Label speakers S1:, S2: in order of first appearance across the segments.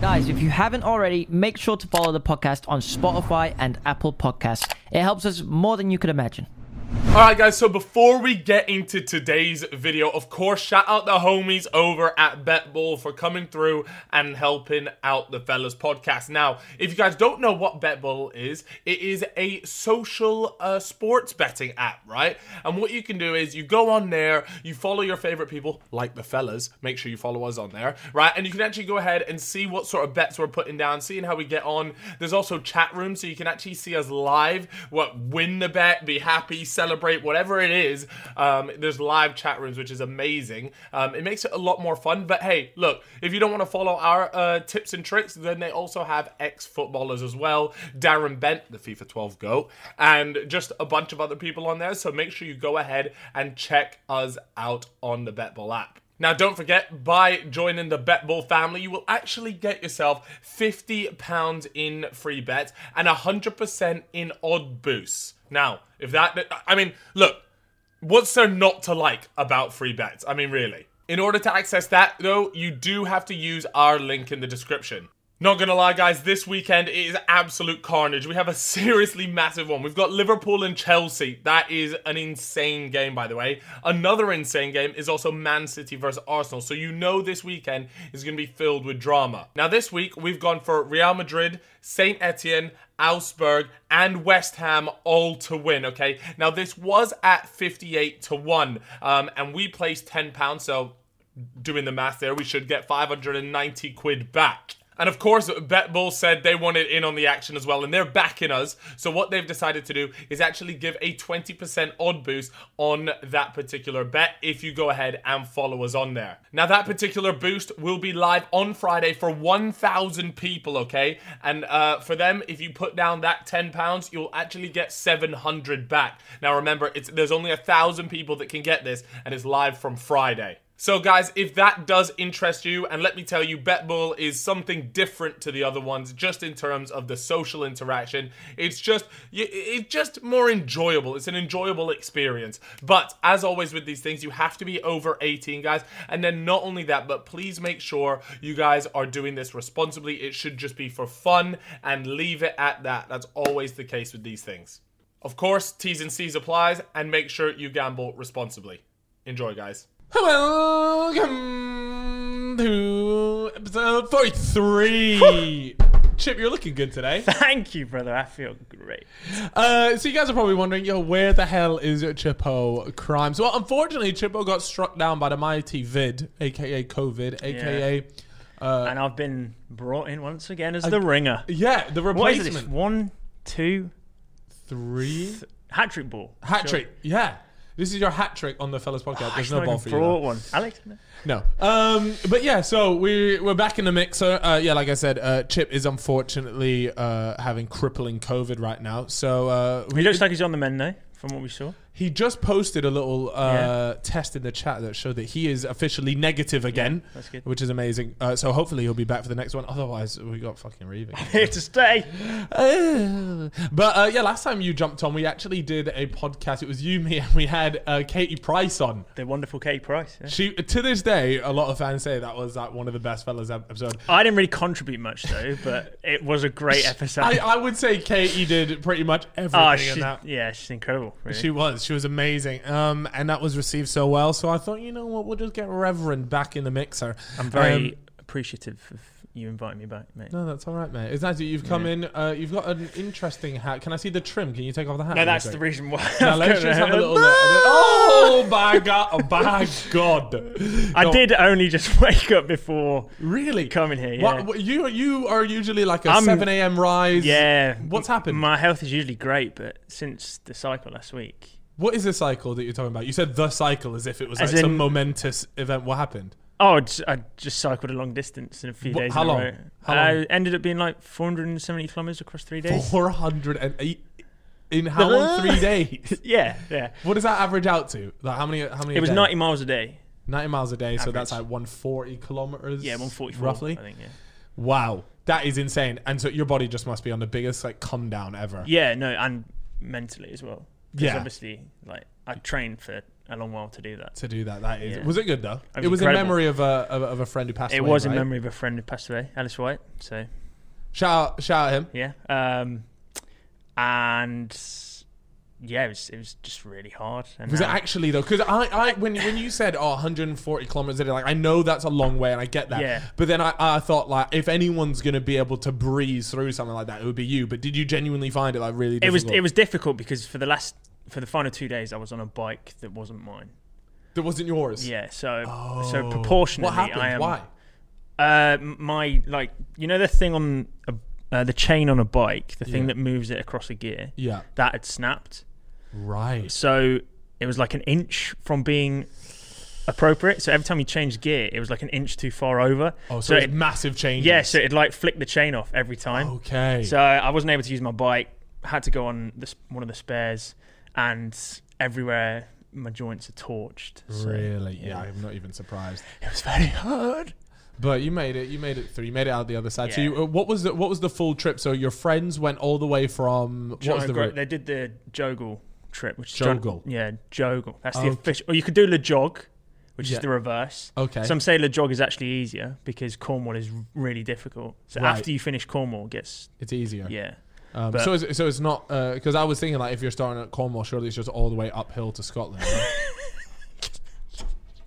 S1: Guys, if you haven't already, make sure to follow the podcast on Spotify and Apple Podcasts. It helps us more than you could imagine.
S2: All right, guys. So before we get into today's video, of course, shout out the homies over at BetBall for coming through and helping out the Fellas podcast. Now, if you guys don't know what BetBall is, it is a social uh, sports betting app, right? And what you can do is you go on there, you follow your favorite people, like the Fellas. Make sure you follow us on there, right? And you can actually go ahead and see what sort of bets we're putting down, seeing how we get on. There's also chat room, so you can actually see us live. What win the bet, be happy, celebrate, whatever it is. Um, there's live chat rooms, which is amazing. Um, it makes it a lot more fun. But hey, look, if you don't want to follow our uh, tips and tricks, then they also have ex footballers as well. Darren Bent, the FIFA 12 GOAT, and just a bunch of other people on there. So make sure you go ahead and check us out on the BetBall app. Now, don't forget, by joining the BetBall family, you will actually get yourself £50 in free bets and 100% in odd boosts. Now, if that, I mean, look, what's there not to like about free bets? I mean, really. In order to access that, though, you do have to use our link in the description. Not gonna lie, guys, this weekend it is absolute carnage. We have a seriously massive one. We've got Liverpool and Chelsea. That is an insane game, by the way. Another insane game is also Man City versus Arsenal. So you know this weekend is gonna be filled with drama. Now, this week we've gone for Real Madrid, St. Etienne, Augsburg, and West Ham all to win. Okay, now this was at 58 to 1, um, and we placed £10, so doing the math there, we should get 590 quid back. And of course, BetBull said they wanted in on the action as well, and they're backing us. So what they've decided to do is actually give a 20% odd boost on that particular bet if you go ahead and follow us on there. Now that particular boost will be live on Friday for 1,000 people, okay? And uh, for them, if you put down that 10 pounds, you'll actually get 700 back. Now remember, it's there's only a thousand people that can get this, and it's live from Friday. So, guys, if that does interest you, and let me tell you, BetBull is something different to the other ones, just in terms of the social interaction. It's just, it's just more enjoyable. It's an enjoyable experience. But as always with these things, you have to be over 18, guys. And then not only that, but please make sure you guys are doing this responsibly. It should just be for fun, and leave it at that. That's always the case with these things. Of course, T's and C's applies, and make sure you gamble responsibly. Enjoy, guys. Welcome to episode 43. Chip, you're looking good today.
S3: Thank you, brother. I feel great.
S2: Uh, so you guys are probably wondering, yo, where the hell is Chippo Crimes? Well, unfortunately, Chippo got struck down by the mighty vid, aka COVID, aka Uh,
S3: and I've been brought in once again as the ringer.
S2: yeah, the
S3: What is it? It's
S2: replacement.
S3: one, two,
S2: Three
S3: hat trick ball.
S2: hat trick. Yeah, this is your hat trick on the fellas podcast. There's no
S3: I
S2: ball for you. though.
S3: brought one. Alex, no.
S2: No. Um, but yeah, so we we're back in the mixer. Uh, yeah, like I said, uh, Chip is unfortunately uh, having crippling COVID right now. So uh,
S3: he
S2: we,
S3: looks like he's on the mend though, from what we saw.
S2: he just posted a little uh, test in the chat that showed that he is officially negative again,
S3: that's good.
S2: which is amazing. Uh, so hopefully he'll be back for the next one. Otherwise, we got fucking Reeve. again.
S3: Here to stay.
S2: Uh, but uh, yeah, last time you jumped on, we actually did a podcast. It was you, me, and we had uh, Katie Price on.
S3: The wonderful Katie Price. yeah.
S2: She to this day, a lot of fans say that was like one of the best fellas ep- episode.
S3: I didn't really contribute much though, but it was a great episode.
S2: I, I would say Katie did pretty much everything
S3: Ah,
S2: in
S3: she-
S2: that.
S3: yeah, she's incredible. Really.
S2: She was. She was amazing. Um, and that was received so well. So I thought, you know what, we'll just get Reverend back in the mixer.
S3: I'm very
S2: Um,
S3: appreciative of you inviting me back, mate.
S2: no, that's all right, mate. It's nice that you've come
S3: Yeah.
S2: in. Uh, you've got an interesting hat. Can I see the trim? Can you take off the hat?
S3: No,
S2: really
S3: that's
S2: quick?
S3: the reason why.
S2: Now
S3: I've
S2: let's
S3: got
S2: just
S3: it.
S2: have a little look. at it. Oh my god! Oh my god!
S3: I
S2: No,
S3: did only just wake up before
S2: really
S3: coming here. Yeah.
S2: What, what- you you are usually like a
S3: I'm-
S2: seven a.m. rise.
S3: Yeah.
S2: What's happened?
S3: My health is usually great, but since the cycle last week,
S2: What is the cycle that you're talking about? You said the cycle as if it was
S3: As
S2: like some
S3: in-
S2: momentous event. What happened?
S3: oh, I just, I just cycled a long distance in a few
S2: What-
S3: days.
S2: how
S3: in
S2: long?
S3: A row.
S2: How
S3: I
S2: long?
S3: ended up being like 470 kilometers across three days.
S2: Four hundred and eight in how long? Three days.
S3: yeah, yeah.
S2: What does that average out to? Like how many? How many?
S3: It was
S2: a day?
S3: 90 miles a day.
S2: 90 miles a day, so that's
S3: Average.
S2: like one forty kilometers.
S3: Yeah, 144
S2: roughly.
S3: I think. Yeah.
S2: Wow, that is insane. And so your body just must be on the biggest like come down ever.
S3: Yeah, no, and mentally as well. 'Cause
S2: Yeah.
S3: Obviously, like I trained for a long while to do that.
S2: to do that. That is.
S3: Yeah.
S2: Was it good though?
S3: It was
S2: it was in
S3: incredible.
S2: memory of a of, a- of a friend who passed
S3: It
S2: away.
S3: was in
S2: right?
S3: memory of a friend who passed away, Alice White. So
S2: Shout out, shout out him.
S3: yeah, um, and yeah, it was it was just really hard. And
S2: Was it
S3: now-
S2: actually though? Because I, I when when you said oh 140 kilometers, a day, like I know that's a long way and I get that.
S3: Yeah.
S2: But then I, I thought like if anyone's gonna be able to breeze through something like that, it would be you. But did you genuinely find it like really?
S3: it was
S2: Difficult?
S3: it was difficult because for the last for the final two days I was on a bike that wasn't mine.
S2: That wasn't yours.
S3: Yeah, so so
S2: Oh.
S3: proportionately
S2: What happened?
S3: I am.
S2: Why?
S3: Uh, m- my like you know the thing on a, uh, the chain on a bike, the thing
S2: Yeah.
S3: that moves it across a gear.
S2: Yeah.
S3: That had snapped,
S2: Right.
S3: so it was like an inch from being appropriate. So every time you changed gear, it was like an inch too far over.
S2: Oh, so, it's massive changes.
S3: yeah, so it'd like flick the chain off every time.
S2: Okay.
S3: So I wasn't able to use my bike. Had to go on this one of the spares, and everywhere my joints are torched. So
S2: really? Yeah, I'm not even surprised.
S3: it was very hard.
S2: But you made it. You made it through. You made it out the other side. So
S3: Yeah.
S2: you, uh, what was the what was the full trip? So your friends went all the way from what was the
S3: Jogo-
S2: route?
S3: They did the Jogle trip, which is
S2: Jogle.
S3: yeah, Jogle. That's the
S2: Okay.
S3: official. Or you could do Le Jog, which
S2: Yeah.
S3: is the reverse.
S2: Okay.
S3: Some say Le Jog is actually easier because Cornwall is really difficult. So
S2: Right.
S3: after you finish Cornwall, it gets
S2: It's easier.
S3: yeah.
S2: Um,
S3: But-
S2: so, it's, so it's not because I was thinking like if you're starting at Cornwall, surely it's just all the way uphill to Scotland.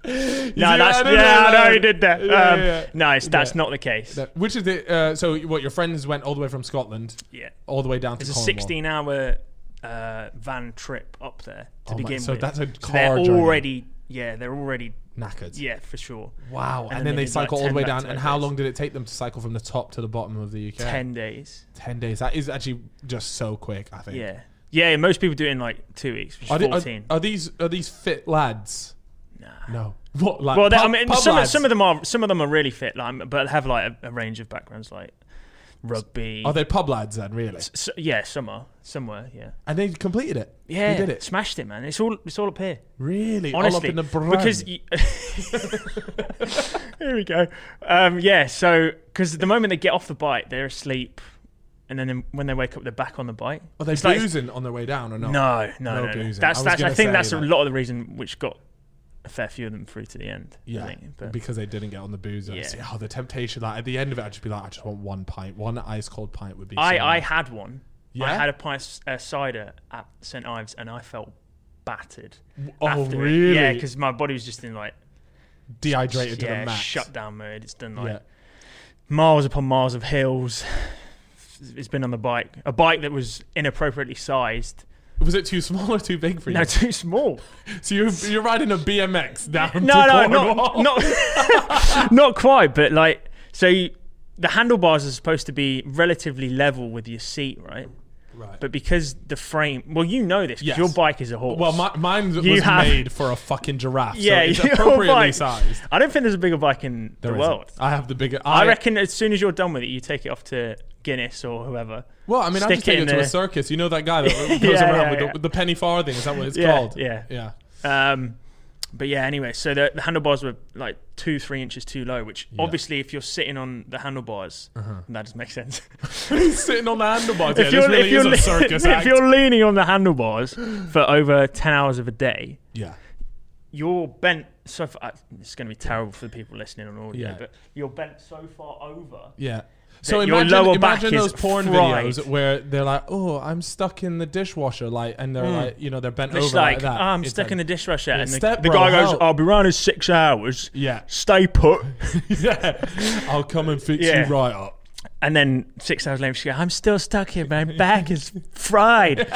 S2: no,
S3: No, that's yeah. I know you did that.
S2: Yeah,
S3: um,
S2: yeah.
S3: Nice. That's
S2: Yeah.
S3: not the case.
S2: Which is the uh, so what your friends went all the way from Scotland
S3: yeah.
S2: all the way down
S3: It's
S2: to
S3: a
S2: Cornwall.
S3: 16 hour uh, van trip up there to
S2: Oh my-
S3: begin
S2: so
S3: with.
S2: that's a
S3: so they're
S2: car journey.
S3: already yeah they're already
S2: knackered.
S3: yeah for sure
S2: Wow. And,
S3: And
S2: then
S3: then
S2: they,
S3: they did, like,
S2: cycle all the
S3: 10
S2: way down. And how
S3: back-to-back
S2: long did it take them to cycle from the top to the bottom of the UK?
S3: 10 days
S2: 10 days. That is actually just so quick. I think.
S3: yeah yeah most people do it in like two weeks which is
S2: Are, the- are-
S3: 14
S2: are these are these fit lads?
S3: Nah.
S2: No. What? Like,
S3: well they-
S2: pub-
S3: I mean
S2: pub
S3: some, of-
S2: lads?
S3: some of them are some of them are really fit like, but have like a, a range of backgrounds like rugby
S2: are they pub lads then? Really?
S3: S- yeah some are somewhere yeah
S2: And they completed it.
S3: yeah
S2: They did it.
S3: smashed it man it's all it's all up here
S2: Really?
S3: honestly
S2: all up in the brand.
S3: because you, here we go um, yeah so because the moment they get off the bike they're asleep and then them- when they wake up they're back on the bike
S2: Are they
S3: It's like-
S2: boozing on their way down or not?
S3: no no
S2: No
S3: no, no.
S2: boozing. I
S3: that's
S2: was
S3: that's I
S2: gonna
S3: think
S2: say
S3: that's a
S2: that.
S3: lot of the reason which got a fair few of them through to the end I
S2: Yeah,
S3: think. But-
S2: because they didn't get on the booze.
S3: Yeah.
S2: See, oh, the temptation! Like at the end of it, I'd just be like, I just want one pint, one ice cold pint would be.
S3: I,
S2: so
S3: I
S2: nice.
S3: had one. I
S2: Yeah?
S3: had a pint uh, cider at St Ives, and I felt battered.
S2: oh
S3: after it.
S2: really?
S3: Yeah, because my body was just in like
S2: dehydrated to
S3: yeah,
S2: the max.
S3: shutdown mode. It's done like
S2: yeah,
S3: miles upon miles of hills. It's been on the bike, a bike that was inappropriately sized.
S2: was it too small or too big for you?
S3: No, too small.
S2: so you're, you're riding a BMX down to
S3: No, no, not,
S2: Cornwall.
S3: not, not quite. But like, so you, the handlebars are supposed to be relatively level with your seat, right?
S2: Right.
S3: But because the frame, well, you know this 'cause
S2: Yes.
S3: your bike is a horse.
S2: well, my, mine was
S3: You have-
S2: made for a fucking giraffe.
S3: yeah,
S2: so it's
S3: your
S2: appropriately
S3: bike-
S2: sized.
S3: I don't think there's a bigger bike in
S2: There
S3: the
S2: isn't.
S3: world.
S2: I have the bigger.
S3: I reckon as soon as you're done with it, you take it off to Guinness or whoever.
S2: Well, I mean, I
S3: stick
S2: just take
S3: it
S2: it
S3: in
S2: to a
S3: there.
S2: circus. You know that guy that goes
S3: Yeah,
S2: around
S3: yeah,
S2: with,
S3: yeah.
S2: The, with the penny farthing. Is that what it's
S3: Yeah,
S2: called?
S3: yeah.
S2: yeah.
S3: Um, but yeah, anyway, so the, the handlebars were like two, three inches too low, which obviously, if you're sitting on the handlebars, that doesn't make sense.
S2: sitting on the handlebars. yeah,
S3: if you're,
S2: Uh-huh. this really
S3: if, you're
S2: is a
S3: le-
S2: circus
S3: if
S2: act.
S3: you're leaning on the handlebars for over 10 hours of a day,
S2: yeah,
S3: you're bent so far. It's going to be terrible for the people listening on audio,
S2: Yeah.
S3: but you're bent so far over.
S2: yeah. So
S3: your
S2: imagine,
S3: lower back
S2: imagine
S3: is
S2: those porn
S3: fried.
S2: videos where they're like, "Oh, I'm stuck in the dishwasher," like, and they're like, you know, they're bent
S3: Hmm. It's
S2: over
S3: like,
S2: like, that.
S3: "Oh, I'm
S2: It's
S3: stuck
S2: like-
S3: in the dishwasher. and the,
S2: step
S3: the
S2: bro,
S3: guy goes,
S2: help.
S3: I'll be around in six hours.
S2: Yeah,
S3: Stay put.
S2: yeah. I'll come and fix
S3: Yeah.
S2: you right up.
S3: And then six hours later, she goes, I'm still stuck here. My back is fried.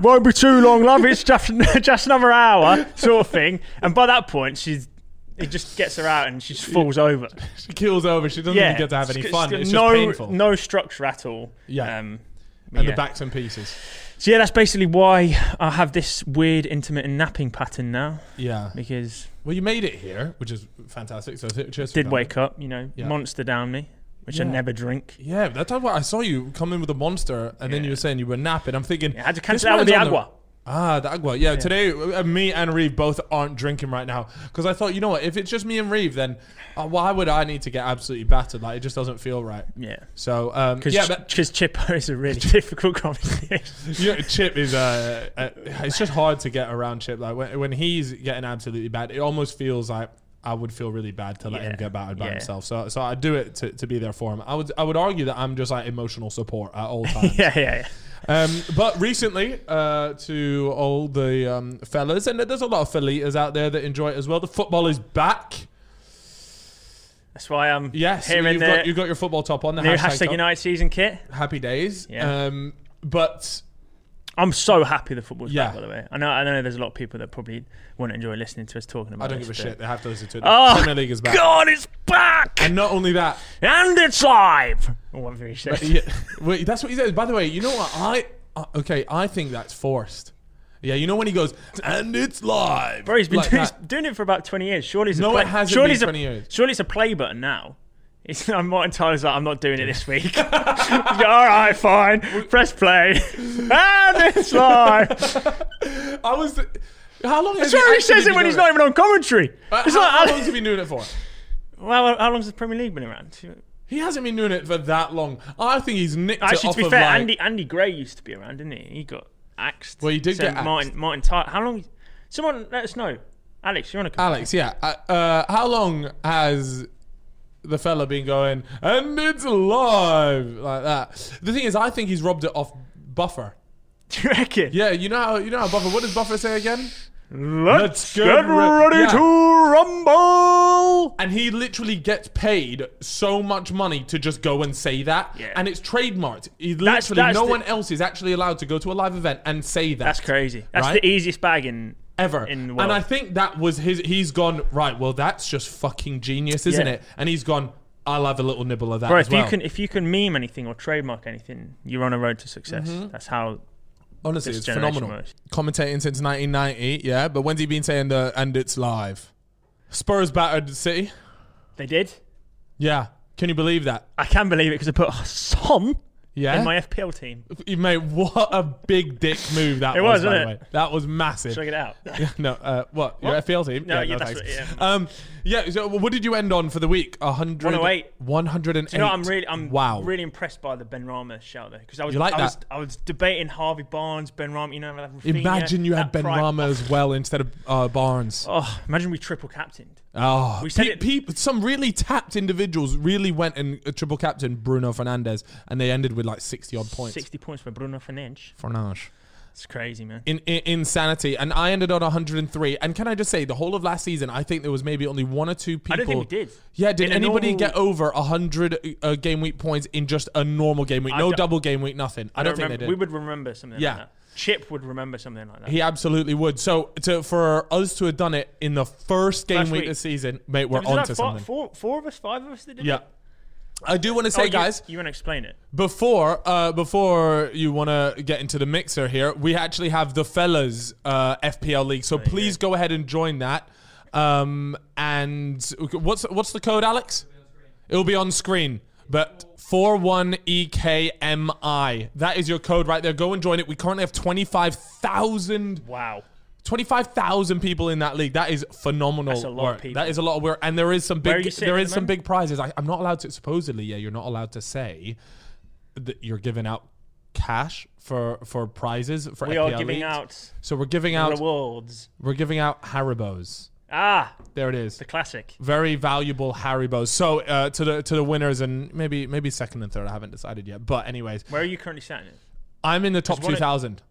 S3: Won't be too long, love. It's just, just another hour, sort of thing. And by that point, she's. It just gets her out and she just falls over.
S2: She kills over. She doesn't
S3: Yeah,
S2: even get to have any
S3: She's
S2: fun.
S3: got
S2: It's
S3: no,
S2: just painful.
S3: no structure at all.
S2: Yeah.
S3: Um,
S2: and
S3: yeah.
S2: the back's in pieces.
S3: So yeah, that's basically why I have this weird intermittent napping pattern now
S2: Yeah.
S3: because
S2: Well, you made it here, which is fantastic. So th- cheers. for
S3: did
S2: that.
S3: wake up, you know,
S2: Yeah.
S3: monster down me, which I
S2: Yeah.
S3: never drink.
S2: Yeah, that's why I saw you come in with a monster, and then you were saying you were napping. I'm thinking,
S3: I had to
S2: this
S3: cancel out with the
S2: man's on
S3: agua.
S2: Ah, the agua. Yeah, today uh, me and Reeve both aren't drinking right now because I thought, you know what? If it's just me and Reeve, then uh, why would I need to get absolutely battered? Like it just doesn't feel right.
S3: Yeah.
S2: So um,
S3: Because
S2: yeah,
S3: Ch-
S2: but
S3: 'cause Chippo is a really difficult conversation.
S2: you know, Chip is. Uh, uh, it's just hard to get around Chip. Like when, when he's getting absolutely bad, it almost feels like I would feel really bad to let him
S3: Yeah.
S2: get battered by
S3: Yeah.
S2: himself. So so I do it to, to be there for him. I would I would argue that I'm just like emotional support at all times.
S3: yeah, yeah, yeah.
S2: Um, but recently, uh, to all the um, fellas, and there's a lot of fellitas out there that enjoy it as well. The football is back.
S3: That's why I'm
S2: Yes,
S3: here in
S2: you've
S3: the
S2: got, you've got your football top on. The
S3: new
S2: hashtag
S3: hashtag,
S2: top.
S3: United season kit.
S2: Happy days.
S3: Yeah.
S2: Um, but
S3: I'm so happy the football's
S2: Yeah.
S3: back. By the way, I know I know there's a lot of people that probably won't enjoy listening to us talking about.
S2: I don't
S3: this,
S2: give a
S3: but-
S2: shit. They have to listen to it. The
S3: Oh,
S2: Premier League is back.
S3: God, it's back
S2: And not only that,
S3: and it's live. Oh, Or whatever he said.
S2: yeah, wait, that's what he says. By the way, you know what? I uh, okay, I think that's forced. Yeah, you know when he goes and it's live.
S3: Bro, he's been
S2: like
S3: doing,
S2: that.
S3: he's doing it for about 20 years. Surely it's a
S2: No,
S3: play,
S2: it hasn't
S3: surely
S2: been
S3: it's a-
S2: 20 years.
S3: Surely it's a play button now. It's, I'm Martin Tyler's like, I'm not doing it this week. All right, fine. Press play. and it's live.
S2: I was. How long? Has
S3: That's where he
S2: actually
S3: says it
S2: been
S3: when he's
S2: doing
S3: not even on commentary.
S2: Uh,
S3: It's
S2: how,
S3: like,
S2: how
S3: I-
S2: long has he been doing it for?
S3: well, how long's the Premier League been around? Two-
S2: He hasn't been doing it for that long. I think he's nicked
S3: Actually,
S2: it off
S3: to be
S2: of
S3: fair,
S2: like,
S3: Andy Andy Gray used to be around, didn't he? He got axed.
S2: Well, he did
S3: so
S2: get axed.
S3: Martin, Martin Tyler. How long? Someone let us know. Alex, you want to?
S2: Alex. Yeah. Uh, uh, how long has the fella been going? And it's live like that. The thing is, I think he's robbed it off Buffer.
S3: Do you reckon?
S2: Yeah, you know how you know how Buffer. What does Buffer say again?
S3: Let's,
S2: get
S3: get,
S2: re-
S3: ready
S2: yeah.
S3: to rumble.
S2: And he literally gets paid so much money to just go and say that,
S3: Yeah.
S2: and it's trademarked. He literally,
S3: That's- that's
S2: no
S3: the-
S2: one else is actually allowed to go to a live event and say that.
S3: That's crazy. That's
S2: Right?
S3: the easiest bag in.
S2: ever.
S3: in the
S2: And
S3: world.
S2: I think that was his. He's gone right. Well, that's just fucking genius, isn't
S3: Yeah.
S2: it? And he's gone. I'll have a little nibble of that
S3: Bro,
S2: as
S3: if
S2: well.
S3: you can if you can meme anything or trademark anything, you're on a road to success. That's how.
S2: Honestly, Mm-hmm.
S3: this
S2: it's
S3: generation
S2: phenomenal.
S3: works.
S2: Commentating since 1990, yeah. But when's he been saying the and it's live? Spurs battered City.
S3: They did.
S2: Yeah, can you believe that?
S3: I can believe it because I put Son
S2: Yeah,
S3: in my FPL team.
S2: you mate, what a big dick move that
S3: It
S2: was.
S3: was,
S2: by
S3: wasn't
S2: the way.
S3: it?
S2: That was massive.
S3: Check it out.
S2: no, uh, what? Your FPL team?
S3: No, yeah, that's
S2: thanks.
S3: what-
S2: Um, yeah. So, what did you end on for the week? 100,
S3: 108.
S2: 108.
S3: You know, I'm really, I'm
S2: wow.
S3: really impressed by the Ben Rama shout there because I was,
S2: You like
S3: I
S2: that?
S3: was, I was debating Harvey Barnes, Ben Rama. You know, like Rafinha,
S2: Imagine you had
S3: uh, that
S2: Ben
S3: prime-
S2: Rama as well instead of uh, Barnes.
S3: Oh, imagine we triple captained.
S2: Oh,
S3: we said
S2: pe-
S3: it-
S2: peop- some really tapped individuals really went and uh, triple captain Bruno Fernandez, and they ended with like sixty odd points.
S3: Sixty points for Bruno Fernandes.
S2: Fernandes.
S3: It's crazy, man.
S2: In, in insanity, and I ended on 103. And can I just say, the whole of last season, I think there was maybe only one or two people.
S3: I don't think we did.
S2: Yeah, did
S3: In a
S2: anybody
S3: normal-
S2: get over 100 uh, game week points in just a normal game week?
S3: I
S2: No
S3: don't-
S2: double game week, nothing. I, don't, think
S3: remember,
S2: they did.
S3: We would remember something
S2: Yeah.
S3: like that. Chip would remember something like that.
S2: He absolutely would. So to, for us to have done it in the first game
S3: Last
S2: week,
S3: week.
S2: this season, mate, we're
S3: Was it like
S2: onto
S3: four-
S2: something.
S3: Four, four of us, five of us that did
S2: Yeah.
S3: it?
S2: I do want to
S3: Oh,
S2: say,
S3: you-
S2: guys,
S3: You, want to explain it?
S2: before uh, before you want to get into the mixer here, we actually have the fellas uh, FPL league. So please go ahead and join that. Um, and what's what's the code, Alex? It'll be on screen. But E 41EKMI. That is your code right there. Go and join it. We currently have 25,000
S3: Wow.
S2: 25,000 people in that league. That is phenomenal.
S3: That's a lot of
S2: work.
S3: people.
S2: That is a lot of work. And there is some
S3: are
S2: big
S3: you sitting
S2: there
S3: at
S2: is
S3: the
S2: some
S3: moment?
S2: big prizes. I, I'm not allowed to supposedly, yeah, you're not allowed to say that you're giving out cash for for prizes for
S3: We
S2: FPL
S3: are giving
S2: leagues.
S3: out
S2: So we're giving out
S3: rewards.
S2: we're giving out Haribos.
S3: Ah,
S2: There it is.
S3: the classic.
S2: Very valuable Haribos. So uh, to the to the winners and maybe maybe second and third, I haven't decided yet. But anyways,
S3: Where are you currently sat in it?
S2: I'm in the top
S3: one of-
S2: 2000.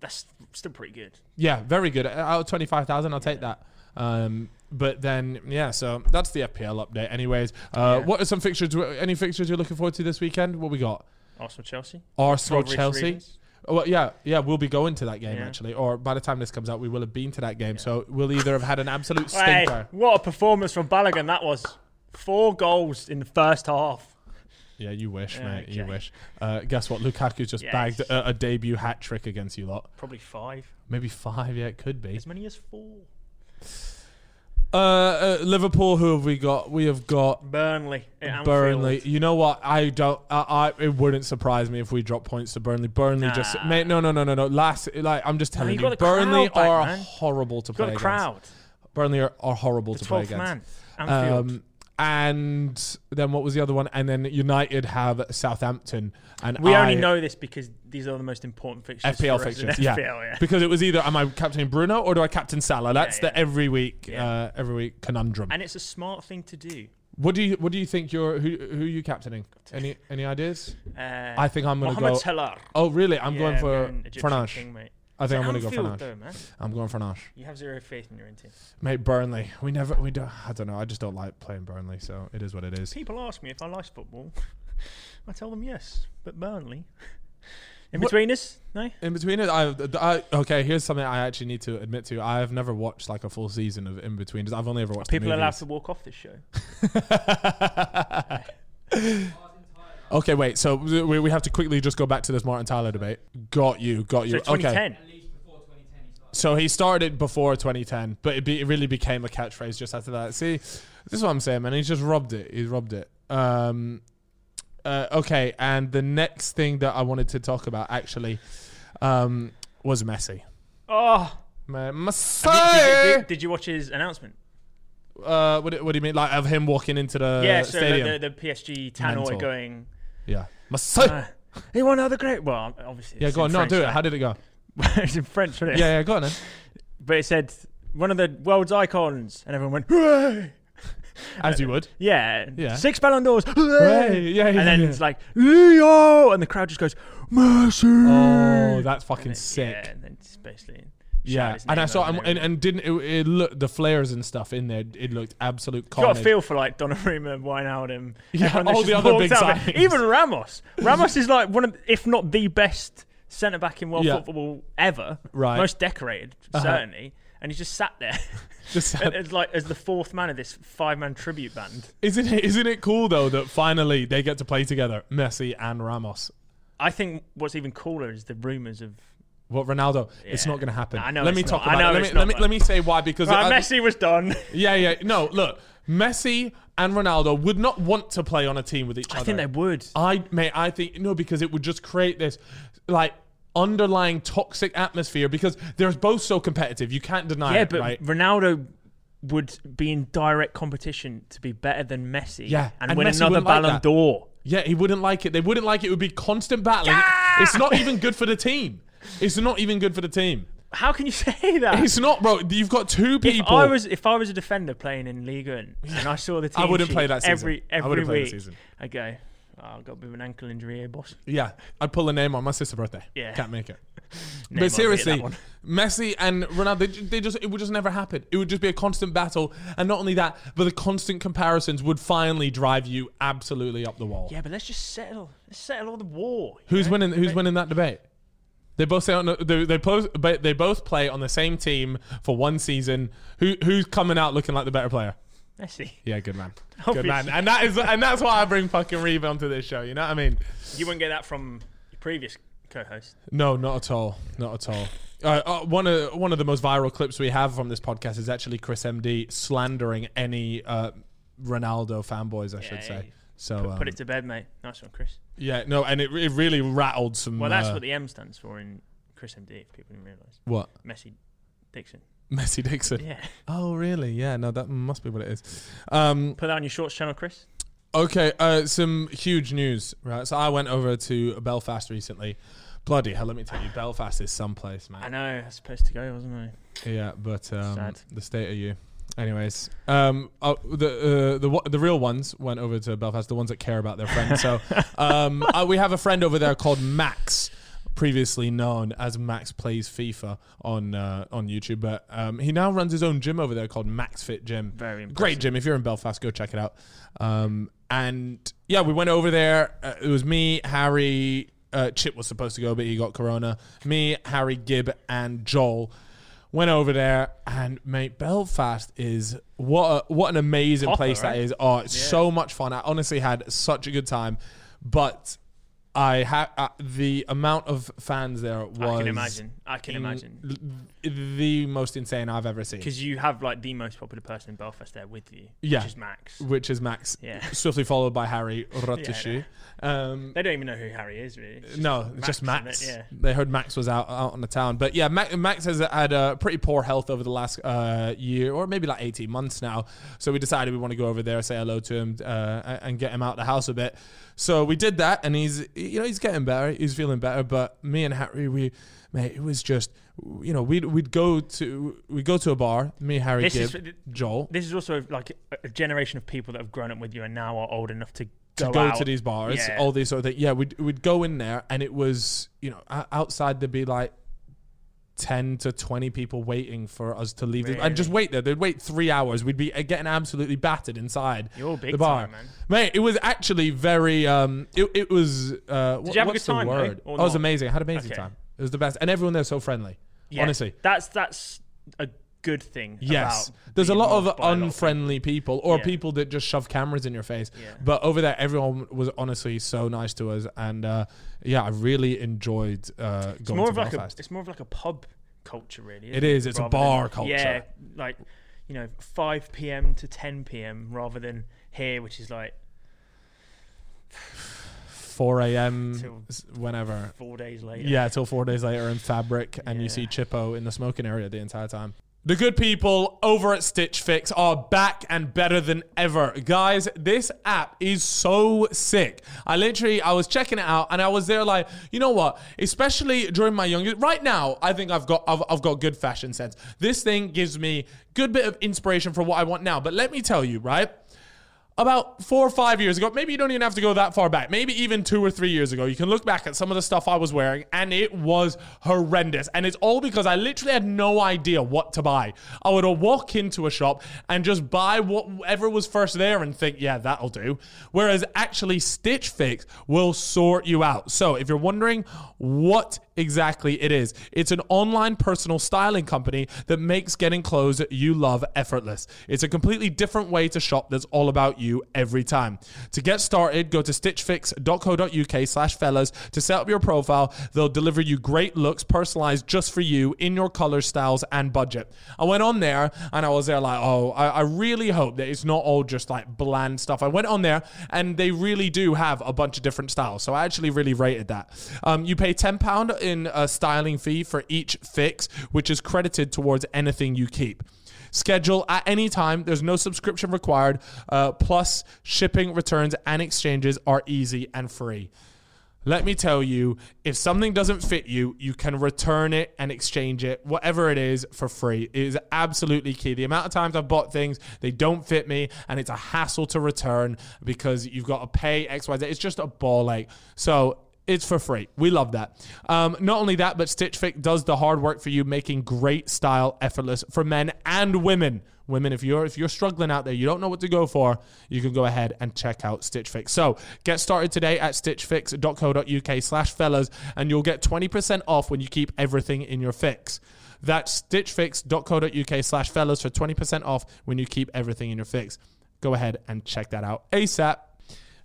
S3: That's still pretty good.
S2: Yeah, very good. Uh, Out of 25,000, I'll take that. Um, but then, yeah, so that's the FPL update. Anyways, uh,
S3: Yeah.
S2: what are some fixtures? Any fixtures you're looking forward to this weekend? What we got?
S3: Arsenal, Chelsea.
S2: Arsenal,
S3: Rodri's
S2: Chelsea.
S3: reasons.
S2: Oh, well, yeah, yeah, we'll be going to that game
S3: Yeah.
S2: actually. Or by the time this comes out, we will have been to that game. So we'll either have had an absolute
S3: Hey,
S2: stinker.
S3: what a performance from Balogun that was. Four goals in the first half.
S2: Yeah, you wish, mate. You
S3: Okay.
S2: wish. Uh, guess what? Lukaku just
S3: Yes.
S2: bagged a, a debut hat trick against you lot.
S3: Probably five.
S2: Maybe five. Yeah, it could be.
S3: As many as four.
S2: Uh, uh, Liverpool. Who have we got? We have got
S3: Burnley. at Anfield.
S2: Burnley. You know what? I don't. I, I. It wouldn't surprise me if we drop points to Burnley. Burnley just.
S3: Nah.
S2: Mate, no, no, no, no, no. Last, like, I'm just telling
S3: you've
S2: you,
S3: got the
S2: Burnley
S3: crowd back,
S2: are
S3: man.
S2: horrible to play
S3: Got a
S2: against.
S3: crowd.
S2: Burnley are, are horrible to play
S3: Twelfth
S2: against.
S3: man. Anfield.
S2: Um, and then what was the other one? And then United have Southampton, and
S3: we only
S2: I-
S3: know this because these are the most important fixtures.
S2: FPL
S3: for us in
S2: fixtures. Yeah.
S3: FPL, yeah.
S2: because it was either am I captain Bruno or do I captain Salah? That's
S3: yeah.
S2: the every week,
S3: Yeah.
S2: uh, every week conundrum.
S3: And it's a smart thing to do.
S2: what do you What do you think? You're who Who are you captaining? Any Any ideas?
S3: Uh,
S2: I think I'm gonna
S3: Mohamed
S2: go.
S3: Salah.
S2: Oh really? I'm
S3: Yeah,
S2: going
S3: we're
S2: for
S3: an Egyptian
S2: Farnash.
S3: king, mate.
S2: I think I'm
S3: It's
S2: gonna go Farnash.
S3: Anfield, though, man.
S2: I'm going Farnash.
S3: You have zero faith in your own team.
S2: Mate, Burnley. We never. We don't. I don't know. I just don't like playing Burnley. So it is what it is.
S3: People ask me if I like football. I tell them yes, but Burnley. In between us, no.
S2: In between it, I, I okay. Here's something I actually need to admit to. I have never watched like a full season of In Between. I've only ever watched.
S3: People
S2: the
S3: are allowed
S2: movies.
S3: to walk off this show.
S2: Okay, wait. So we, we have to quickly just go back to this Martin Tyler debate. Got you, got
S3: So
S2: you. okay.
S3: 2010.
S2: So he started it before 2010, but it, be, it really became a catchphrase just after that. See, this is what I'm saying, man. He's just robbed it. He's robbed it. Um, uh, okay, and the next thing that I wanted to talk about actually um, was Messi.
S3: Oh,
S2: Ma-
S3: did, did-
S2: Messi.
S3: did- did you watch his announcement?
S2: Uh, what, do- what do you mean? Like of him walking into the
S3: yeah, so
S2: Uh, stadium?
S3: the, the, the PSG Tannoy
S2: Mental.
S3: going.
S2: yeah, Messi.
S3: Uh, he won another great. Well, obviously.
S2: yeah,
S3: it's
S2: go
S3: in
S2: on. No,
S3: French,
S2: do it.
S3: right?
S2: How did it go?
S3: it's in French, wasn't it?
S2: Yeah, yeah, go on. Then.
S3: But it said one of the world's icons, and everyone went, hooray!
S2: As you would.
S3: Yeah,
S2: Yeah.
S3: Six Ballon d'Ors, hooray!
S2: Hooray! Yeah, yeah,
S3: and then
S2: yeah.
S3: it's like Leo, and the crowd just goes, Messi.
S2: Oh, that's fucking
S3: And then-
S2: sick.
S3: Yeah, and then just basically. shout
S2: Yeah,
S3: his
S2: and
S3: name
S2: I saw
S3: out
S2: and,
S3: there.
S2: and, and didn't it, it look the flares and stuff in there? It looked absolute
S3: You got
S2: carnage.
S3: a feel for like Donnarumma, Wijnaldum,
S2: Yeah,
S3: everyone that's
S2: all the
S3: just
S2: other
S3: walked
S2: big
S3: out of it.
S2: signings.
S3: Even Ramos. Ramos is like one of, if not the best centre back in world
S2: Yeah.
S3: football ever.
S2: Right. Uh-huh.
S3: Most decorated, certainly. And he just sat there.
S2: Just-
S3: as like as the fourth man of this five-man tribute band.
S2: isn't it isn't it cool though that finally they get to play together, Messi and Ramos?
S3: I think what's even cooler is the rumours of.
S2: What Ronaldo? It's
S3: Yeah.
S2: not going to happen.
S3: I know
S2: Let me
S3: it's
S2: talk
S3: not. I
S2: about
S3: know
S2: it. Let
S3: it's
S2: me, let,
S3: not,
S2: me,
S3: man.
S2: let me say why because
S3: Right,
S2: I-
S3: Messi was done.
S2: Yeah, yeah. No, look, Messi and Ronaldo would not want to play on a team with each other.
S3: I think they would.
S2: I mate, I think no, because it would just create this like underlying toxic atmosphere because they're both so competitive. You can't deny
S3: Yeah,
S2: it,
S3: but
S2: right?
S3: Ronaldo would be in direct competition to be better than Messi.
S2: Yeah,
S3: and,
S2: and
S3: win
S2: Messi
S3: another
S2: wouldn't like
S3: Ballon
S2: that.
S3: d'Or.
S2: Yeah, he wouldn't like it. They wouldn't like it. It would be constant battling. It's not even good for the team. It's not even good for the team.
S3: How can you say that?
S2: It's not, bro. You've got two
S3: if
S2: people.
S3: I was if I was a defender playing in Liga and, and I saw the team,
S2: I wouldn't
S3: sheet
S2: play that season.
S3: every
S2: I
S3: every
S2: wouldn't play
S3: week.
S2: that season.
S3: I go, oh, I've got a bit of an ankle injury here, boss.
S2: yeah, I'd pull a name on my sister's birthday.
S3: Yeah.
S2: can't make it.
S3: Neymar
S2: But
S3: beat
S2: seriously,
S3: that one.
S2: Messi and Ronaldo, they, ju- they just it would just never happen. It would just be a constant battle, and not only that, but the constant comparisons would finally drive you absolutely up the wall.
S3: yeah, but let's just settle. Let's settle all the war. you
S2: Who's
S3: know?
S2: winning? Who's winning that debate? They both say on, they, they both but they both play on the same team for one season. Who who's coming out looking like the better player?
S3: Messi.
S2: Yeah, good man. Good
S3: Obviously.
S2: man. And that is and that's why I bring fucking Reeve onto this show. You know what I mean?
S3: You wouldn't get that from your previous co-host.
S2: No, not at all. Not at all. Uh, uh, one of one of the most viral clips we have from this podcast is actually Chris MD slandering any uh, Ronaldo fanboys, I should
S3: Yeah,
S2: say.
S3: yeah.
S2: So um,
S3: Put it to bed, mate. Nice one, Chris.
S2: yeah, no, and it, it really rattled some.
S3: Well, that's
S2: uh,
S3: what the M stands for in Chris MD. If people didn't realise,
S2: what
S3: Messi Dixon.
S2: Messi Dixon.
S3: Yeah.
S2: Oh, really? Yeah, no, that must be what it is. Um,
S3: Put that on your shorts channel, Chris.
S2: Okay, uh, some huge news, right? So I went over to Belfast recently. Bloody hell, let me tell you, Belfast is someplace,
S3: I
S2: man.
S3: know. I was supposed to go, wasn't I?
S2: Yeah, but um,
S3: Sad.
S2: the state of you. Anyways, um, oh, the uh, the wa- the real ones went over to Belfast. The ones that care about their friends. So um, uh, we have a friend over there called Max, previously known as Max Plays FIFA on uh, on YouTube. But um, he now runs his own gym over there called Max Fit Gym.
S3: Very
S2: great gym. If you're in Belfast, go check it out. Um, and yeah, we went over there. Uh, it was me, Harry. Uh, Chip was supposed to go, but he got corona. Me, Harry, Gibb, and Joel went over there. And mate, Belfast is what a, what an amazing
S3: Proper,
S2: place
S3: right?
S2: that is. Oh, it's so much fun. I honestly had such a good time, but. I ha- uh, the amount of fans there was
S3: I can imagine. I can imagine.
S2: l- the most insane I've ever seen.
S3: Because you have like the most popular person in Belfast there with you,
S2: Yeah.
S3: which is Max.
S2: Which is Max,
S3: Yeah.
S2: swiftly followed by Harry Rotishu. um,
S3: They don't even know who Harry is, really. It's
S2: no,
S3: Max,
S2: just Max.
S3: isn't it? Yeah.
S2: They heard Max was out out on the town, but yeah, Max, Max has had uh, pretty poor health over the last uh, year or maybe like eighteen months now. So we decided we want to go over there, say hello to him, uh, and get him out the house a bit. So we did that, and he's you know he's getting better, he's feeling better. But me and Harry, we mate, it was just you know we'd we'd go to we would go to a bar, me Harry
S3: This
S2: Gibb,
S3: is-
S2: Joel.
S3: This is also like a, a generation of people that have grown up with you and now are old enough to
S2: to
S3: go,
S2: go,
S3: out.
S2: to these bars,
S3: Yeah.
S2: all these sort of things. Yeah, we'd, we'd go in there and it was, you know, o- outside there'd be like 10 to 20 people waiting for us to leave. the- I'd just wait there. They'd wait three hours. We'd be uh, getting absolutely battered inside
S3: You're big
S2: the bar.
S3: time, man.
S2: Mate, it was actually very, um, it, it was, uh, wh-
S3: Did you have a
S2: what's
S3: good time,
S2: the
S3: though,
S2: word?
S3: or
S2: I was
S3: not?
S2: amazing. I had an amazing
S3: Okay.
S2: time. It was the best. And everyone there's so friendly.
S3: Yeah.
S2: Honestly.
S3: that's that's a good thing.
S2: Yes,
S3: about
S2: there's a
S3: being
S2: lot of
S3: loved by a lot people.
S2: unfriendly people or
S3: Yeah.
S2: people that just shove cameras in your face.
S3: Yeah.
S2: But over there, everyone was honestly so nice to us, and uh, yeah, I really enjoyed uh, going
S3: It's more
S2: to
S3: of like a,
S2: Belfast.
S3: it's more of like a pub culture, really.
S2: It
S3: Isn't
S2: is, it's a
S3: Rather
S2: bar
S3: than-
S2: culture.
S3: Yeah, like you know, 5 p.m. to 10 p.m. rather than here, which is like
S2: 4 a.m.
S3: Till-
S2: s- whenever.
S3: four days later.
S2: Yeah, till four days later in Fabric, and you
S3: Yeah.
S2: see Chippo in the smoking area the entire time. The good people over at Stitch Fix are back and better than ever. Guys, this app is so sick. I literally, I was checking it out and I was there like, you know what? Especially during my younger, right now, I think I've got, I've, I've got good fashion sense. This thing gives me good bit of inspiration for what I want now. But let me tell you, right? about four or five years ago, maybe you don't even have to go that far back, maybe even two or three years ago, you can look back at some of the stuff I was wearing and it was horrendous. And it's all because I literally had no idea what to buy. I would walk into a shop and just buy whatever was first there and think, yeah, that'll do. Whereas actually, Stitch Fix will sort you out. So if you're wondering what exactly it is. It's an online personal styling company that makes getting clothes you love effortless. It's a completely different way to shop that's all about you every time. To get started, go to stitchfix.co.uk slash fellas to set up your profile. They'll deliver you great looks personalized just for you in your color, styles, and budget. I went on there and I was there like, oh, I, I really hope that it's not all just like bland stuff. I went on there and they really do have a bunch of different styles. So I actually really rated that. Um, you pay £10 in a styling fee for each fix, which is credited towards anything you keep. Schedule at any time. There's no subscription required. Uh, plus, shipping, returns, and exchanges are easy and free. Let me tell you, if something doesn't fit you, you can return it and exchange it, whatever it is, for free. It is absolutely key. The amount of times I've bought things, they don't fit me, and it's a hassle to return because you've got to pay X, Y, Z. It's just a ball ache. So it's for free. We love that. Um, not only that, but Stitch Fix does the hard work for you, making great style effortless for men and women. Women, if you're if you're struggling out there, you don't know what to go for, you can go ahead and check out Stitch Fix. So get started today at stitchfix.co.uk slash fellas and you'll get 20% off when you keep everything in your fix. That's stitchfix.co.uk slash fellas for 20% off when you keep everything in your fix. Go ahead and check that out ASAP.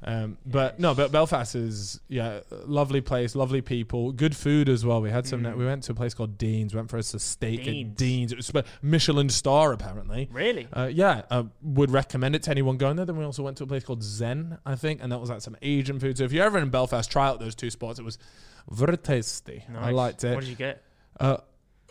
S2: Um, but no, but Belfast is yeah, lovely place, lovely people, good food as well. We had some. We went to a place called Dean's. Went for us a steak at
S3: Mm. Dean's.
S2: Dean's. It was sp- Michelin star apparently.
S3: Really?
S2: Uh, yeah, uh, would recommend it to anyone going there. Then we also went to a place called Zen, I think, and that was like some Asian food. So if you're ever in Belfast, try out those two spots. It was very tasty. I
S3: Nice.
S2: liked it.
S3: What did you get?
S2: uh,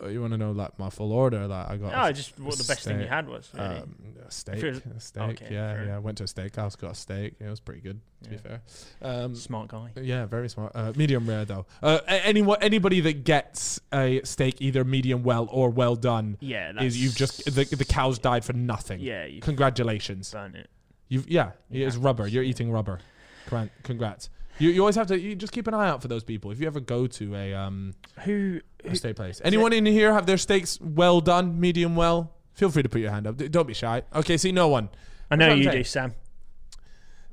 S2: you want to know like my full order? Like I got.
S3: Oh, just what the best thing you
S2: steak.
S3: had was. Really.
S2: Um, a steak,
S3: was-
S2: a steak.
S3: okay,
S2: yeah,
S3: fair.
S2: yeah. Went to a steakhouse, got a steak. Yeah, it was pretty good to be fair. Um,
S3: Smart guy.
S2: yeah, very smart. Uh, medium rare though. Uh, a- anyone, anybody that gets a steak either medium well or well done,
S3: Yeah, that's,
S2: is you've just the, the cows died for nothing.
S3: Yeah, you
S2: Congratulations.
S3: burn it.
S2: You've yeah, it's
S3: haven't,
S2: rubber. You're
S3: yeah.
S2: eating rubber. Congrat- Congrats. You, you always have to you just keep an eye out for those people. If you ever go to a um
S3: Who?
S2: a steak place, anyone in here have their steaks well done, medium well? Feel free to put your hand up. D- Don't be shy. Okay, see no one.
S3: I know
S2: what I'm
S3: you
S2: saying.
S3: do, Sam. Ah,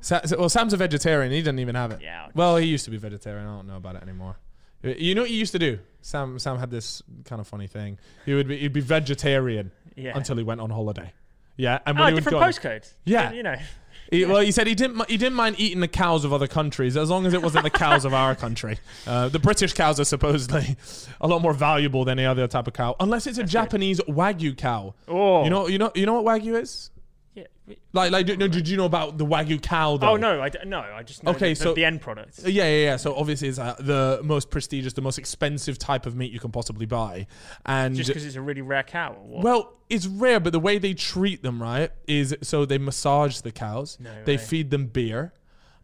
S2: Sa- well, Sam's a vegetarian. He doesn't even have it.
S3: Yeah.
S2: Well, he used to be vegetarian. I don't know about it anymore. Uh, You know what he used to do? Sam Sam had this kind of funny thing. He would be he'd be vegetarian
S3: Yeah.
S2: until he went on holiday. Yeah, and when
S3: Oh,
S2: he would
S3: different
S2: go,
S3: postcode.
S2: Yeah.
S3: You know.
S2: He, well, he said he didn't mi- he didn't mind eating the cows of other countries as long as it wasn't the cows of our country. Uh, the British cows are supposedly a lot more valuable than any other type of cow, unless it's a Japanese wagyu cow.
S3: Oh.
S2: you know, you know, you know what wagyu is?
S3: Yeah.
S2: Like, like, do- no, did you know about the wagyu cow? Though?
S3: Oh no, I d- no, I just know
S2: Okay,
S3: the,
S2: so-
S3: the end product.
S2: Uh, Yeah, yeah, yeah. So obviously, it's uh, the most prestigious, the most expensive type of meat you can possibly buy, and
S3: Just because it's a really rare cow. Or what?
S2: Well, it's rare, but the way they treat them, right, is so they massage the cows, they
S3: way.
S2: feed them beer,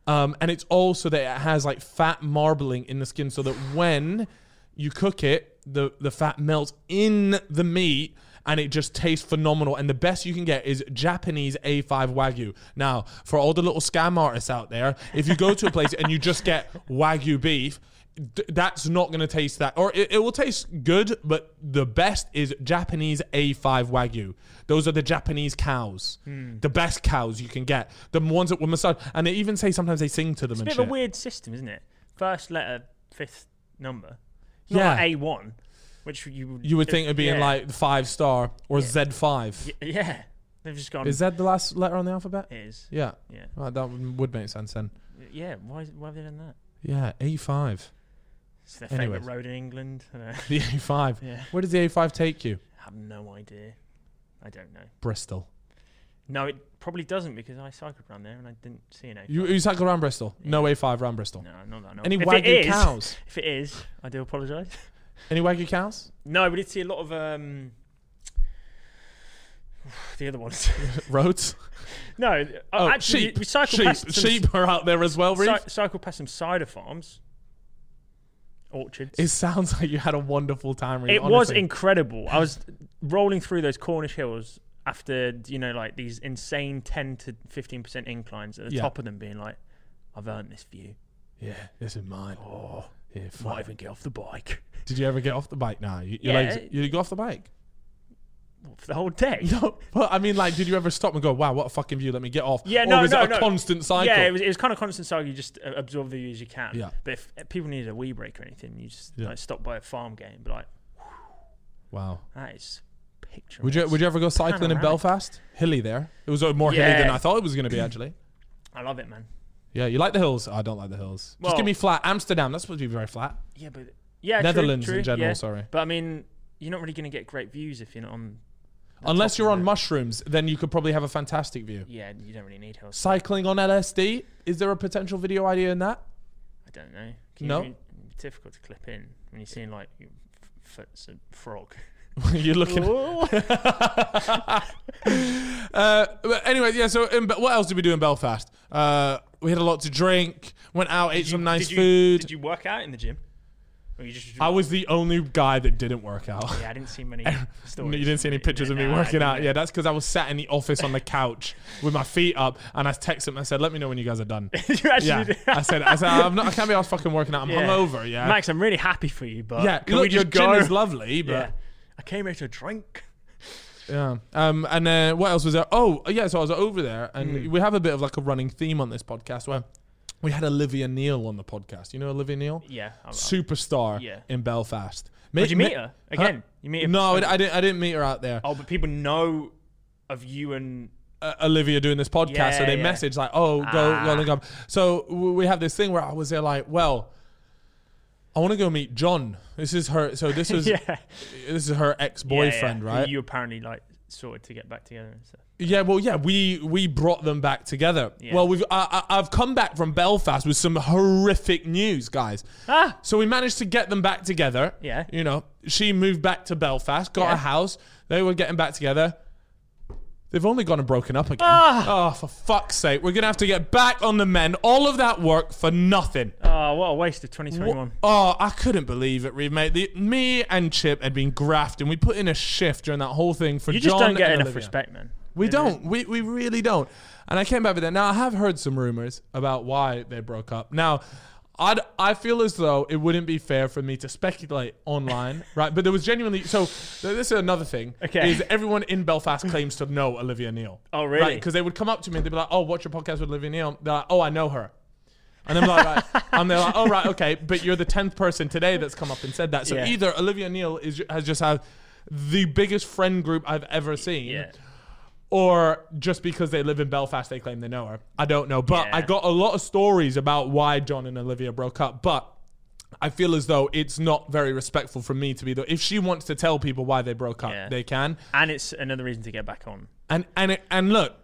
S2: um, and it's also that it has like fat marbling in the skin, so that when you cook it, the the fat melts in the meat. And it just tastes phenomenal. And the best you can get is Japanese A5 Wagyu. Now, for all the little scam artists out there, if you go to a place and you just get Wagyu beef, d- that's not going to taste that or it, it will taste good but the best is japanese a5 wagyu those are the japanese cows
S3: Hmm.
S2: the best cows you can get the ones that were massaged and they even say sometimes they sing to them and
S3: Bit of a
S2: shit
S3: weird system, isn't it? First letter, fifth number.
S2: Yeah.
S3: Yeah, A one, which you would-
S2: you would think it'd be in
S3: yeah.
S2: like five star or z5
S3: Y- yeah. um, They've just gone.
S2: is
S3: Is
S2: that the last letter on the alphabet
S3: it is.
S2: yeah
S3: Yeah.
S2: Right, that would would make sense then
S3: Yeah. Why? Why have they done that?
S2: yeah a5
S3: It's their
S2: Anyways.
S3: favorite road in England. I don't know.
S2: the a5
S3: Yeah.
S2: where does the a5 take you
S3: I have no idea. I don't know.
S2: bristol
S3: No, it probably doesn't because I cycled around there and I didn't see an A.
S2: you, you cycle around bristol no a5 around bristol
S3: no, not that. I know of.
S2: any
S3: If it
S2: wagyu
S3: is-
S2: cows
S3: If it is, I do apologise.
S2: any wagyu cows
S3: No, we did see a lot of um, the other ones.
S2: roads
S3: no, th- oh, actually, we- we cycled
S2: sheep,
S3: past some,
S2: sheep are out there as well. Reeve.
S3: cy- cycled past some cider farms, orchards.
S2: it sounds like you had a wonderful time. Reeve,
S3: it was
S2: honestly.
S3: incredible. I was rolling through those Cornish hills after you know like these insane ten to fifteen percent inclines at the
S2: Yeah.
S3: top of them, being like, "I've earned this view.
S2: yeah, this is mine.
S3: Oh,
S2: Yeah,
S3: might
S2: fuck.
S3: even get off the bike."
S2: Did you ever get off the bike? Now you, your
S3: Yeah.
S2: legs- you go off the bike.
S3: For the whole day.
S2: No, but I mean, like, did you ever stop and go, "Wow, what a fucking view"? Let me get off.
S3: Yeah,
S2: or
S3: no,
S2: was
S3: no,
S2: it a
S3: no.
S2: constant cycle?
S3: Yeah, it was, it was kind of constant cycle. You just uh, absorb the view as you can.
S2: Yeah.
S3: But if if people needed a wee break or anything, you just
S2: Yeah.
S3: like, stop by a farm game. and be like,
S2: wow.
S3: that is picture.
S2: Would you Would you ever go cycling in
S3: Panoramic.
S2: Belfast? Hilly there. It was uh, more hilly
S3: Yeah.
S2: than I thought it was going to be. Actually,
S3: I love it, man.
S2: yeah. You like the hills? I don't like the hills. Just
S3: Well-
S2: give me flat. Amsterdam. That's supposed to be very flat.
S3: Yeah, but yeah, true,
S2: Netherlands
S3: true,
S2: in general.
S3: yeah.
S2: Sorry.
S3: But I mean, you're not really going to get great views if you're not on.
S2: Unless
S3: top
S2: you're
S3: of
S2: on
S3: it.
S2: mushrooms, then you could probably have a fantastic view.
S3: Yeah, you don't really need hills.
S2: cycling on LSD. Is there a potential video idea in that?
S3: I don't know. Can
S2: No.
S3: You, it's difficult to clip in when you're seeing like your f- foot's a frog.
S2: You're looking. uh, but anyway, yeah. So, in, Be- what else did we do in Belfast? Uh, we had a lot to drink. Went out, ate some nice
S3: did you,
S2: food.
S3: Did you work out in the gym? Or you just?
S2: I was the only guy that didn't work out.
S3: yeah, I didn't see many
S2: No,
S3: stories.
S2: You didn't see any pictures of me
S3: Nah, I
S2: working
S3: didn't
S2: out.
S3: know.
S2: Yeah, that's because I was sat in the office on the couch with my feet up, and I texted him. I said, "Let me know when you guys are done."
S3: you actually
S2: Yeah,
S3: did.
S2: I said, "I said I'm not. I can't be asked fucking working out. I'm
S3: Yeah.
S2: hungover." Yeah,
S3: Max, I'm really happy for you, but
S2: yeah.
S3: can
S2: look,
S3: we just
S2: your
S3: go?
S2: gin is lovely, but
S3: yeah. I came here to drink.
S2: Yeah. Um, and uh, what else was there? Oh, yeah. So I was over there, and
S3: Hmm.
S2: we have a bit of like a running theme on this podcast where we had Olivia Neal on the podcast. You know Olivia Neal,
S3: Yeah. I'm,
S2: superstar
S3: Yeah. Oh,
S2: in Belfast.
S3: did you meet her again? You meet her?
S2: No, I, I didn't. I didn't meet her out there.
S3: Oh, but people know of you and
S2: uh, Olivia doing this podcast. so
S3: Yeah,
S2: they
S3: yeah. Ah.
S2: message like, "Oh, go, go, link up." So w- we have this thing where I was there like, "Well, I want to go meet John." This is her. So this is
S3: yeah, Yeah,
S2: this is her ex
S3: yeah.
S2: boyfriend,
S3: Who
S2: right?
S3: You apparently like sorted to get back together and stuff.
S2: Yeah, well, yeah, we we brought them back together.
S3: Yeah.
S2: Well, we've I, I, I've come back from Belfast with some horrific news, guys.
S3: Ah,
S2: So we managed to get them back together.
S3: Yeah.
S2: you know, she moved back to Belfast, got
S3: Yeah.
S2: a house. They were getting back together. They've only gone and broken up again.
S3: Ah.
S2: Oh, for fuck's sake! We're gonna have to get back on the men. All of that work for nothing.
S3: oh, what a waste of 2021.
S2: Oh, I couldn't believe it, Reeve, mate. The, me and Chip had been grafting. We put in a shift during that whole thing for
S3: You just
S2: John
S3: don't get
S2: and
S3: enough
S2: Olivia.
S3: respect, man.
S2: We don't. We, we really don't. And I came back with that. Now I have heard some rumors about why they broke up. Now, I'd, I feel as though it wouldn't be fair for me to speculate online, right? But there was genuinely so. th- This is another thing.
S3: Okay.
S2: Is everyone in Belfast claims to know Olivia Neal?
S3: Oh, really?
S2: Because they would come up to me and they'd be like, "Oh, what's your podcast with Olivia Neal?" They're like, "Oh, I know her." And I'm like, right. and they're like, "Oh, right, okay." But you're the tenth person today that's come up and said that. So
S3: Yeah.
S2: either Olivia Neal is has just had the biggest friend group I've ever seen,
S3: Yeah.
S2: or just because they live in Belfast, they claim they know her. I don't know. But
S3: Yeah.
S2: I got a lot of stories about why John and Olivia broke up. But I feel as though it's not very respectful for me to be the. If she wants to tell people why they broke up,
S3: Yeah.
S2: they can.
S3: and it's another reason to get back on.
S2: And and it, and look,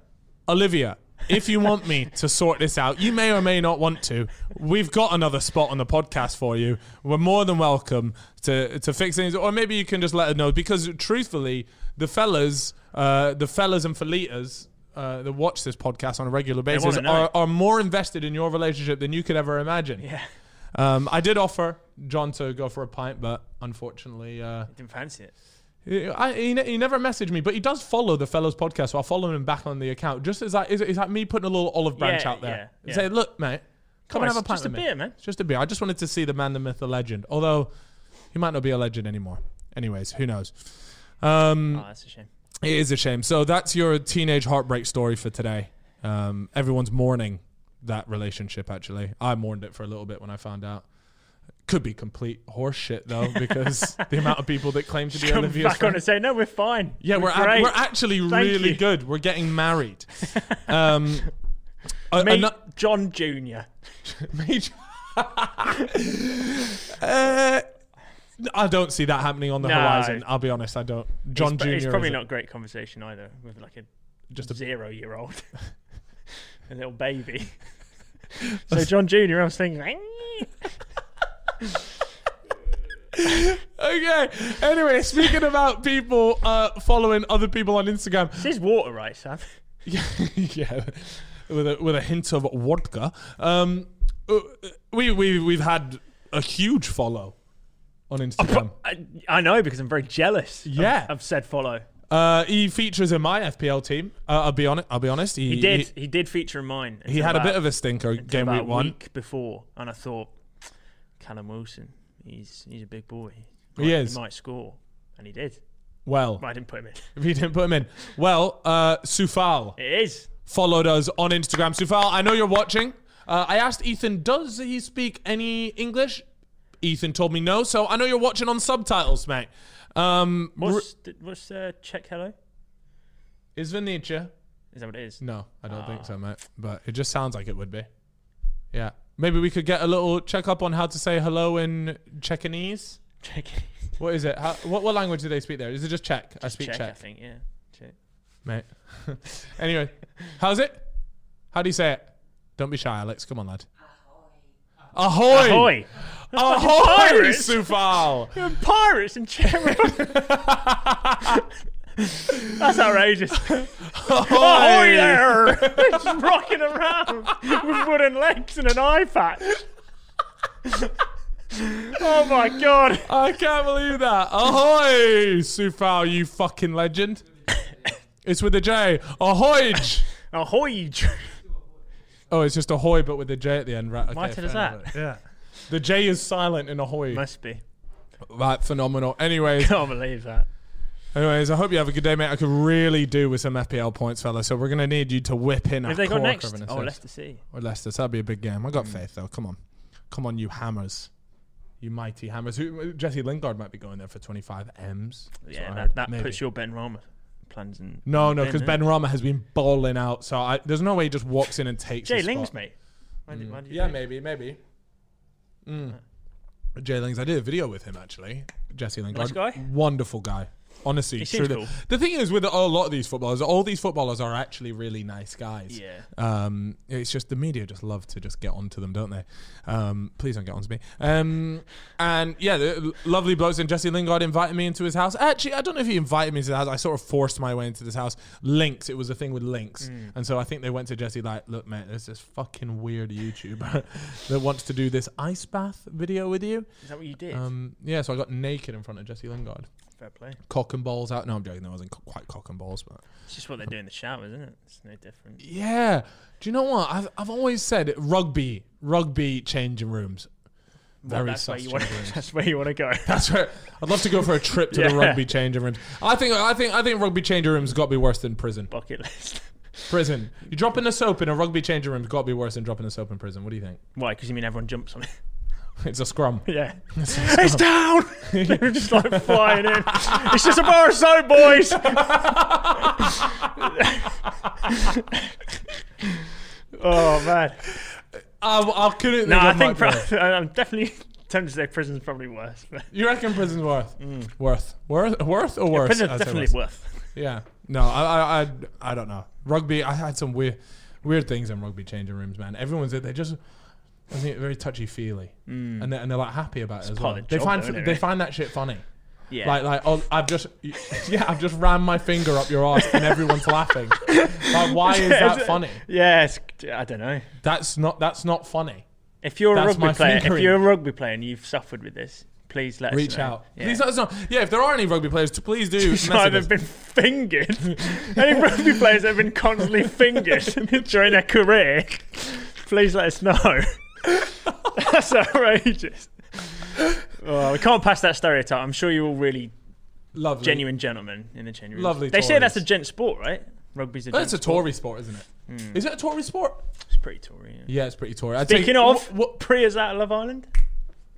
S2: Olivia, if you want me to sort this out, you may or may not want to. We've got another spot on the podcast for you. We're more than welcome to to fix things, or maybe you can just let us know because truthfully, the fellas, uh, the fellas and felitas. Uh, that watch this podcast on a regular basis
S3: wanna know.
S2: are, are more invested in your relationship than you could ever imagine.
S3: Yeah,
S2: Um, I did offer John to go for a pint, but unfortunately, uh,
S3: didn't fancy it.
S2: he- I, he, ne- he never messaged me, but he does follow the fellows podcast, so I'll follow him back on the account. Just as like, it's, it's like me putting a little olive branch
S3: Yeah,
S2: out there.
S3: yeah, yeah.
S2: Say, look, mate, come
S3: on,
S2: and have a
S3: it's
S2: pint
S3: just
S2: with
S3: a
S2: me.
S3: beer, man.
S2: It's just a beer. I just wanted to see the man, the myth, the legend. Although he might not be a legend anymore. Anyways, who knows? Um,
S3: Oh, that's a shame.
S2: it is a shame. So that's your teenage heartbreak story for today. Um, everyone's mourning that relationship. Actually, I mourned it for a little bit when I found out. Could be complete horseshit though, because the amount of people that claim to be
S3: Come
S2: Olivia's
S3: back on
S2: friend-
S3: and say no, we're fine.
S2: yeah, we're, ac-
S3: great.
S2: we're actually
S3: Thank
S2: really
S3: you.
S2: good. We're getting married. Um, a-
S3: Meet
S2: ano-
S3: John Junior.
S2: Major- Uh, I don't see that happening on the
S3: No.
S2: horizon. I'll be honest. I don't. John
S3: It's-
S2: Junior.
S3: It's probably
S2: is a-
S3: not great conversation either with like a
S2: Just
S3: just
S2: a-
S3: a zero year old, a little baby. so John Junior, I was thinking.
S2: Okay. Anyway, speaking about people uh, following other people on Instagram,
S3: This is water, right, Sam?
S2: yeah, with a, with a hint of vodka. Um, uh, we we we've had a huge follow on Instagram.
S3: I, I know because I'm very jealous. of-
S2: Yeah.
S3: of, said follow.
S2: Uh, he features in my FPL team. Uh, I'll be honest. I'll be honest. He,
S3: He did. He, did feature in mine.
S2: He, had a bit of a stinker game
S3: about
S2: week one.
S3: week before, and I thought Callum Wilson, he's he's a big boy.
S2: He is.
S3: He might score, and he did.
S2: Well,
S3: But I didn't put him in.
S2: if he didn't put him in. Well, uh, Sufal
S3: It is.
S2: followed us on Instagram. Sufal, I know you're watching. Uh, I asked Ethan, does he speak any English? Ethan told me no. So I know you're watching on subtitles, mate. Um,
S3: What's th- what's uh, check hello?
S2: is Venetia?
S3: Is that what it is?
S2: No, I don't think
S3: Ah.
S2: so, mate. But it just sounds like it would be. Yeah. Maybe we could get a little check up on how to say hello in Chechenese.
S3: Check.
S2: What is it? How, what, what language do they speak there? Is it just Czech? I speak
S3: check,
S2: Czech.
S3: I think. Yeah. Check.
S2: mate. anyway, how's it? How do you say it? Don't be shy, Alex. Come on, lad. Ahoy!
S3: Ahoy!
S2: Ahoy,
S3: pirates.
S2: Sufal!
S3: Pirates and Cherry. That's outrageous. Ahoy there! Just rocking around with wooden legs and an eye patch. oh my god.
S2: I can't believe that. Ahoy, Sufal, you fucking legend. It's with a J. Ahoy!
S3: Ahoy! J-
S2: Oh, it's just ahoy, but with a J at the end, right? Okay,
S3: Might it
S2: fair
S3: as
S2: enough.
S3: that.
S2: The J is silent in ahoy.
S3: Must be.
S2: Right, phenomenal. Anyways,
S3: Can't believe that.
S2: anyways, I hope you have a good day, mate. I could really do with some FPL points, fella. So we're gonna need you to whip in. a
S3: If they go
S2: corker
S3: next,
S2: of an
S3: oh,
S2: assist.
S3: Leicester Hmm. City.
S2: or Leicester. So that'd be a big game. I got faith though. Come on, come on, you hammers, you mighty hammers. Who, uh, Jesse Lingard might be going there for twenty five m's. That's what
S3: Yeah,
S2: I
S3: that,
S2: heard.
S3: that
S2: Maybe.
S3: puts your Ben Rama plans in.
S2: No, no, because
S3: in, eh?
S2: Ben Rama has been bowling out. So I, there's no way he just walks in and takes.
S3: Jay
S2: his
S3: Lings,
S2: spot.
S3: mate. Mm. Why did, why did you
S2: Yeah,
S3: do-
S2: maybe, maybe. Mm. Jay Lings, I did a video with him actually. Jesse Lingard,
S3: guy?
S2: wonderful guy. Honestly,
S3: He seems
S2: truly.
S3: cool.
S2: The thing is with a lot of these footballers, all these footballers are actually really nice guys.
S3: Yeah.
S2: Um, it's just the media just love to just get onto them, don't they? Um, please don't get onto me. Um, and yeah, the lovely blokes and Jesse Lingard invited me into his house. Actually, I don't know if he invited me to the house. I sort of forced my way into this house. Links, it was a thing with links, and so I think they went to Jesse like, look, mate, there's this fucking weird YouTuber that wants to do this ice bath video with you.
S3: Is that what you did?
S2: Um, yeah, so I got naked in front of Jesse Lingard,
S3: Fair play.
S2: cock and balls out. No, I'm joking. That wasn't co- quite cock and balls, but
S3: It's just what they do in the shower, isn't it? It's no different.
S2: Yeah. Do you know what? I've, I've always said rugby, rugby changing rooms. Very
S3: that's, where
S2: sus
S3: you want,
S2: changing rooms.
S3: that's where you want to go.
S2: That's right. I'd love to go for a trip to the
S3: Yeah.
S2: rugby changing rooms. I think I think I think rugby changing rooms got to be worse than prison.
S3: Bucket list.
S2: Prison. You dropping the soap in a rugby changing room's got to be worse than dropping the soap in prison. What do you think?
S3: Why? Because you mean everyone jumps on it.
S2: It's a scrum.
S3: Yeah. It's down! They're just like flying in. It's just a bar of soap, boys! oh, man.
S2: I, I couldn't.
S3: No,
S2: think
S3: I
S2: of much
S3: think pro-
S2: worse.
S3: I'm definitely tempted to say prison's probably worse. But
S2: you reckon prison's worth, worth, worth, worth, or worse?
S3: Mm. prison's
S2: I'd say
S3: definitely
S2: worse.
S3: worth.
S2: Yeah. No, I, I, I, I don't know. Rugby. I had some weird, weird things in rugby changing rooms, man. Everyone's they just, I think very touchy feely, and they're, and they're like happy about it as
S3: Hmm. part
S2: well.
S3: of the
S2: They
S3: job,
S2: find
S3: though, innit,
S2: they
S3: really?
S2: find that shit funny.
S3: Yeah.
S2: Like like oh, I've just yeah I've just ran my finger up your ass and everyone's laughing. Like why is that funny?
S3: yeah, it's, I don't know.
S2: That's not that's not funny.
S3: If you're
S2: That's
S3: a
S2: my
S3: rugby player,
S2: fingering.
S3: if you're a rugby player and you've suffered with this, please let us
S2: Reach
S3: know.
S2: out.
S3: Yeah.
S2: Please let us know. Yeah, if there are any rugby players, t- please do.
S3: It's
S2: message
S3: not like
S2: us.
S3: they've been fingered. Any rugby players that have been constantly fingered during their career, please let us know. That's outrageous. Oh, we can't pass that stereotype. I'm sure you're all really
S2: Lovely.
S3: genuine gentlemen in the changing room.
S2: Lovely
S3: They say that's a
S2: Tories.
S3: gent sport, right? Rugby's a gent
S2: That's a
S3: sport.
S2: Tory sport, isn't it? Is it a Tory sport?
S3: It's pretty Tory. Yeah.
S2: Yeah, it's pretty Tory. I'd
S3: Speaking
S2: say-
S3: of,
S2: wh- wh-
S3: Priya's out of Love Island.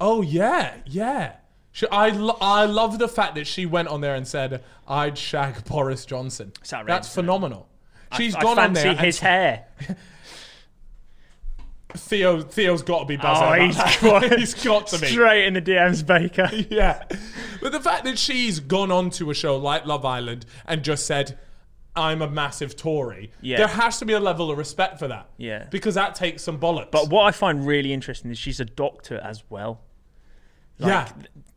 S2: Oh yeah, yeah. She, I lo- I love the fact that she went on there and said I'd shag Boris Johnson.
S3: It's outrageous,
S2: That's
S3: isn't it?
S2: phenomenal. She's
S3: I
S2: gone on
S3: fancy
S2: there.
S3: his hair.
S2: and Theo Theo's got to be buzzing.
S3: Oh,
S2: about
S3: he's
S2: that.
S3: got-
S2: he's got to be.
S3: Straight in the DMs, Baker.
S2: Yeah. But the fact that she's gone on to a show like Love Island and just said I'm a massive Tory.
S3: Yeah.
S2: There has to be a level of respect for that.
S3: Yeah.
S2: Because that takes some bollocks.
S3: But what I find really interesting is she's a doctor as well.
S2: yeah.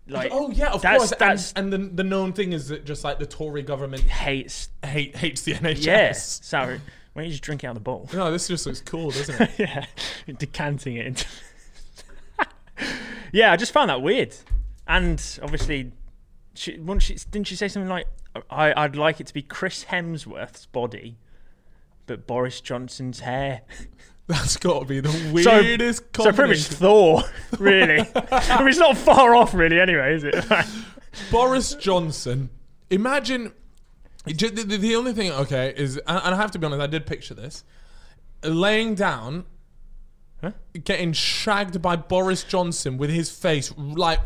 S3: Like,
S2: oh yeah, of
S3: that's-
S2: course. And-
S3: that's-
S2: and the, the known thing is that just like the Tory government
S3: hates.
S2: hate hates the NHS.
S3: Yes. Sorry. Why don't you just drink out of the bottle?
S2: No, this just looks cool, doesn't it?
S3: yeah. Decanting it into. yeah, I just found that weird. And obviously, she, once she, didn't she say something like, I, I'd like it to be Chris Hemsworth's body, but Boris Johnson's hair?
S2: That's got to be the
S3: So,
S2: weirdest
S3: so pretty much
S2: combination.
S3: Thor, really. I mean, it's not far off, really, anyway, is it?
S2: Boris Johnson. Imagine. ju- The, the- the only thing, okay, is, and and I have to be honest, I did picture this. Laying down, getting shagged by Boris Johnson with his face, like,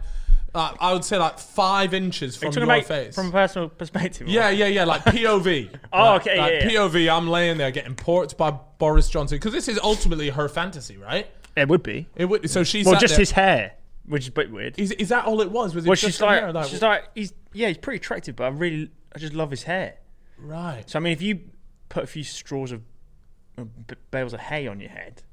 S2: uh, I would say like five inches from your
S3: Talking about
S2: face.
S3: from a personal perspective. or-
S2: yeah, yeah, yeah, like POV.
S3: Oh,
S2: Like-
S3: okay,
S2: like
S3: yeah, yeah.
S2: POV, I'm laying there getting porked by Boris Johnson. Because this is ultimately her fantasy, right?
S3: It would be.
S2: It would, so she's
S3: Well,
S2: sat
S3: just
S2: there-
S3: his hair, which is a bit weird.
S2: Is, is that all it was? Was it
S3: Well,
S2: just
S3: she's
S2: the
S3: like,
S2: hair?
S3: she's like, he's yeah, he's pretty attractive, but I really, I just love his hair.
S2: right.
S3: So I mean, if you put a few straws of uh, b- bales of hay on your head,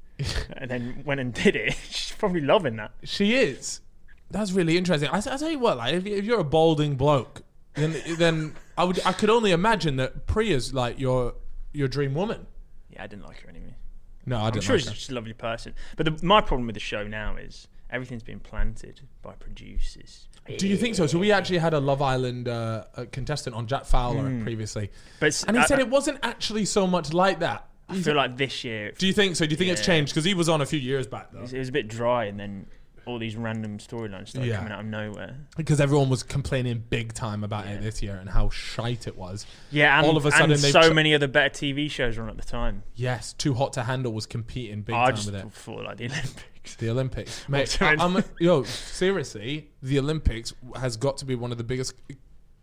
S3: and then went and did it, she's probably loving that.
S2: She is. That's really interesting. I, I tell you what, like if, you- if you're a balding bloke, then then I would I could only imagine that Priya's like your your dream woman.
S3: Yeah, I didn't like her anyway.
S2: No, I don't.
S3: I'm sure
S2: like
S3: she's
S2: that.
S3: just a lovely person, but the, my problem with the show now is everything's been planted by producers.
S2: Do you think so? So we actually had a Love Island uh, uh contestant on Jack Fowler previously,
S3: Hmm. But it's-
S2: and he
S3: I-
S2: said
S3: I-
S2: it wasn't actually so much like that.
S3: I feel like this year
S2: Do you think so? Do you think it's changed? Because he was on a few years back though,
S3: it was a bit dry, and then all these random storylines started
S2: Yeah.
S3: coming out of nowhere.
S2: because everyone was complaining big time about it this year and how shite it was.
S3: Yeah, and
S2: all of a
S3: and
S2: sudden they've
S3: so
S2: tr-
S3: many other better TV shows were on at the time.
S2: Yes, Too Hot to Handle was competing big
S3: I
S2: time
S3: just
S2: with it.
S3: thought like the Olympics.
S2: The Olympics, mate.
S3: I
S2: I,
S3: mean.
S2: I'm- yo, seriously, the Olympics has got to be one of the biggest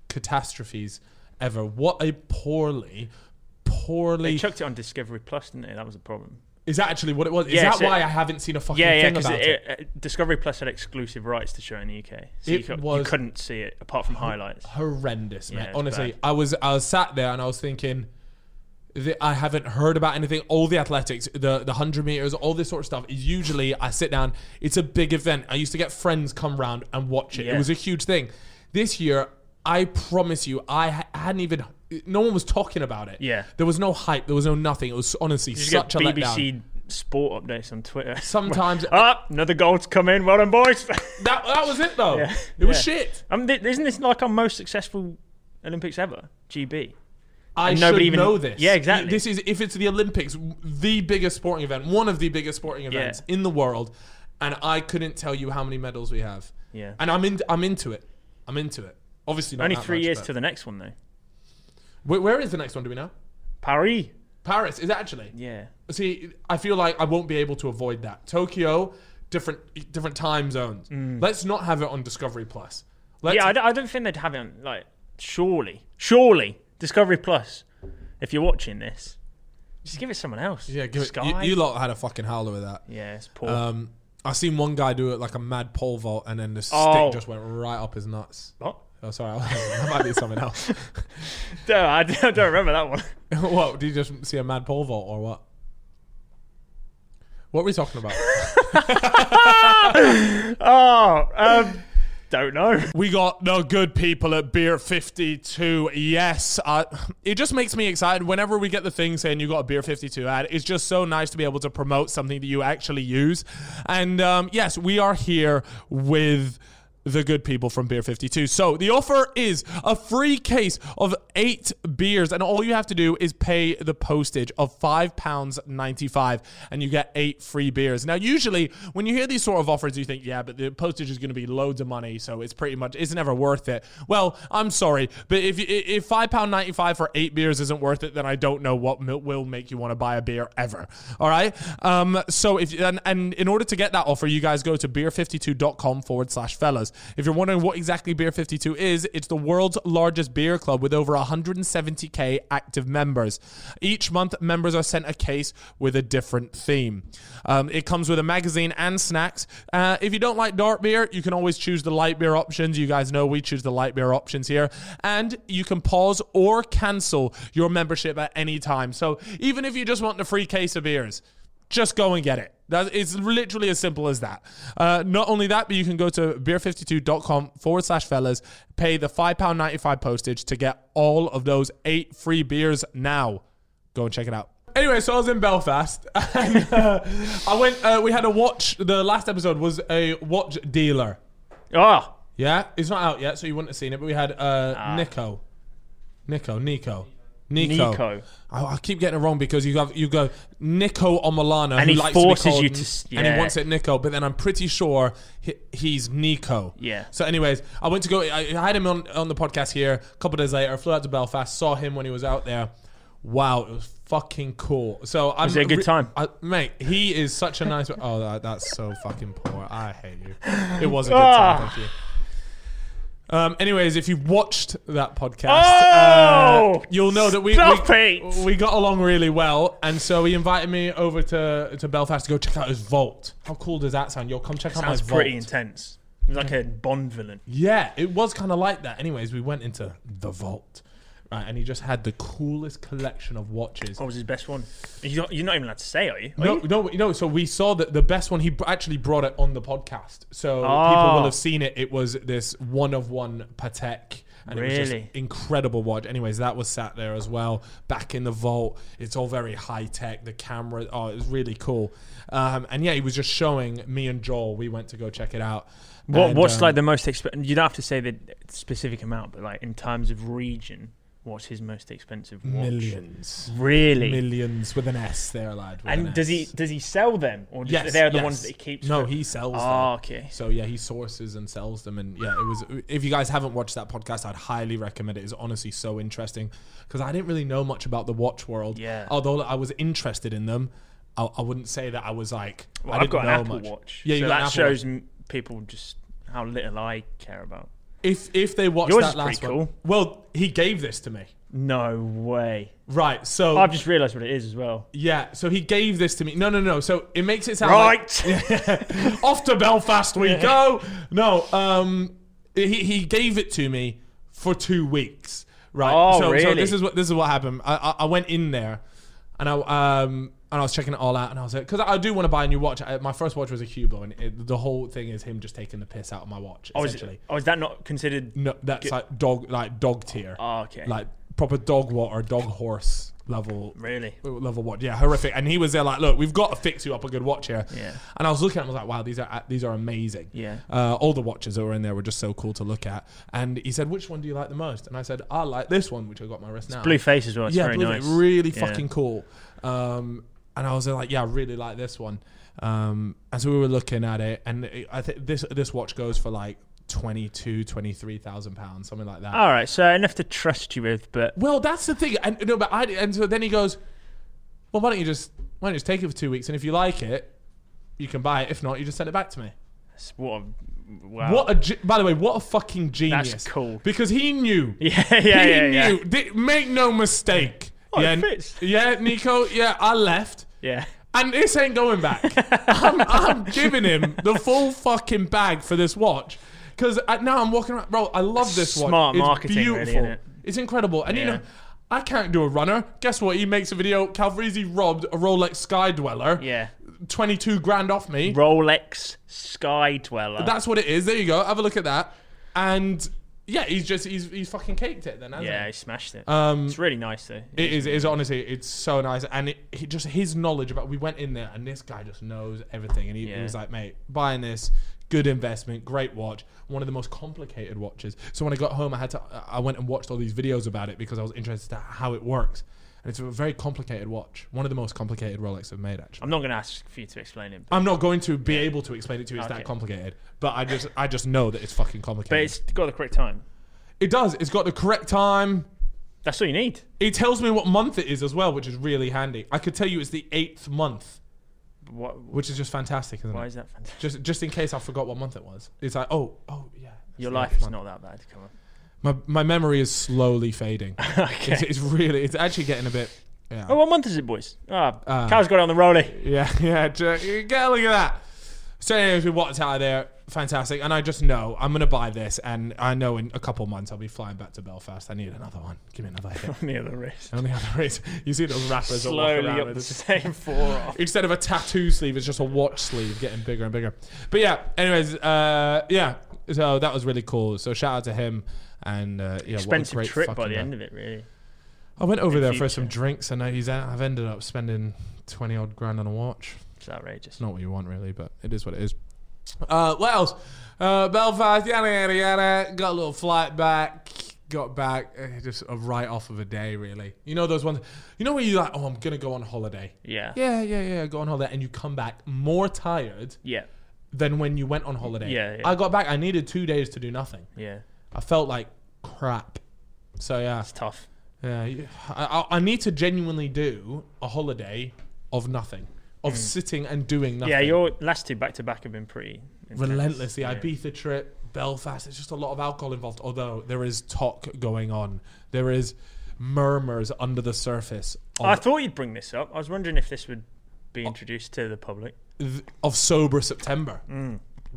S2: catastrophes ever. What a poorly,
S3: They
S2: poorly.
S3: chucked it on Discovery Plus, didn't they? That was the problem.
S2: is that actually what it was? Is
S3: Yeah,
S2: that
S3: so-
S2: why I haven't seen a fucking
S3: Yeah, yeah,
S2: thing
S3: because
S2: about it?
S3: uh, Discovery Plus had exclusive rights to show in the UK, so you,
S2: It
S3: cou- you
S2: was-
S3: couldn't see it apart from highlights.
S2: Horrendous, mate.
S3: Yeah, it's
S2: Honestly,
S3: bad.
S2: I was I was sat there and I was thinking. that I haven't heard about anything. All the athletics, the the hundred meters, all this sort of stuff. Is usually I sit down. It's a big event. I used to get friends come round and watch it. It
S3: Yeah.
S2: was a huge thing. This year, I promise you, I ha- hadn't even. No one was talking about it.
S3: Yeah.
S2: there was no hype. There was no nothing. It was honestly
S3: You
S2: such a
S3: get
S2: letdown.
S3: BBC Sport updates on Twitter.
S2: Sometimes
S3: Ah, another goal's come in. Well done, boys.
S2: that that was it though.
S3: Yeah.
S2: It was
S3: Yeah.
S2: shit.
S3: I mean, th- isn't this like our most successful Olympics ever? GB.
S2: I
S3: And
S2: should
S3: nobody even-
S2: know this.
S3: Yeah, exactly.
S2: This is if it's the Olympics, the biggest sporting event, one of the biggest sporting events in the world, and I couldn't tell you how many medals we have.
S3: Yeah.
S2: and I'm in. I'm into it. I'm into it. Obviously, not
S3: Only
S2: that
S3: three
S2: much,
S3: years
S2: but-
S3: to the next one though.
S2: Where- where is the next one? Do we know?
S3: Paris.
S2: Paris is it actually.
S3: Yeah.
S2: See, I feel like I won't be able to avoid that. Tokyo, different different time zones. Let's not have it on Discovery Plus. Let's,
S3: Mm. Yeah, I don't, I don't think they'd have it on, like, surely. Surely. Discovery Plus, if you're watching this, just give it someone else.
S2: yeah, give it. You,
S3: Sky.
S2: you lot had a fucking howler with that.
S3: yeah, it's poor.
S2: Um, I seen one guy do it like a mad pole vault, and then the
S3: Oh.
S2: stick just went right up his nuts.
S3: what?
S2: Oh, sorry, that might be something else.
S3: No, I don't I don't remember that one.
S2: what? Did you just see a mad pole vault or what? What were we talking about?
S3: Oh, um, don't know.
S2: we got the good people at Beer 52. Yes. Uh, it just makes me excited. Whenever we get the thing saying you got a Beer 52 ad, it's just so nice to be able to promote something that you actually use. And um, yes, we are here with the good people from Beer 52. So the offer is a free case of eight beers, and all you have to do is pay the postage of £5.95, and you get eight free beers. Now, usually when you hear these sort of offers, you think, yeah, but the postage is going to be loads of money, so it's pretty much, it's never worth it. Well, I'm sorry, but if, you, if £5.95 for eight beers isn't worth it, then I don't know what mil- will make you want to buy a beer ever. All right? Um, so if, and, and in order to get that offer, you guys go to beer52.com forward slash fellas. If you're wondering what exactly Beer 52 is, it's the world's largest beer club with over 170k active members. Each month, members are sent a case with a different theme. Um, it comes with a magazine and snacks. Uh, if you don't like dark beer, you can always choose the light beer options. You guys know we choose the light beer options here. And you can pause or cancel your membership at any time. So even if you just want the free case of beers, just go and get it. That, it's literally as simple as that. Uh, not only that, but you can go to beer52.com forward slash fellas, pay the £5.95 postage to get all of those eight free beers now. Go and check it out. Anyway, so I was in Belfast, and uh, I went. Uh, we had a watch. The last episode was a watch dealer.
S3: Oh,
S2: Yeah, it's not out yet, so you wouldn't have seen it. But we had uh,
S3: Ah.
S2: Nico, Nico, Nico, Nico.
S3: Nico.
S2: I, I keep getting it wrong because you have you go Nico Omolana,
S3: And
S2: who
S3: he
S2: likes be
S3: forces
S2: called
S3: you
S2: N-
S3: to s-
S2: and he
S3: yeah.
S2: wants it Nico, but then I'm pretty sure he, he's Nico.
S3: Yeah.
S2: So, anyways, I went to go. I, I had him on on the podcast here a couple days later. Flew out to Belfast, saw him when he was out there. Wow, it was fucking cool. So I'm
S3: it a good time?
S2: I, mate, he is such a nice. Oh, that, that's so fucking poor. I hate you. It was a good time.
S3: Ah.
S2: Thank you. Um, anyways, if you've watched that podcast,
S3: Oh!
S2: uh, you'll know that we
S3: Stop
S2: we,
S3: it!
S2: we got along really well, and so he invited me over to, to Belfast to go check out his vault. How cool does that sound? Yo, come check out my
S3: sounds
S2: vault.
S3: pretty intense. It was like a Bond villain.
S2: Yeah, it was kind of like that. Anyways, we went into the vault, right? And he just had the coolest collection of watches.
S3: What was his best one? You're not, you're not even allowed to say, are you? Are
S2: No,
S3: you?
S2: no, no. So we saw that the best one he br- actually brought it on the podcast, so people
S3: Oh.
S2: will have seen it. It was this one of one Patek, and it was just
S3: Really?
S2: incredible watch. Anyways, that was sat there as well, back in the vault. It's all very high tech. The camera, oh, it was really cool. Um, and yeah, he was just showing me and Joel. We went to go check it out.
S3: What,
S2: And,
S3: what's
S2: um,
S3: like the most expensive? You don't have to say the specific amount, but like in terms of region, what's his most expensive watch?
S2: millions,
S3: Really?
S2: millions with an S there, lad. with an
S3: And does he
S2: S.
S3: does he sell them, or just,
S2: Yes,
S3: they're the
S2: yes.
S3: ones that he keeps?
S2: No,
S3: for-
S2: he sells.
S3: Oh,
S2: them.
S3: okay.
S2: So yeah, he sources and sells them, and yeah, it was. If you guys haven't watched that podcast, I'd highly recommend it. It's honestly so interesting because I didn't really know much about the watch world.
S3: Yeah.
S2: Although I was interested in them, I, I wouldn't say that I was like.
S3: Well,
S2: I
S3: I've
S2: didn't
S3: got an
S2: know
S3: Apple
S2: much.
S3: Watch.
S2: Yeah, you got
S3: so that
S2: an Apple
S3: shows
S2: Watch.
S3: m people just how little I care about.
S2: If if they watch
S3: Yours
S2: that
S3: is
S2: last
S3: pretty
S2: one,
S3: cool.
S2: well, he gave this to me.
S3: No way.
S2: Right. So
S3: I've just realised what it is as well.
S2: yeah, so he gave this to me. No, no, no. So it makes it sound like-
S3: Right.
S2: off to Belfast we go. No, um, he, he gave it to me for two weeks. Right.
S3: Oh,
S2: so, so
S3: really?
S2: this is what this is what happened. I, I, I went in there, and I um and I was checking it all out, and I was like, because I do want to buy a new watch. I, my first watch was a Hublot, and it, the whole thing is him just taking the piss out of my watch.
S3: oh, is,
S2: essentially.
S3: it- oh, is that not considered?
S2: No, that's like dog, like dog tier.
S3: Oh, okay.
S2: Like proper dog water, dog horse level.
S3: Really?
S2: Level watch. Yeah, horrific. And he was there like, look, we've got to fix you up a good watch here.
S3: Yeah.
S2: And I was looking at him, I was like, wow, these are these are amazing.
S3: Yeah.
S2: Uh, all the watches that were in there were just so cool to look at. And he said, which one do you like the most? And I said, I like this one, which I got on my wrist now.
S3: Blue face as well. It's
S2: yeah,
S3: very
S2: blue
S3: nice.
S2: fit, really
S3: Yeah.
S2: fucking cool. Um, and I was like, yeah, I really like this one. Um, and so we were looking at it, and it, I think this this watch goes for like 22, 23,000 pounds, something like that.
S3: All right, so enough to trust you with, but
S2: Well, that's the thing. And no, but I and so then he goes, Well, why don't you just why don't you just take it for two weeks and if you like it, you can buy it. If not, you just send it back to me.
S3: That's what a wow.
S2: What a ge- by the way, what a fucking genius!
S3: cool.
S2: because he knew.
S3: Yeah, yeah,
S2: he
S3: yeah, yeah.
S2: knew. Di- make no mistake.
S3: Oh, it
S2: yeah,
S3: fits.
S2: yeah, Nico. Yeah, I left.
S3: Yeah.
S2: And this ain't going back. I'm, I'm giving him the full fucking bag for this watch. Because now I'm walking around. Bro, I love this watch.
S3: Smart
S2: It's
S3: marketing, really,
S2: beautiful.
S3: isn't it?
S2: It's incredible. And you
S3: Yeah.
S2: know, I can't do a runner. Guess what? He makes a video. Calvarese robbed a Rolex Sky Dweller.
S3: Yeah.
S2: 22 grand off me.
S3: Rolex Sky Dweller.
S2: That's what it is. There you go. Have a look at that. And yeah, he's just, he's, he's fucking caked it then, hasn't
S3: yeah,
S2: he?
S3: he smashed it.
S2: Um,
S3: it's really nice though.
S2: It is. It is honestly. It's so nice, and it, he just his knowledge about. We went in there, and this guy just knows everything. And he, he
S3: Yeah.
S2: was like, "Mate, buying this, good investment, great watch, one of the most complicated watches." So when I got home, I had to. uh, I went and watched all these videos about it because I was interested to how it works. And it's a very complicated watch. One of the most complicated Rolex I've made, actually.
S3: I'm not going to ask for you to explain it, but,
S2: I'm not going to be able to explain it to you. It's
S3: Okay.
S2: that complicated. But I just, I just know that it's fucking complicated.
S3: but it's got the correct time.
S2: it does. It's got the correct time.
S3: That's all you need.
S2: It tells me what month it is as well, which is really handy. I could tell you it's the eighth month.
S3: What?
S2: which is just fantastic, isn't
S3: Why
S2: it?
S3: is that fantastic?
S2: Just just in case I forgot what month it was. It's like, oh, oh yeah. that's
S3: Your
S2: the
S3: life
S2: next
S3: is
S2: month.
S3: not that bad. Come on.
S2: My my memory is slowly fading.
S3: Okay.
S2: it's, it's really it's actually getting a bit. Yeah.
S3: Oh, what month is it, boys? Ah,
S2: Uh,
S3: Cal's got it on the rollie.
S2: Yeah, yeah. ju- Get a look at that. So anyways, we walked out of there. Fantastic. And I just know I'm gonna buy this, and I know in a couple months I'll be flying back to Belfast. I need another one. Give me another hit.
S3: Near the wrist.
S2: and the other is you see those rappers that walk
S3: Slowly
S2: around
S3: up
S2: with
S3: the
S2: this-
S3: same forearm.
S2: instead of a tattoo sleeve, it's just a watch sleeve getting bigger and bigger. But yeah, anyways, uh, yeah. So that was really cool. So shout out to him. And uh, yeah,
S3: Expensive
S2: what a great
S3: trip by
S2: fucking
S3: the
S2: day.
S3: end of it, really.
S2: I went over
S3: in
S2: there for
S3: future.
S2: some drinks, and I- he's, I've ended up spending twenty odd grand on a watch.
S3: It's outrageous.
S2: It's not what you want, really, but it is what it is. Uh, what else? Uh, Belfast, yada yada yada. Got a little flight back. Got back, eh, just a write off of a day, really. You know those ones. You know where you're like, oh, I'm gonna go on holiday.
S3: Yeah.
S2: Yeah, yeah, yeah. Go on holiday, and you come back more tired
S3: Yeah.
S2: than when you went on holiday.
S3: Yeah, yeah.
S2: I got back. I needed two days to do nothing.
S3: Yeah.
S2: I felt like crap. So yeah,
S3: It's tough.
S2: yeah. you- I, I I need to genuinely do a holiday of nothing, of sitting and doing nothing.
S3: Mm. Yeah, your last two back to back have been pretty intense.
S2: relentless. The
S3: Yeah.
S2: Ibiza trip, Belfast. It's just a lot of alcohol involved. Although there is talk going on, there is murmurs under the surface
S3: I
S2: of,
S3: thought you'd bring this up. I was wondering if this would be
S2: Oh.
S3: introduced to the public.
S2: th- of sober September.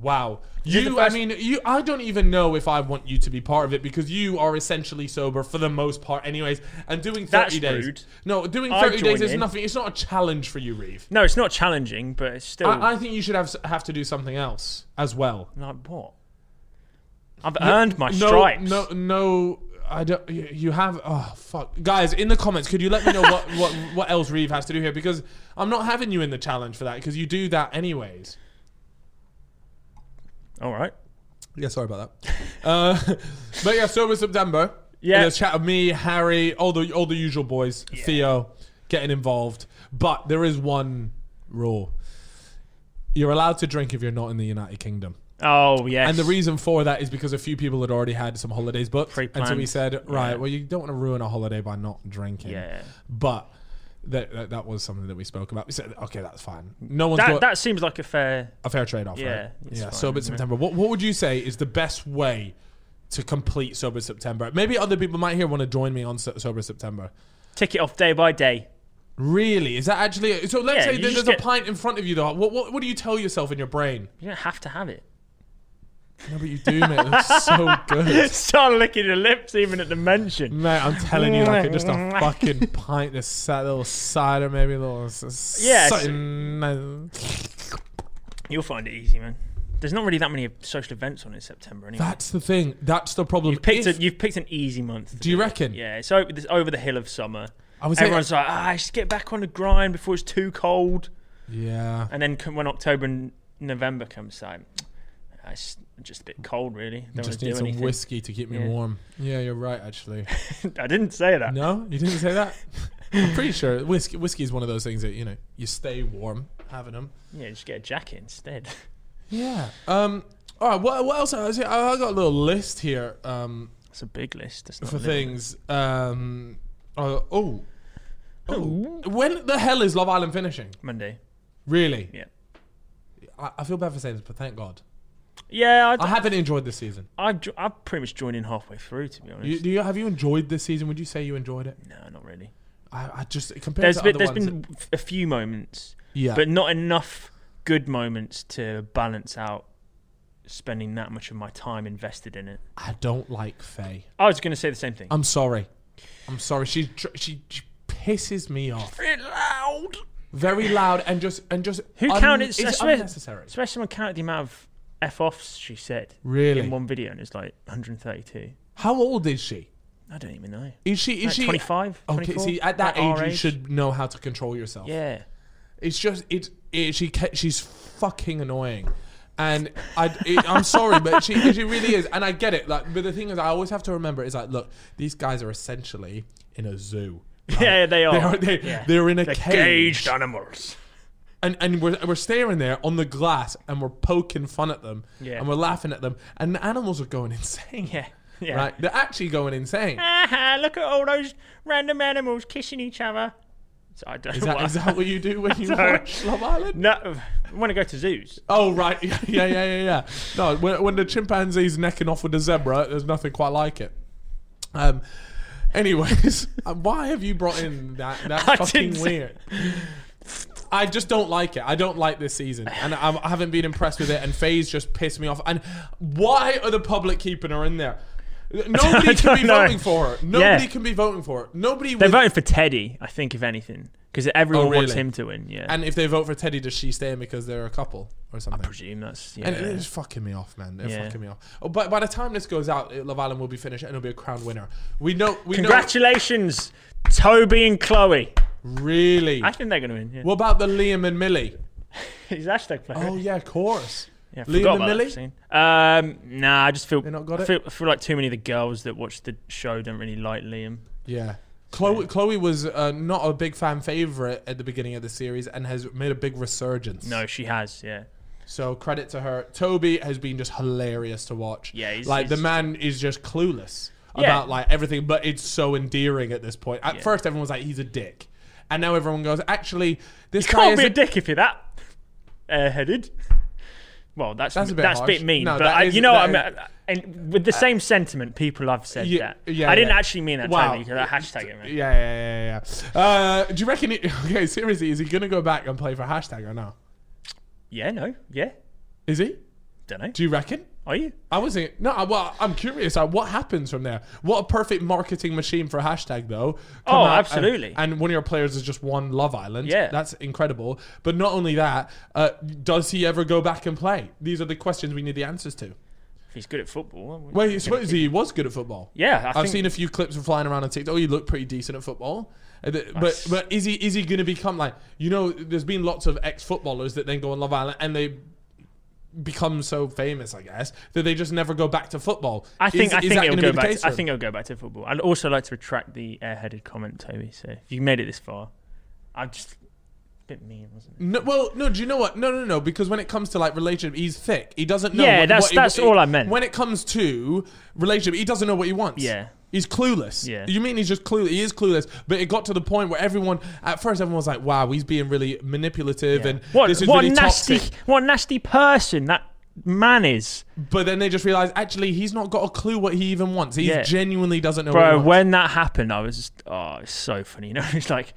S2: Wow,
S3: Mm. You're the
S2: you.
S3: first-
S2: I mean, you. I don't even know if I want you to be part of it because you are essentially sober for the most part, anyways. And doing
S3: That's
S2: thirty days.
S3: rude.
S2: No, doing
S3: I'd
S2: thirty days
S3: join
S2: is
S3: in.
S2: nothing. It's not a challenge for you, Reeve.
S3: No, it's not challenging, but it's still
S2: I, I think you should have have to do something else as well.
S3: like what? I've earned my
S2: no,
S3: stripes.
S2: No, no, I don't. You you have. Oh fuck, guys! In the comments, could you let me know what what what else Reeve has to do here? Because I'm not having you in the challenge for that because you do that anyways.
S3: All right.
S2: Yeah, sorry about that. uh, but yeah, sober September.
S3: Yeah.
S2: there's chat of me, Harry, all the all the usual boys, Theo, getting involved. But there is one rule: you're allowed to drink if you're not in the United Kingdom.
S3: Oh yes.
S2: And the reason for that is because a few people had already had some holidays booked. And so we
S3: Pre-planned.
S2: said, right,
S3: Yeah.
S2: well, you don't want to ruin a holiday by not drinking.
S3: Yeah.
S2: But that, that, that was something that we spoke about. We said, okay, that's fine. No one's
S3: that
S2: got
S3: that seems like a fair.
S2: a fair trade off,
S3: Yeah,
S2: right?
S3: it's
S2: Yeah.
S3: fine,
S2: sober
S3: yeah.
S2: September. What, what would you say is the best way to complete Sober September? Maybe other people might here want to join me on so- Sober September.
S3: Tick it off day by day.
S2: Really? Is that actually. So let's
S3: Yeah,
S2: say
S3: you
S2: that
S3: just
S2: there's a
S3: get-
S2: pint in front of you, though. What, what, what do you tell yourself in your brain?
S3: You don't have to have it.
S2: No, but you do, mate. That's so good.
S3: Start licking your lips even at the mention.
S2: Mate, I'm telling you, like just a fucking pint, this sa- little cider, maybe a little s-
S3: Yeah, it's-
S2: something.
S3: You'll find it easy, man. There's not really that many social events on in September anyway.
S2: That's the thing. That's the problem.
S3: you've picked a,
S2: If-
S3: you've picked an easy month. to
S2: do you
S3: it.
S2: reckon?
S3: Yeah, it's over, it's over the hill of summer.
S2: I would say-
S3: Everyone's like, ah, I just get back on the grind before it's too cold.
S2: Yeah.
S3: And then come, when October and November comes, like, "Ah, it's just a bit cold, really. Don't
S2: Just
S3: want
S2: need
S3: to do
S2: some
S3: anything.
S2: whiskey to keep me
S3: Yeah.
S2: warm. Yeah, you're right, actually.
S3: I didn't say that.
S2: No, you didn't say that. I'm pretty sure whiskey whiskey is one of those things that you know you stay warm having them.
S3: Yeah, just get a jacket instead.
S2: Yeah. Um. All right. What, what else? I see- I got a little list here. Um.
S3: That's a big list. That's not
S2: for
S3: a little-
S2: things. Um. Uh, oh. Oh. When the hell is Love Island finishing?
S3: Monday.
S2: Really?
S3: Yeah.
S2: I, I feel bad for saying this, but thank God.
S3: Yeah,
S2: I
S3: I,
S2: haven't enjoyed this season.
S3: I, have I'm pretty much joining halfway through, to be honest.
S2: You, do you have you enjoyed this season? Would you say you enjoyed it?
S3: no, not really.
S2: I, I just compared
S3: There's
S2: to
S3: been,
S2: other
S3: there's
S2: ones.
S3: been f- a few moments,
S2: yeah,
S3: but not enough good moments to balance out spending that much of my time invested in it.
S2: I don't like Faye.
S3: I was going to say the same thing.
S2: I'm sorry. I'm sorry. She tr- she, she pisses me off
S3: loud.
S2: very loud and just and just
S3: Who
S2: un-
S3: counted? I
S2: It's
S3: swear-
S2: unnecessary.
S3: I swear someone counted the amount of f offs she said in
S2: Really?
S3: one video, and it's like 132.
S2: How old is she?
S3: I don't even know.
S2: Is she is
S3: Like
S2: she
S3: 25?
S2: Okay,
S3: 24?
S2: see, at that
S3: Like our
S2: age, you
S3: age.
S2: should know how to control yourself.
S3: Yeah.
S2: It's just it, it she ca- she's fucking annoying. And I, it, I'm sorry, but she, she really is, and I get it. Like, but the thing is, I always have to remember is like, look, these guys are essentially in a zoo. Like,
S3: Yeah, they
S2: They
S3: are.
S2: are they,
S3: Oh, Yeah.
S2: they're in a
S3: They're
S2: cage,
S3: caged animals.
S2: and and we're, we're staring there on the glass, and we're poking fun at them,
S3: Yeah.
S2: and we're laughing at them, and the animals are going insane.
S3: Yeah. Yeah.
S2: right. They're actually going insane.
S3: Aha, look at all those random animals kissing each other. So I don't
S2: Is
S3: know
S2: that,
S3: why-
S2: is that what you do when you
S3: Sorry.
S2: watch Love Island?
S3: No, when I go to zoos.
S2: Oh right, yeah, yeah, yeah, yeah. yeah. No, when, when the chimpanzee's necking off with the zebra, there's nothing quite like it. Um. Anyways, uh, why have you brought in that? That's
S3: I
S2: fucking
S3: didn't-
S2: weird. I just don't like it. I don't like this season, and I'm, I haven't been impressed with it. And Faye's just pissed me off. And why are the public keeping her in there? Nobody can be
S3: don't know.
S2: voting for her. Nobody
S3: Yeah.
S2: can be voting for her. Nobody.
S3: They're
S2: with-
S3: voting for Teddy, I think, if anything, because everyone wants
S2: Oh, really?
S3: him to win. Yeah.
S2: and if they vote for Teddy, does she stay in because they're a couple or something?
S3: I presume that's yeah.
S2: And it is fucking me off, man. It's
S3: Yeah.
S2: fucking me off. Oh, but by the time this goes out, it- Love Island will be finished and it'll be a crown winner. We know. We
S3: Congratulations, Toby and Chloe.
S2: know. Really.
S3: I think they're gonna win. Yeah.
S2: what about the Liam and Millie?
S3: His hashtag player.
S2: Oh yeah, of course.
S3: yeah,
S2: Liam
S3: forgot
S2: and
S3: about that
S2: Millie?
S3: scene. Um, nah, I just feel,
S2: They not got
S3: I
S2: it?
S3: feel I feel like too many of the girls that watch the show don't really like Liam.
S2: Yeah. Chloe, Chloe was uh, not a big fan favorite at the beginning of the series and has made a big resurgence.
S3: No, she has. Yeah,
S2: So credit to her. Toby has been just hilarious to watch.
S3: Yeah, he's-
S2: like the
S3: he's-
S2: man is just clueless
S3: Yeah.
S2: about like everything, but it's so endearing at this point. At
S3: Yeah.
S2: first, everyone was like, "He's a dick," and now everyone goes, "Actually, this guy
S3: can't
S2: is
S3: be a dick if you're that airheaded. Well, that's
S2: That's a bit
S3: that's
S2: harsh.
S3: bit mean,
S2: No,
S3: but
S2: that
S3: I,
S2: is-
S3: you know,
S2: that
S3: I'm,
S2: is-
S3: and with the same sentiment, people have said
S2: Yeah,
S3: that.
S2: yeah,
S3: I didn't
S2: yeah.
S3: actually mean that.
S2: Wow.
S3: Wow, I hashtag it, man.
S2: Yeah, yeah, yeah, yeah. Uh, do you reckon? He, okay, seriously, is he gonna go back and play for hashtag or no?
S3: Yeah, no, yeah,
S2: Is he?
S3: don't know.
S2: Do you reckon?
S3: Are you?
S2: I wasn't. No, I- well, I'm curious. Like, what happens from there? What a perfect marketing machine for hashtag, though. Come
S3: Oh,
S2: out and-
S3: absolutely.
S2: And, one of your players is just one Love Island.
S3: Yeah.
S2: that's incredible. But not only that, uh, does he ever go back and play? These are the questions we need the answers to.
S3: If he's good at football.
S2: Well, he, supposedly he was good at football.
S3: Yeah, I
S2: I've
S3: think-
S2: seen a few clips of flying around on TikTok. Oh, you look pretty decent at football. Uh, th- But
S3: Nice.
S2: but is he is he going to become like you know? There's been lots of ex footballers that then go on Love Island and they become so famous, I guess, that they just never go back to football.
S3: I
S2: Is-
S3: think I
S2: is
S3: think
S2: that
S3: it'll
S2: gonna
S3: go
S2: be the
S3: back.
S2: case
S3: To, I
S2: for
S3: think
S2: him?
S3: it'll go back to football. I'd also like to retract the airheaded comment, Toby. So if you made it this far, I just a bit mean, wasn't it?
S2: No, well, no. Do you know what? No, no, no. Because when it comes to like relationship, he's thick. He doesn't know.
S3: Yeah,
S2: what,
S3: that's-
S2: what he-
S3: that's
S2: he-
S3: all I meant.
S2: When it comes to relationship, he doesn't know what he wants.
S3: Yeah.
S2: He's clueless.
S3: Yeah.
S2: You mean he's just clueless? He is clueless. But it got to the point where everyone, at first, everyone was like, "Wow, he's being really manipulative and
S3: What
S2: Mm. this is
S3: what
S2: really
S3: nasty
S2: toxic."
S3: what nasty person that man is,
S2: But then they just realized, actually, he's not got a clue what he even wants. He
S3: Yeah.
S2: genuinely doesn't know. what he
S3: bro.
S2: wants.
S3: When that happened, I was just oh, it's so funny. You know, it's like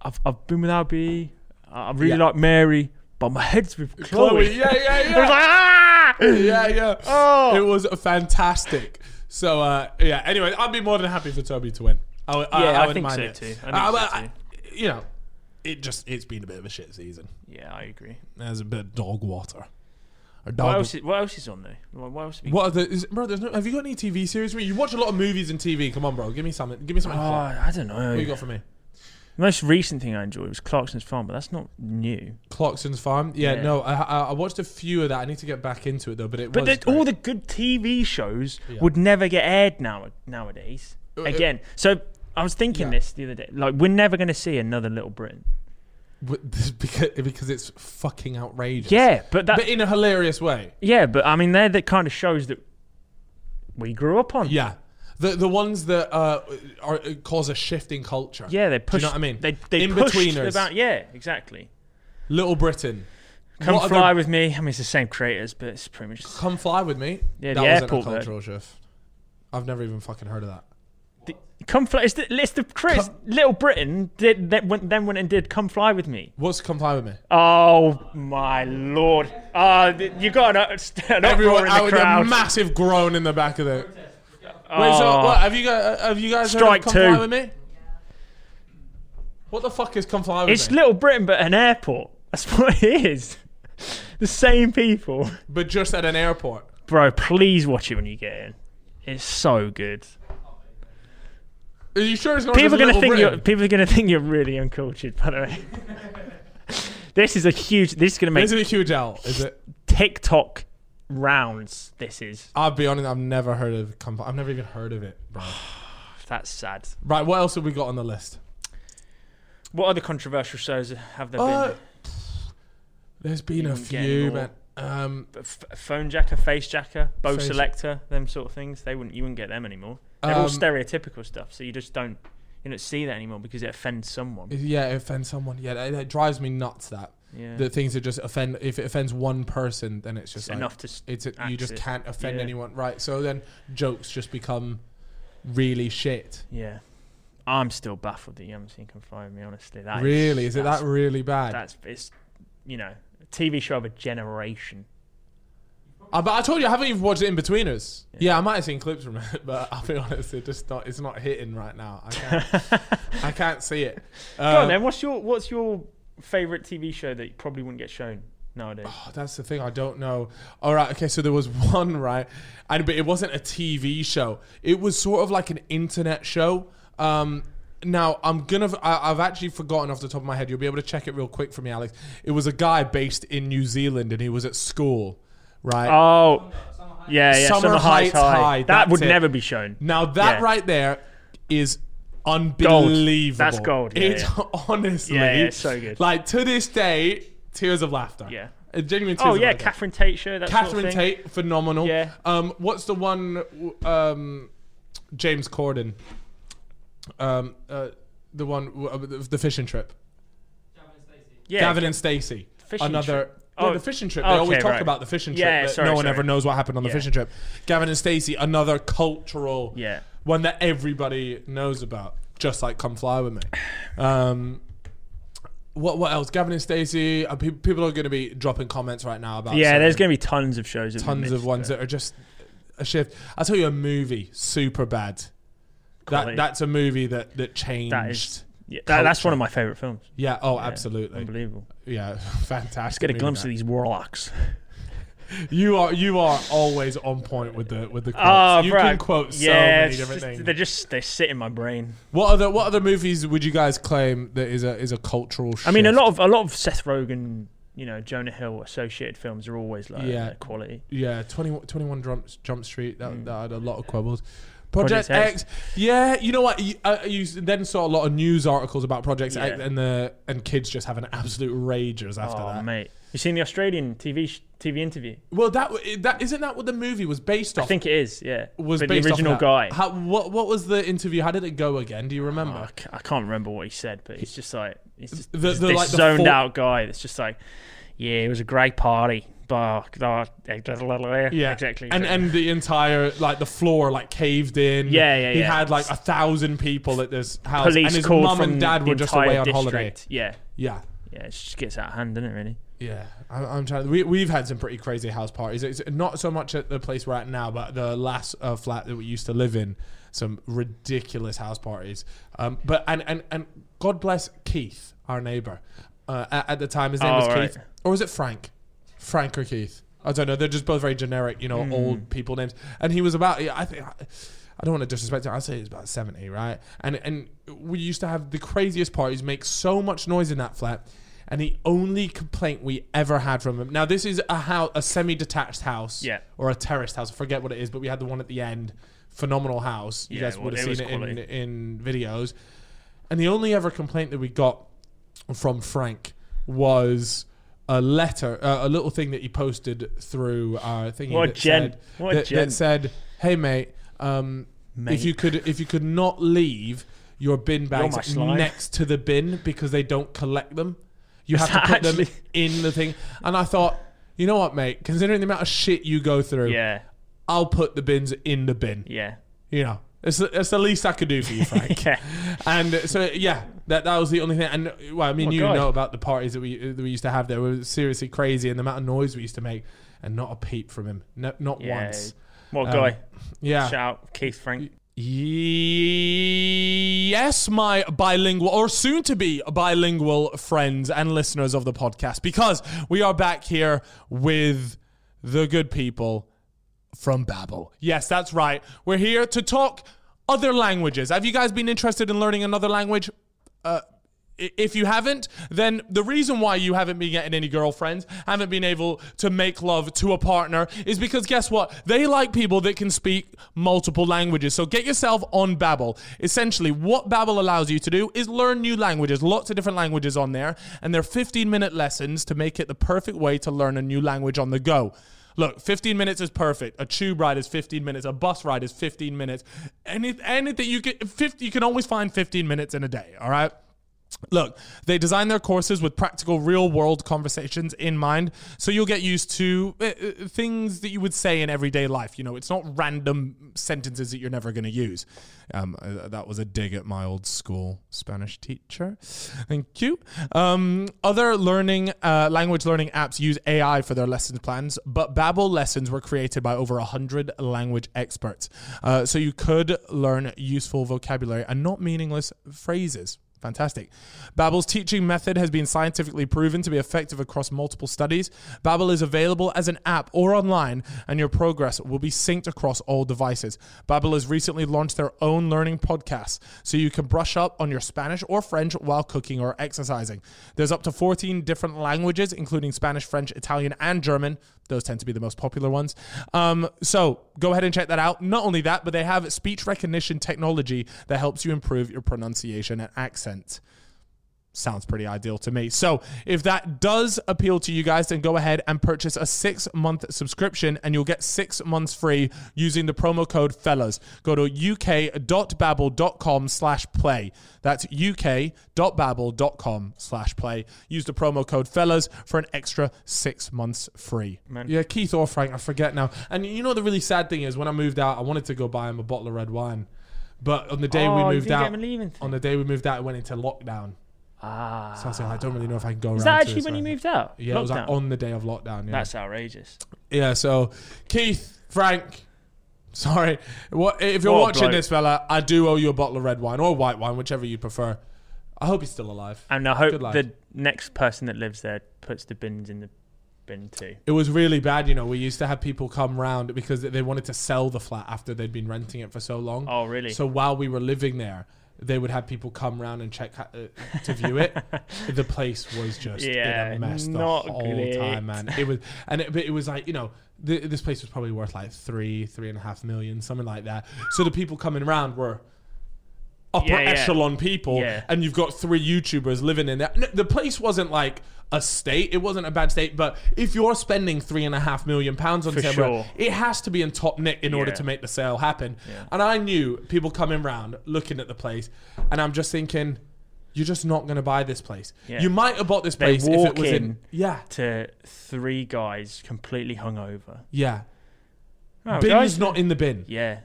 S3: I've I've been with Albie. I I really
S2: Yeah.
S3: like Mary, but my head's with Chloe.
S2: Chloe, yeah, yeah, yeah.
S3: I was like ah.
S2: yeah, yeah.
S3: Oh.
S2: It was fantastic. So, uh, yeah, anyway, I'd be more than happy for Toby to win. I, w- I,
S3: Yeah, I
S2: wouldn't
S3: think
S2: mind
S3: so
S2: it.
S3: too. I think
S2: Uh,
S3: so
S2: well, I- you know, it just, it's been a bit of a shit season.
S3: Yeah, I agree.
S2: There's a bit of dog water. Or
S3: What
S2: dog
S3: else? Is, what else is on there? What what else? Have we
S2: What are the, is, bro, there's no, have you got any TV series? You watch a lot of movies and TV. Come on, bro. Give me something. Give me something
S3: Oh,
S2: hot.
S3: I don't know.
S2: What you got for me?
S3: The most recent thing I enjoyed was Clarkson's Farm, but that's not new.
S2: Clarkson's Farm. Yeah,
S3: Yeah.
S2: no, I, I, I watched a few of that. I need to get back into it, though, but it
S3: But
S2: was.
S3: the, all the good TV shows
S2: Yeah.
S3: would never get aired now nowadays.
S2: Uh,
S3: Again, so I was thinking
S2: yeah.
S3: this the other day. Like, we're never going to see another Little Britain.
S2: great. because, because it's fucking outrageous.
S3: Yeah, but that.
S2: But in a hilarious way.
S3: yeah, but I mean, they're the kind of shows that we grew up on.
S2: Yeah. The the ones that uh, are cause a shift in culture.
S3: Yeah, they
S2: Do you
S3: pushed.
S2: know what I mean?
S3: They they
S2: In
S3: pushed
S2: betweeners.
S3: about. Yeah, exactly.
S2: Little Britain.
S3: Come
S2: What other-
S3: fly with me. I mean, it's the same creators, but it's pretty much.
S2: Come fly with me.
S3: Yeah,
S2: that
S3: the
S2: wasn't
S3: airport
S2: a
S3: bird.
S2: cultural shift. I've never even fucking heard of that.
S3: Come fly. It's the, it's the creators. Little Britain did that. Went, then went and did Come Fly with Me.
S2: What's come fly with me?
S3: Oh my lord! Ah, th- you got an, up- an uproar
S2: Everyone,
S3: in
S2: I
S3: the
S2: would get
S3: crowd.
S2: a massive groan in the back of the. Wait, so
S3: Oh.
S2: what, have you guys? Have you guys
S3: Strike
S2: heard of come
S3: two.
S2: fly with me? What the fuck is come fly with
S3: it's
S2: me?
S3: Little Britain, but an airport. That's what it is. The same people,
S2: but just at an airport.
S3: bro. Please watch it when you get in. It's so good.
S2: Are you sure it's not?
S3: People are
S2: just
S3: gonna
S2: Little
S3: think
S2: Britain?
S3: you're. People are gonna think you're really uncultured. By the way, this is a huge. This is gonna make
S2: Is it a huge L? Is it?
S3: TikTok rounds. This is.
S2: I'll be honest. I've never heard of. Come, I've never even heard of it. Bro.
S3: That's sad.
S2: right. What else have we got on the list?
S3: What other controversial shows have there
S2: Uh,
S3: been?
S2: there's been a
S3: Even getting
S2: few,
S3: more.
S2: man. Um,
S3: F- phone jacker, face jacker, bow
S2: Face-
S3: selector, them sort of things. They wouldn't. You wouldn't get them anymore. They're all
S2: Um,
S3: stereotypical stuff. So you just don't. You don't see that anymore because it offends someone.
S2: yeah, it offends someone. Yeah, that, that drives me nuts. That
S3: Yeah.
S2: the things that just offend. If it offends one person, then it's just
S3: It's
S2: like,
S3: enough to. s-
S2: It's a, you just
S3: Axis.
S2: can't offend
S3: Yeah.
S2: anyone, right? So then jokes just become really shit.
S3: Yeah. I'm still baffled that you haven't seen Come Fly with Me. Honestly, that is-
S2: really, is it
S3: that's
S2: that really bad?
S3: that's it's you know a TV show of a generation.
S2: Uh, but I told you I haven't even watched it in between us. Yeah. I might have seen clips from it, but I'll be honest, it just not. It's not hitting right now. I can't. I can't see it.
S3: Go on
S2: Um,
S3: then. What's your what's your favorite TV show that you probably wouldn't get shown nowadays?
S2: Oh, that's the thing. I don't know. All right. Okay. So there was one, right? And but it wasn't a TV show. It was sort of like an internet show. Um, now I'm gonna. I, I've actually forgotten off the top of my head. You'll be able to check it real quick for me, Alex. It was a guy based in New Zealand, and he was at school, right?
S3: Oh, yeah, yeah.
S2: Summer
S3: Summer, Heights,
S2: Heights
S3: High.
S2: High,
S3: That would
S2: that's it.
S3: never be shown.
S2: now that
S3: yeah.
S2: right there is unbelievable.
S3: That's gold, yeah,
S2: it's
S3: yeah.
S2: honestly,
S3: Yeah, yeah, it's so good.
S2: Like to this day, tears of laughter.
S3: Yeah.
S2: Uh, genuine tears.
S3: Oh
S2: of
S3: yeah,
S2: laughter.
S3: Catherine Tate show. That
S2: Catherine
S3: sort of thing.
S2: Tate, phenomenal.
S3: Yeah.
S2: Um, what's the one? w- Um, James Corden. Um, uh, the one, w- uh, the the fishing trip.
S3: Yeah,
S2: Gavin and Stacey.
S3: Fishing
S2: Another.
S3: trip.
S2: Oh,
S3: Oh,
S2: the fishing trip. They
S3: okay,
S2: always talk
S3: right.
S2: about the fishing trip.
S3: Yeah,
S2: but
S3: sorry,
S2: no one
S3: sorry.
S2: ever knows what happened on the
S3: Yeah.
S2: fishing trip. Gavin and Stacey, another cultural
S3: Yeah.
S2: one that everybody knows about, just like Come Fly With Me. Um, what, what else? Gavin and Stacey, uh, pe- people are going to be dropping comments right now about
S3: Yeah,
S2: certain
S3: there's gonna be tons of shows.
S2: tons of ones that are just a shift. I'll tell you a movie, super bad. That
S3: Quality.
S2: that's a movie that that changed.
S3: That is. Yeah, that, that's one of my favorite films.
S2: yeah. Oh,
S3: Yeah,
S2: absolutely.
S3: unbelievable.
S2: Yeah, fantastic.
S3: Get a
S2: movie,
S3: glimpse of
S2: that.
S3: these warlocks.
S2: You are you are always on point with the with the quotes.
S3: Oh,
S2: you
S3: bro.
S2: can quote so
S3: yeah,
S2: many
S3: it's
S2: different
S3: just-
S2: things.
S3: They're just they sit in my brain.
S2: what other what other movies would you guys claim that is a is a cultural? Shift?
S3: I mean, a lot of a lot of Seth Rogen, you know, Jonah Hill associated films are always like
S2: Yeah.
S3: uh, quality.
S2: Yeah, 21, 21 Jump, Jump Street. That, that had a lot of quibbles. Project,
S3: Hmm. Project X.
S2: X. Yeah, you know what? You, uh, you s- then saw a lot of news articles about Project X
S3: Yeah.
S2: and the and kids just having absolute ragers after
S3: oh,
S2: that.
S3: mate, you seen the Australian TV sh- TV interview?
S2: Well, that w- that isn't that what the movie was based off.
S3: I think it is. Yeah,
S2: was
S3: But
S2: based
S3: the
S2: off
S3: original
S2: that.
S3: guy.
S2: How, what what was the interview? How did it go again? Do you remember?
S3: I c- I can't remember what he said, but it's just like it's just
S2: The-
S3: this,
S2: the,
S3: this
S2: like, the
S3: zoned
S2: four-
S3: out guy that's just like, yeah, it was a great party, but but-
S2: yeah,
S3: exactly.
S2: And and the entire like the floor like caved in.
S3: Yeah, yeah,
S2: He
S3: yeah.
S2: had like a thousand people at this house,
S3: police
S2: and his
S3: called
S2: mum
S3: from
S2: and dad
S3: the
S2: were just
S3: entire
S2: away on
S3: district.
S2: holiday.
S3: Yeah,
S2: Yeah,
S3: yeah, it just gets out of hand, doesn't it? Really?
S2: Yeah, I'm, I'm trying. We we've had some pretty crazy house parties. It's not so much at the place we're at now, but the last uh, flat that we used to live in, some ridiculous house parties. Um, but and and and God bless Keith, our neighbor. Uh, at, at the time, his name
S3: Oh,
S2: was
S3: right.
S2: Keith, or was it Frank? Frank or Keith? I don't know. They're just both very generic, you know,
S3: Hmm.
S2: old people names. And he was about, yeah, I think. I don't want to disrespect him. I'd say he's about 70, right? And and we used to have the craziest parties, make so much noise in that flat. And the only complaint we ever had from him. Now this is a house, a semi-detached house,
S3: Yeah.
S2: or a terraced house. I forget what it is, but we had the one at the end. Phenomenal house. You
S3: Yeah,
S2: guys
S3: well,
S2: would have
S3: it was
S2: seen it in,
S3: quality.
S2: in videos. And the only ever complaint that we got from Frank was a letter, uh, a little thing that he posted through our thingy
S3: What a
S2: that
S3: gent.
S2: said
S3: What a
S2: that, that
S3: gent.
S2: said, "Hey mate, um,
S3: Mate.
S2: if you could if you could not leave your bin
S3: my
S2: bags
S3: slime.
S2: next to the bin because they don't collect them." You have to
S3: that
S2: put them
S3: actually-
S2: in the thing. And I thought, you know what, mate? Considering the amount of shit you go through,
S3: Yeah.
S2: I'll put the bins in the bin.
S3: Yeah.
S2: You know, it's the, it's the least I could do for you, Frank.
S3: Yeah.
S2: And uh, so yeah, that that was the only thing. And uh, well, I mean,
S3: Oh,
S2: you
S3: God.
S2: know about the parties that we that we used to have there were seriously crazy, and the amount of noise we used to make, and not a peep from him, no, not
S3: Yeah.
S2: once.
S3: What
S2: Um,
S3: guy?
S2: Yeah.
S3: Shout out Keith Frank.
S2: Yes, my bilingual or soon to be bilingual friends and listeners of the podcast, because we are back here with the good people from Babel. Yes, that's right. We're here to talk other languages. Have you guys been interested in learning another language? Uh, i- if you haven't, then the reason why you haven't been getting any girlfriends, haven't been able to make love to a partner, is because guess what? They like people that can speak multiple languages. So get yourself on Babbel. Essentially, what Babbel allows you to do is learn new languages, lots of different languages on there, and they're 15-minute lessons to make it the perfect way to learn a new language on the go. Look, 15 minutes is perfect. A tube ride is 15 minutes. A bus ride is 15 minutes. Any, anything you can, 50, you can always find 15 minutes in a day. All right. Look, they design their courses with practical, real world conversations in mind, so you'll get used to uh, uh, things that you would say in everyday life. You know, it's not random sentences that you're never going to use. Um, uh, that was a dig at my old school Spanish teacher. Thank you. Um, other learning, uh, language learning apps use AI for their lessons plans, but Babbel lessons were created by over 100 language experts. Uh, so you could learn useful vocabulary and not meaningless phrases. Fantastic. Babbel's teaching method has been scientifically proven to be effective across multiple studies. Babbel is available as an app or online, and your progress will be synced across all devices. Babbel has recently launched their own learning podcast, so you can brush up on your Spanish or French while cooking or exercising. There's up to 14 different languages, including Spanish, French, Italian, and German. Those tend to be the most popular ones. Um, so go ahead and check that out. Not only that, but they have speech recognition technology that helps you improve your pronunciation and accent. Sounds pretty ideal to me. So if that does appeal to you guys, then go ahead and purchase a six month subscription and you'll get six months free using the promo code fellas. Go to uk.babbel.com slash play. That's uk.babbel.com slash play. Use the promo code fellas for an extra six months free. Yeah, Keith or Frank, I forget now. And you know the really sad thing is when I moved out, I wanted to go buy him a bottle of red wine. But on the day
S3: Oh,
S2: we
S3: you
S2: moved
S3: didn't get
S2: out,
S3: him a leaving thing.
S2: on the day we moved out, it went into lockdown.
S3: Ah.
S2: So I was like, I don't really know if I can go.
S3: Is
S2: around
S3: that
S2: to
S3: actually
S2: this
S3: when
S2: or
S3: you
S2: anything.
S3: moved out?
S2: Yeah, it was like
S3: Lockdown.
S2: on the day of lockdown. Yeah.
S3: That's outrageous.
S2: yeah. So, Keith, Frank, sorry. What if you're
S3: What a
S2: watching
S3: bloke.
S2: this fella? I do owe you a bottle of red wine or white wine, whichever you prefer. I hope he's still alive.
S3: And I
S2: Good
S3: hope
S2: lad.
S3: the next person that lives there puts the bins in the bin too.
S2: It was really bad, you know. We used to have people come round because they wanted to sell the flat after they'd been renting it for so long.
S3: Oh, really?
S2: So while we were living there, they would have people come round and check uh, to view it. the place was just in
S3: Yeah,
S2: a mess the
S3: not
S2: whole
S3: great.
S2: time, man. It was, and it, but it was like you know, th- this place was probably worth like three, three and a half million, something like that. So the people coming around were upper
S3: Yeah, yeah.
S2: echelon people,
S3: Yeah.
S2: and you've got three YouTubers living in there. N- The place wasn't like a state; it wasn't a bad state. But if you're spending three and a half million pounds on
S3: For
S2: Zebra,
S3: sure.
S2: it has to be in top nick in order
S3: Yeah.
S2: to make the sale happen. And I knew people coming round looking at the place, and I'm just thinking. You're just not going to buy this place.
S3: Yeah.
S2: You might have bought this
S3: They
S2: place if it
S3: walk
S2: was in,
S3: in.
S2: Yeah,
S3: To three guys completely hungover.
S2: yeah.
S3: Oh,
S2: Bin's
S3: guys.
S2: not in the bin.
S3: Yeah.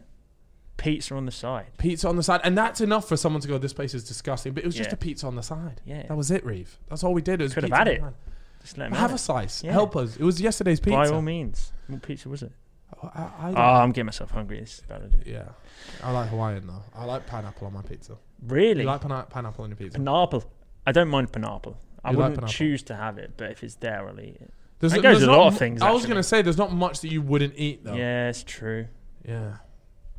S3: Pizza on the side.
S2: Pizza on the side, and that's enough for someone to go. This place is disgusting, but it was just
S3: Yeah.
S2: a pizza on the side.
S3: Yeah.
S2: that was it, Reeve. That's all we did. It was
S3: Could have
S2: pizza
S3: had
S2: on the
S3: it.
S2: side.
S3: Just let 'em
S2: Have
S3: have
S2: a
S3: it.
S2: slice.
S3: Yeah.
S2: Help us. It was yesterday's pizza.
S3: By all means. What pizza was it?
S2: I, I-
S3: Oh, I'm getting myself hungry. This is about to do.
S2: yeah, I like Hawaiian though. I like pineapple on my pizza.
S3: Really?
S2: You like pina- pineapple on your pizza?
S3: pineapple. I don't mind pineapple. I
S2: You like
S3: wouldn't
S2: pineapple?
S3: choose to have it, but if it's there, I'll eat it.
S2: There's,
S3: It goes
S2: there's
S3: with a
S2: not
S3: lot of
S2: mu-
S3: things,
S2: I was
S3: actually.
S2: gonna say there's not much that you wouldn't eat though.
S3: Yeah, it's true.
S2: Yeah.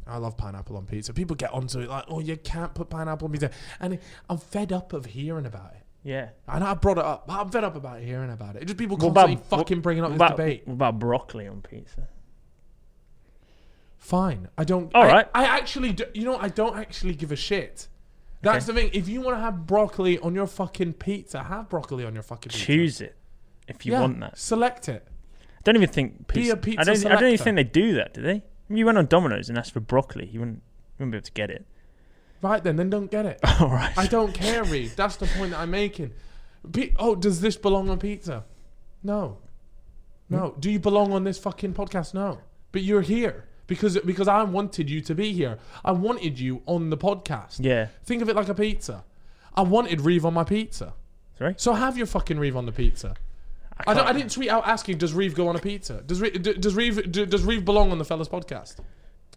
S2: I love pineapple on pizza. People get onto it like, oh, you can't put pineapple on pizza, and I'm fed up of hearing about it.
S3: Yeah.
S2: And I brought it up, but I'm fed up about hearing about it. Just people
S3: What
S2: constantly
S3: about-
S2: fucking bringing up
S3: What
S2: this
S3: about,
S2: debate.
S3: what about broccoli on pizza?
S2: Fine. I don't.
S3: All
S2: I,
S3: right.
S2: I actually, do, you know, I don't actually give a shit. That's the thing. If you want to have broccoli on your fucking pizza, have broccoli on your fucking pizza.
S3: Choose it if you
S2: Yeah,
S3: want that.
S2: Select it.
S3: I don't even think pizza.
S2: a pizza
S3: I don't. I don't even
S2: selector.
S3: think they do that, do they? I mean, you went on Domino's and asked for broccoli. You wouldn't. You wouldn't be able to get it.
S2: Right then, then don't get it.
S3: All right.
S2: I don't care, Reeve. That's the point that I'm making. Pe- oh, does this belong on pizza? No.
S3: Hmm?
S2: No. Do you belong on this fucking podcast? No. But you're here because because I wanted you to be here. I wanted you on the podcast.
S3: Yeah.
S2: Think of it like a pizza. I wanted Reeve on my pizza.
S3: Sorry?
S2: So have your fucking Reeve on the pizza. I, don't, I
S3: can't-
S2: didn't tweet out asking, does Reeve go on a pizza? Does Reeve, d- does Reeve, d- does Reeve belong on the Fellas podcast?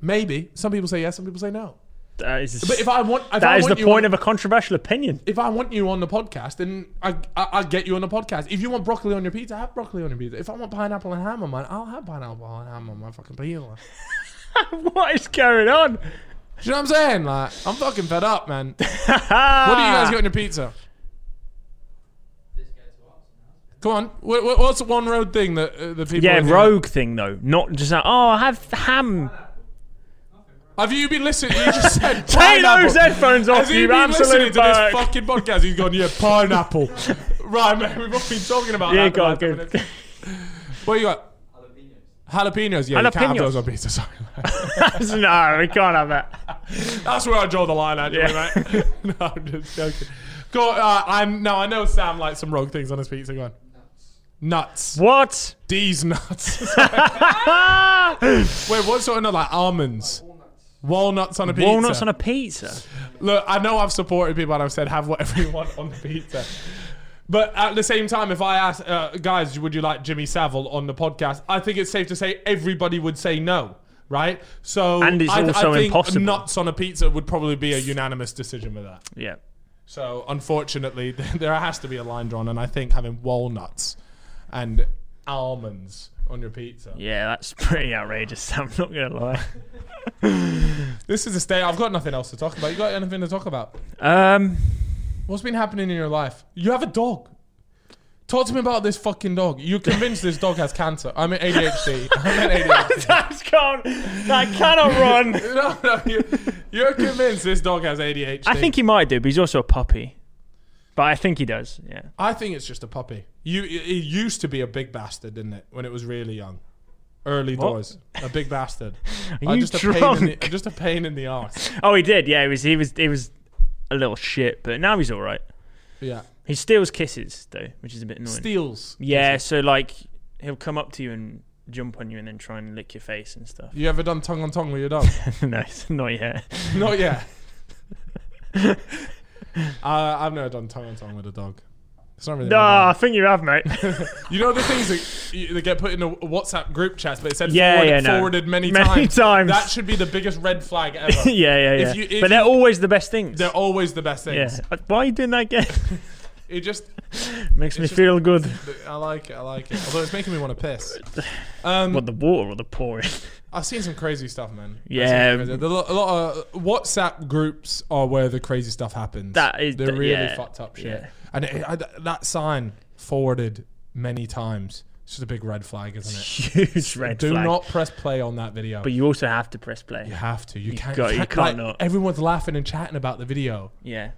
S2: Maybe. Some people say yes, some people say no.
S3: That is,
S2: But if I want, if I
S3: that is the
S2: want you
S3: point
S2: on,
S3: of a controversial opinion.
S2: if I want you on the podcast, then I, I I get you on the podcast. If you want broccoli on your pizza, have broccoli on your pizza. If I want pineapple and ham on mine, I'll have pineapple and ham on my fucking pizza. Do
S3: what is going on?
S2: you know what I'm saying? Like, I'm fucking fed up, man. what do you
S3: Ah.
S2: guys got on your pizza? Come on, what, what- what's one road thing that uh, the people?
S3: Yeah,
S2: in here-
S3: rogue thing though, not just that. Oh, I have ham.
S2: Have you been listening? You just said
S3: Take those
S2: pineapple.
S3: headphones off,
S2: Has he
S3: you
S2: been listening to
S3: absolute
S2: this
S3: bug.
S2: fucking podcast? He's gone, yeah, pineapple. right, man, we've all been talking about that.
S3: Yeah,
S2: for
S3: go on,
S2: like ten
S3: good.
S2: minutes. What you got? Jalapenos. Yeah, you can't have
S3: Jalapenos.
S2: those on pizza. Sorry,
S3: no, we can't have that.
S2: that's where I draw the line. Actually,
S3: Yeah.
S2: mate. no, I'm just joking. Go. on, Uh, I'm no. I know Sam likes some rogue things on his pizza. Go on. Nuts.
S3: What?
S2: These nuts.
S3: Ah!
S2: Wait, what sort of nut? Like almonds. Walnuts on a pizza.
S3: Walnuts on a pizza.
S2: Look, I know I've supported people and I've said have whatever you want on the pizza. But at the same time, if I ask uh, guys, would you like Jimmy Savile on the podcast? I think it's safe to say everybody would say no, right? So
S3: And it's
S2: I, I
S3: also
S2: think
S3: impossible.
S2: Nuts on a pizza would probably be a unanimous decision with that.
S3: Yeah.
S2: So unfortunately, there has to be a line drawn, and I think having walnuts and almonds on your pizza.
S3: Yeah, that's pretty outrageous. I'm not gonna lie.
S2: This is a state. I've got nothing else to talk about. You got anything to talk about?
S3: Um,
S2: What's been happening in your life? You have a dog. Talk to me about this fucking dog. You're convinced this dog has cancer. I mean ADHD. I mean ADHD.
S3: that's gone. I cannot run.
S2: No, no, you, you're convinced this dog has ADHD.
S3: I think he might do, but he's also a puppy. But I think he does. Yeah.
S2: I think it's just a puppy. You, it it used to be a big bastard, didn't it? When it was really young, early doors, a big bastard. Uh,
S3: you
S2: just a pain in the,
S3: drunk?
S2: just a pain in the arse.
S3: Oh, he did. Yeah, he was. He was. He was a little shit, but now he's all right.
S2: Yeah,
S3: He steals kisses though, which is a bit annoying.
S2: steals.
S3: yeah. So like, he'll come up to you and jump on you, and then try and lick your face and stuff.
S2: You ever done tongue on tongue with your dog?
S3: no, it's not yet.
S2: Not yet. uh, I've never done tongue on tongue with a dog. It's not really. my
S3: Ah,
S2: thing.
S3: I think you have, mate.
S2: You know the things that, you- that get put in the WhatsApp group chats, but it said
S3: Yeah,
S2: forward,
S3: yeah, no.
S2: forwarded many,
S3: Many
S2: times.
S3: times.
S2: That should be the biggest red flag ever.
S3: yeah, yeah, yeah.
S2: If you- if
S3: but they're
S2: you-
S3: always the best things.
S2: They're always the best
S3: yeah.
S2: things.
S3: Uh, Why are you doing that again?
S2: It just,
S3: Makes me
S2: just-
S3: feel good.
S2: I like it. I like it. Although it's making me want to piss. Um,
S3: What the water or the pouring?
S2: I've seen some crazy stuff, man. I've seen
S3: Yeah. um,
S2: some crazy- the lo- a lot of WhatsApp groups are where the crazy stuff happens.
S3: That is-
S2: the
S3: th-
S2: really
S3: yeah.
S2: fucked up shit.
S3: Yeah.
S2: And it, I, that sign forwarded many times. It's just a big red flag, isn't it?
S3: Huge red
S2: Do
S3: flag.
S2: not press play on that video.
S3: But you also have to press play.
S2: You have to. You, can't.
S3: got-
S2: you
S3: you
S2: can't, like,
S3: can't not.
S2: Everyone's laughing and chatting about the video,
S3: Yeah.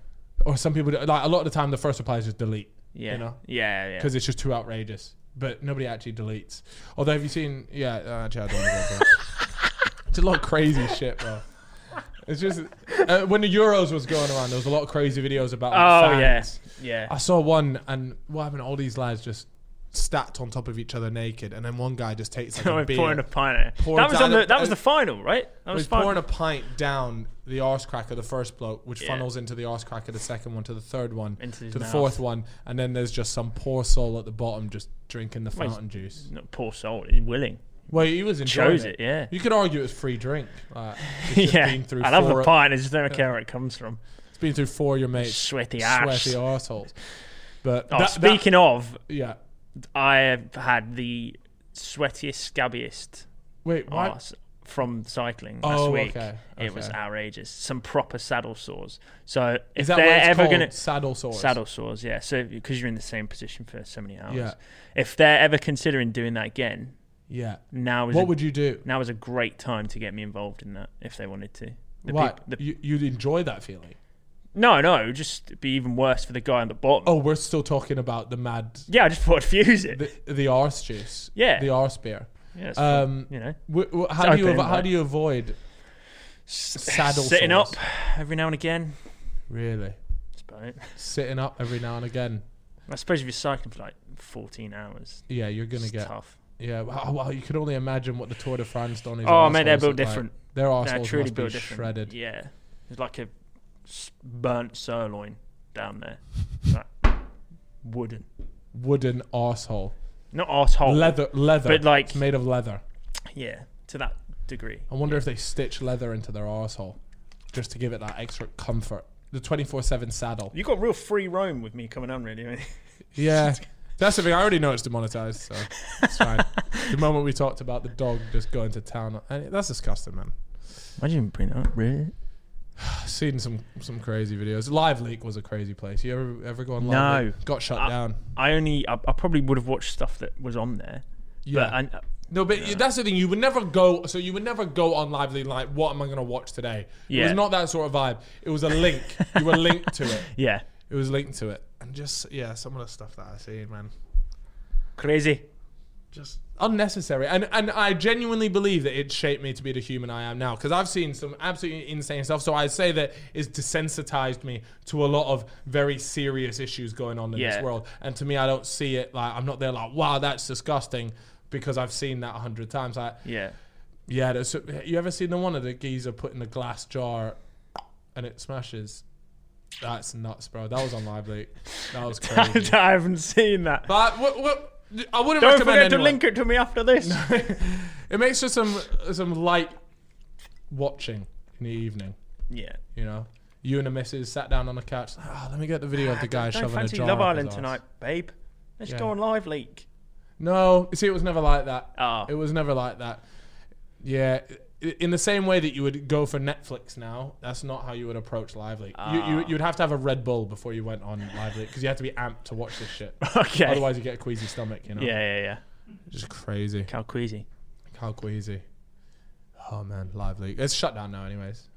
S2: or some people do- like a lot of the time the first reply is just delete
S3: Yeah.
S2: You know?
S3: Yeah. Yeah.
S2: because it's just too outrageous. But nobody actually deletes. Although have you seen? Yeah, uh, actually, I don't want to go into that. It's a lot of crazy shit, bro. It's just uh, when the Euros was going around, there was a lot of crazy videos about. Like,
S3: Oh yeah.
S2: fans.
S3: Yeah.
S2: I saw one, and what happened? All these lads just stacked on top of each other naked, and then one guy just takes like
S3: Oh,
S2: a
S3: we're
S2: beer.
S3: pouring a pint. That
S2: Pouring
S3: was on
S2: down
S3: the,
S2: a-
S3: that was the final, right? That was
S2: He's
S3: final.
S2: pouring a pint down the arse crack of the first bloke, which
S3: Yeah.
S2: funnels into the arse crack of the second one, to the third one,
S3: Into
S2: to
S3: his
S2: the
S3: mouth.
S2: fourth one, and then there's just some poor soul at the bottom just drinking the
S3: he's-
S2: fountain juice.
S3: Not poor soul. He's willing.
S2: Well, he was enjoying
S3: Chose it, yeah.
S2: You could argue it's free drink. Like, it's just
S3: yeah.
S2: been through
S3: I love
S2: four,
S3: a pint. I just don't care where it comes from.
S2: It's been through four of your mates,
S3: Sweaty ass.
S2: sweaty arseholes. But that-
S3: Oh,
S2: that-
S3: speaking of,
S2: yeah.
S3: I have had the sweatiest, scabbiest
S2: Wait, why?
S3: arse from cycling last
S2: Oh,
S3: week.
S2: okay,
S3: It was
S2: okay.
S3: outrageous. Some proper saddle sores. So if
S2: Is that
S3: they're
S2: what it's
S3: ever
S2: called?
S3: gonna
S2: saddle sores?
S3: Saddle sores, yeah. So because you're in the same position for so many hours,
S2: Yeah.
S3: if they're ever considering doing that again,
S2: Yeah.
S3: now is a,
S2: What would you do?
S3: now is a great time to get me involved in that if they wanted to. The
S2: Why?
S3: peop- the-
S2: you, you'd enjoy that feeling.
S3: no, no, it would just be even worse for the guy on the bottom.
S2: Oh, we're still talking about the mad
S3: Yeah, I just thought I'd fuse it.
S2: the, the arse juice.
S3: Yeah.
S2: The arse beer.
S3: yeah, it's fun,
S2: Um,
S3: you know,
S2: wh- wh- how do you
S3: open,
S2: avo- how
S3: like-
S2: do you avoid saddle
S3: sitting
S2: sores?
S3: up every now and again.
S2: Really,
S3: That's about it.
S2: sitting up every now and again.
S3: I suppose if you're cycling for like 14 hours,
S2: Yeah, you're gonna
S3: it's
S2: get.
S3: tough.
S2: Yeah, wow, wow, you could only imagine what the Tour de France done is.
S3: Oh, mate, they're
S2: arseholes
S3: built
S2: look like.
S3: different.
S2: Their
S3: They're
S2: arseholes
S3: truly
S2: must be
S3: built different.
S2: shredded.
S3: Yeah, it's like a s- burnt sirloin down there, like wooden,
S2: Wooden arsehole.
S3: not asshole.
S2: Leather, leather.
S3: Oh. But, like-
S2: it's made of leather.
S3: Yeah, to that degree.
S2: I wonder if they stitch leather into their arsehole just to give it that extra comfort. The 24 7 saddle.
S3: You got real free roam with me coming on, really.
S2: Yeah. That's the thing. I already know it's demonetized, so it's fine. the moment we talked about the dog just going to town, and that's disgusting, man.
S3: Imagine bring that up, really.
S2: I've seen some some crazy videos. Live Leak was a crazy place. You ever ever go on Live
S3: No. Uh,
S2: Leak? Got shut
S3: I-
S2: down.
S3: I only, I, I probably would have watched stuff that was on there,
S2: Yeah.
S3: but I,
S2: no, but that's the thing. You would never go. So you would never go on Live Leak like, what am I going to watch today? It
S3: Yeah.
S2: was not that sort of vibe. It was a link. you were linked to it.
S3: yeah,
S2: It was linked to it. And just yeah, some of the stuff that I see, man.
S3: crazy.
S2: just unnecessary. And and I genuinely believe that it shaped me to be the human I am now because I've seen some absolutely insane stuff. So I say that it's desensitized me to a lot of very serious issues going on in
S3: Yeah.
S2: this world. And to me, I don't see it like I'm not there like wow that's disgusting because I've seen that a hundred times. Like
S3: Yeah,
S2: yeah, there's, you ever seen the one of the geezer put in a glass jar and it smashes? That's nuts, bro. That was on live leak. That was crazy.
S3: I haven't seen that.
S2: but what, what, I wouldn't
S3: Don't
S2: recommend
S3: forget to
S2: anyone.
S3: link it to me after this.
S2: It makes for some some light watching in the evening.
S3: yeah.
S2: You know, you and the missus sat down on the couch. Oh, let me get the video of the guy
S3: Ah, Don't
S2: shoving
S3: fancy
S2: a jar.
S3: Love
S2: up his
S3: Island
S2: arse."
S3: tonight, babe. Let's
S2: Yeah.
S3: go on live leak.
S2: No, see, it was never like that.
S3: Oh.
S2: It was never like that. Yeah, i- in the same way that you would go for Netflix now, that's not how you would approach Live Leak. You,
S3: Ah.
S2: you, you'd have to have a Red Bull before you went on Live Leak because you have to be amped to watch this shit.
S3: Okay.
S2: Otherwise, you get a queasy stomach, you know?
S3: yeah, yeah, yeah.
S2: Just crazy.
S3: Cal Queasy.
S2: How queasy. Oh, man, Live Leak. It's shut down now, anyways.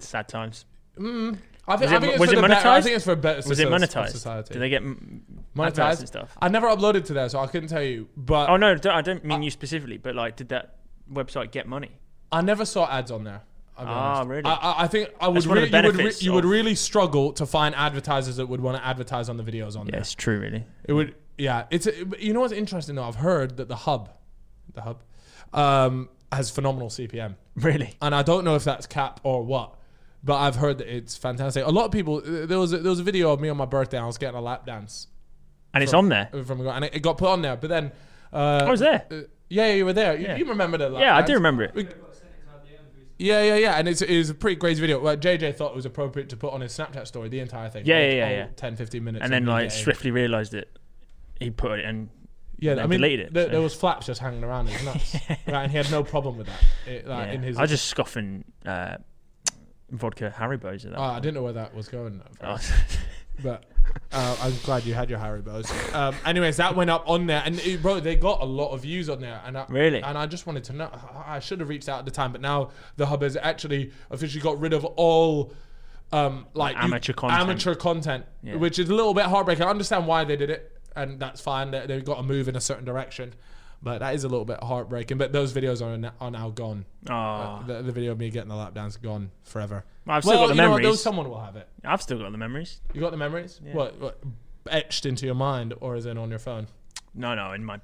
S3: Sad times.
S2: I think,
S3: Was it-
S2: I think it's
S3: was
S2: for
S3: it
S2: the better, I
S3: monetized?
S2: think it's for a better
S3: Was it
S2: soci-
S3: monetized?
S2: Society.
S3: Did they get m- adverts and stuff?
S2: I never uploaded to there, so I couldn't tell you. But
S3: Oh no, don't, I don't mean you specifically, but like, did that website get money?
S2: I never saw ads on there. I'll be
S3: Ah,
S2: honest.
S3: really?
S2: I- I, I think I would.
S3: That's one of
S2: rea-
S3: the
S2: you would,
S3: benefits
S2: you would
S3: of-
S2: really struggle to find advertisers that would want to advertise on the videos on there.
S3: true, really.
S2: It would. Yeah. It's. it- you know what's interesting though? I've heard that the hub, the hub, um, has phenomenal CPM.
S3: Really?
S2: and I don't know if that's cap or what, but I've heard that it's fantastic. A lot of people. There was a, there was a video of me on my birthday. I was getting a lap dance
S3: And it's on there.
S2: from a guy, and it, it got put on there. But then, uh,
S3: I was there.
S2: Uh, yeah, yeah, you were there. You-
S3: Yeah.
S2: You, remember that?
S3: Yeah, I do remember it.
S2: Yeah, yeah, yeah. And it's, it's a pretty crazy video. Well, JJ thought it was appropriate to put on his Snapchat story the entire thing.
S3: Yeah,
S2: Like,
S3: yeah, yeah,
S2: all
S3: yeah.
S2: 10, 15 minutes.
S3: And then
S2: of me
S3: like
S2: getting-
S3: swiftly realised it. He put it in.
S2: yeah,
S3: then
S2: I mean,
S3: deleted it,
S2: there,
S3: so.
S2: there was flaps just hanging around. It was nuts, right? And he had no problem with that. It, like,
S3: yeah.
S2: Uh, in his,
S3: I was just scoffing uh, vodka Haribo's at that.
S2: Oh, I didn't know where that was going.
S3: Oh,
S2: But uh, I'm glad you had your Harry Bows. Um, anyways, that went up on there, and it- bro, they got a lot of views on there. And I,
S3: Really?
S2: and I just wanted to know. I- I should have reached out at the time, but now the hub has actually officially got rid of all. Um, like you-
S3: Amateur content.
S2: amateur content,
S3: Yeah.
S2: which is a little bit heartbreaking. I understand why they did it, and that's fine. They, they've got to move in a certain direction, but that is a little bit heartbreaking. But those videos are, n- are now gone.
S3: Oh.
S2: The, the video of me getting the lap dance gone forever.
S3: I've still
S2: well,
S3: got the
S2: you know what,
S3: memories.
S2: though, someone will have it.
S3: I've still got the memories.
S2: You got the memories? What, what etched into your mind, or is it on your phone?
S3: No, no, in my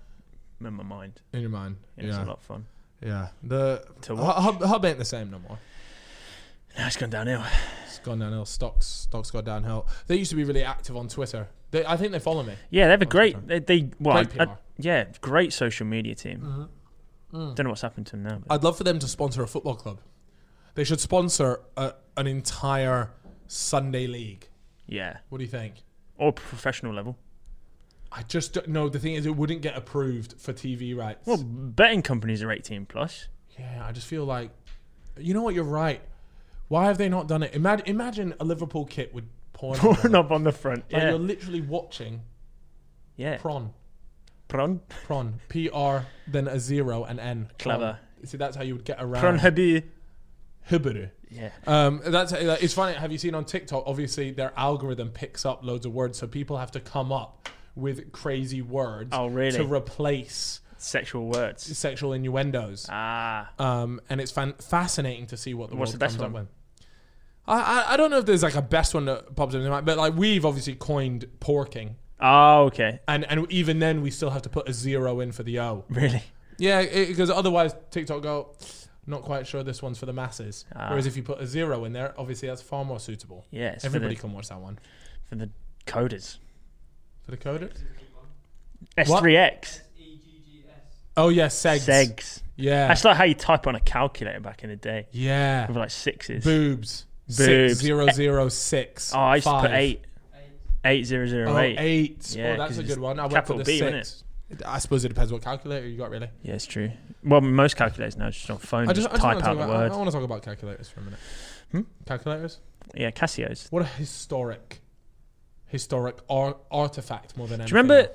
S3: in my mind.
S2: In your mind.
S3: It was a lot of fun.
S2: yeah. The
S3: To
S2: Hu-
S3: watch.
S2: hub, hub ain't the same no more.
S3: Now it's gone downhill.
S2: It's gone downhill. Stocks stocks got downhill. They used to be really active on Twitter. They, I think they follow me.
S3: Yeah, they have a
S2: sorry.
S3: great. They, they well,
S2: Great
S3: I- I-
S2: PR.
S3: yeah, great social media team. Don't know what's happened to them now. But
S2: I'd love for them to sponsor a football club. They should sponsor a, an entire Sunday league.
S3: yeah,
S2: What do you think?
S3: or professional level.
S2: I just don't know. The thing is, it wouldn't get approved for TV rights.
S3: Well, betting companies are eighteen plus.
S2: Yeah, I just feel like, you know what? You're right. Why have they not done it? Imagine, imagine a Liverpool kit with porn. on it.
S3: up on the front.
S2: Like
S3: Yeah,
S2: you're literally watching
S3: yeah.
S2: prawn,
S3: Pron,
S2: prawn, P R, then a zero and N. prawn.
S3: Clever.
S2: See, that's how you would get around.
S3: pron habi.
S2: Hiburu.
S3: Yeah,
S2: Um, that's uh, it's funny. Have you seen on TikTok? Obviously, their algorithm picks up loads of words, so people have to come up with crazy words.
S3: Oh, really?
S2: To replace
S3: sexual words.
S2: sexual innuendos.
S3: Ah,
S2: Um, and it's fan- fascinating to see what the
S3: What's
S2: world
S3: the best
S2: comes up
S3: one?
S2: with. I, I I don't know if there's like a best one that pops up in my mind, but like we've obviously coined porking
S3: Oh, okay.
S2: and and even then we still have to put a zero in for the O.
S3: Really?
S2: Yeah, because otherwise TikTok go. Not quite sure this one's for the masses.
S3: Ah.
S2: Whereas if you put a zero in there, obviously that's far more suitable.
S3: Yeah, it's for
S2: everybody
S3: the-
S2: can watch that one
S3: For the coders.
S2: for the coders.
S3: S3X.
S2: Oh yeah, segs.
S3: Segs.
S2: Yeah,
S3: That's like how you type on a calculator back in the day.
S2: yeah.
S3: With like sixes.
S2: Boobs.
S3: Boobs.
S2: Six zero zero six.
S3: Oh, I used to
S2: five.
S3: put eight. Eight zero zero
S2: Oh,
S3: eight.
S2: eight.
S3: Yeah,
S2: oh, that's
S3: 'cause
S2: a
S3: it's
S2: good one. I went for
S3: capital
S2: the
S3: B, wasn't
S2: six. I suppose it depends what calculator you got, really.
S3: Yeah, it's true. Well, most calculators now just on phone,
S2: I just,
S3: just,
S2: I just
S3: type
S2: want to
S3: out
S2: talk
S3: the
S2: about,
S3: word. Hmm?
S2: I, want to talk about calculators for a minute. Calculators.
S3: Yeah, Casios.
S2: What a historic, historic ar- artifact more than
S3: Do
S2: anything.
S3: you remember?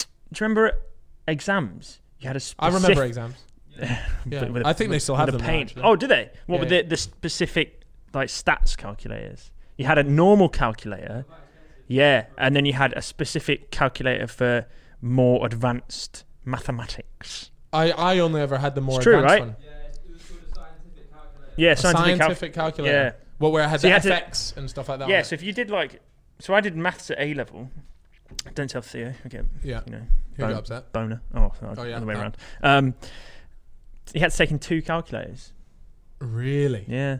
S3: Do you remember exams? You had a
S2: I
S3: specific.
S2: remember exams. Yeah.
S3: with a-
S2: I think they still
S3: with
S2: have
S3: a
S2: them. now,
S3: paint.
S2: actually.
S3: Oh, do they? What
S2: Yeah,
S3: were
S2: yeah.
S3: the, the specific like stats calculators? You had a normal calculator, yeah, and then you had a specific calculator for more advanced mathematics.
S2: I, I only ever had the more
S3: It's true,
S2: advanced
S3: right?
S2: one.
S3: Yeah, scientific.
S2: Scientific,
S3: cal-
S2: calculator.
S3: yeah.
S2: Well, where I had
S3: So you
S2: the
S3: had to-
S2: effects and stuff like that.
S3: yeah,
S2: on it.
S3: so if you did like, so I did maths at A level. Don't tell Theo. Okay,
S2: yeah.
S3: you know,
S2: Who got
S3: bone-
S2: upset?
S3: boner. Oh, no,
S2: Oh, yeah,
S3: other way
S2: no.
S3: around. Um, he had to take in two calculators.
S2: Really?
S3: Yeah,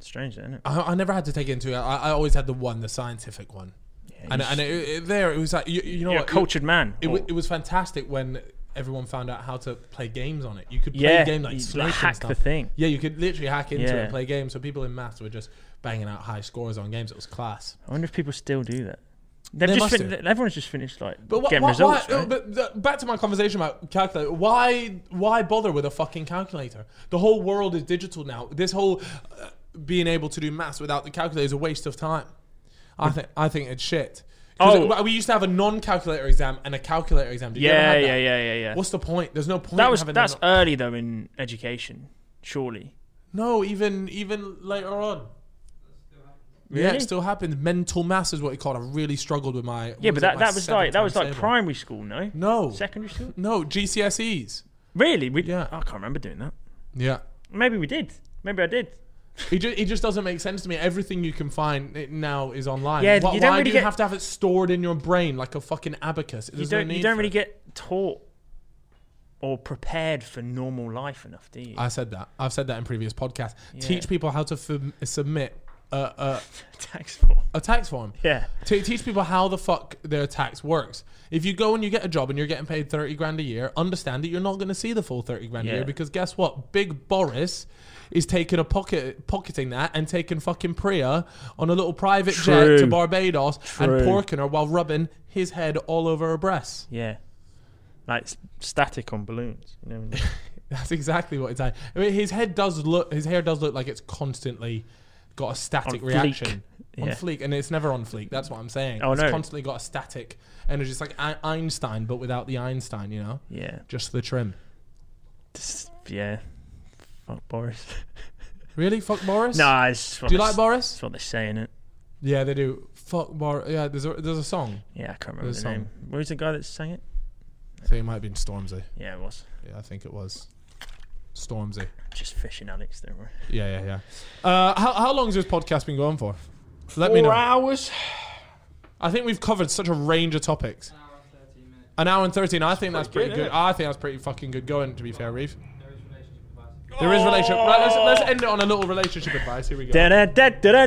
S3: strange, isn't it?
S2: I, I never had to take it into. I, I always had the one, the scientific one,
S3: Yeah,
S2: and
S3: you
S2: and it, it- there it was like you, you know
S3: you're a
S2: what?
S3: cultured man.
S2: It, it, wa-
S3: Or-
S2: it was fantastic when everyone found out how to play games on it. You could play
S3: yeah,
S2: a game like
S3: you,
S2: Snake and
S3: hack
S2: stuff.
S3: the thing.
S2: Yeah, you could literally hack into it
S3: Yeah.
S2: and play games. So people in maths were just banging out high scores on games. It was class.
S3: I wonder if people still do that. They've
S2: They
S3: just
S2: must
S3: fin-
S2: do.
S3: everyone's just finished like
S2: But what?
S3: getting
S2: why,
S3: results.
S2: why, oh,
S3: right?
S2: But the, back to my conversation about calculator. Why? Why bother with a fucking calculator? The whole world is digital now. This whole uh, being able to do maths without the calculator is a waste of time. I think. I think it's shit. 'Cause
S3: Mm. Oh.
S2: it- we used to have a non-calculator exam and a calculator exam. Did you ever
S3: yeah,
S2: have that?
S3: yeah, yeah, yeah, yeah.
S2: What's the point? There's no point.
S3: that
S2: in
S3: was
S2: having
S3: that's
S2: a non-
S3: early though in education, surely.
S2: no. Even even later on. Yeah,
S3: Really?
S2: it still happens. Mental maths is what it called. I really struggled with my.
S3: Yeah,
S2: what
S3: but
S2: is it,
S3: that,
S2: my
S3: that was
S2: seven
S3: like that was
S2: times
S3: like
S2: table.
S3: primary school, no?
S2: No,
S3: Secondary school?
S2: no GCSEs.
S3: Really? We,
S2: Yeah.
S3: I can't remember doing that.
S2: Yeah.
S3: Maybe we did. Maybe I did.
S2: It just, it just doesn't make sense to me. Everything you can find it now is online.
S3: Yeah,
S2: why,
S3: you don't
S2: why
S3: really
S2: do you
S3: get-
S2: have to have it stored in your brain like a fucking abacus? It
S3: You
S2: doesn't
S3: don't
S2: need
S3: you don't
S2: for
S3: really
S2: it.
S3: get taught or prepared for normal life enough, do you?
S2: I said that. I've said that in previous podcasts. Teach people how to fum- submit a, a,
S3: Tax for.
S2: a tax form.
S3: Yeah.
S2: Te- teach people how the fuck their tax works. If you go and you get a job and you're getting paid 30 grand a year, understand that you're not going to see the full 30 grand a
S3: Yeah.
S2: year because guess what? Big Boris is taking a pocket pocketing that and taking fucking Priya on a little private
S3: True.
S2: jet to Barbados
S3: True.
S2: and porking her while rubbing his head all over her breasts.
S3: Yeah. Like s- static on balloons. You know?
S2: That's exactly what it's like. I mean, his head does look his hair does look like it's constantly got a static
S3: On fleek.
S2: reaction. On
S3: Yeah.
S2: fleek, and it's never on fleek. That's what I'm saying.
S3: Oh,
S2: it's
S3: no.
S2: constantly got a static energy. It's like Ein- Einstein, but without the Einstein. You know,
S3: yeah.
S2: just the trim.
S3: Just- yeah. Fuck Boris.
S2: Really, fuck Boris.
S3: nah, it's just what
S2: Do you
S3: they-
S2: like Boris?
S3: That's what they say in it.
S2: Yeah, they do. Fuck Boris. Yeah, there's a there's a song.
S3: Yeah, I can't remember
S2: There's
S3: the
S2: some.
S3: name. Who's the guy that sang it?
S2: So it might have been Stormzy.
S3: Yeah, it was.
S2: Yeah, I think it was Stormzy.
S3: Just fishing Alex, don't worry.
S2: Yeah, yeah, yeah. Uh, how how long has this podcast been going for? Let me know.
S3: hours.
S2: I think we've covered such a range of topics. An hour and 13. I think that's pretty
S3: good,
S2: good.
S3: isn't it?
S2: I think that's pretty fucking good going, to be fair, Reeve. There is relationship. Right, let's, let's end it on a little relationship advice. Here we go.
S3: Da, da, da, da, da,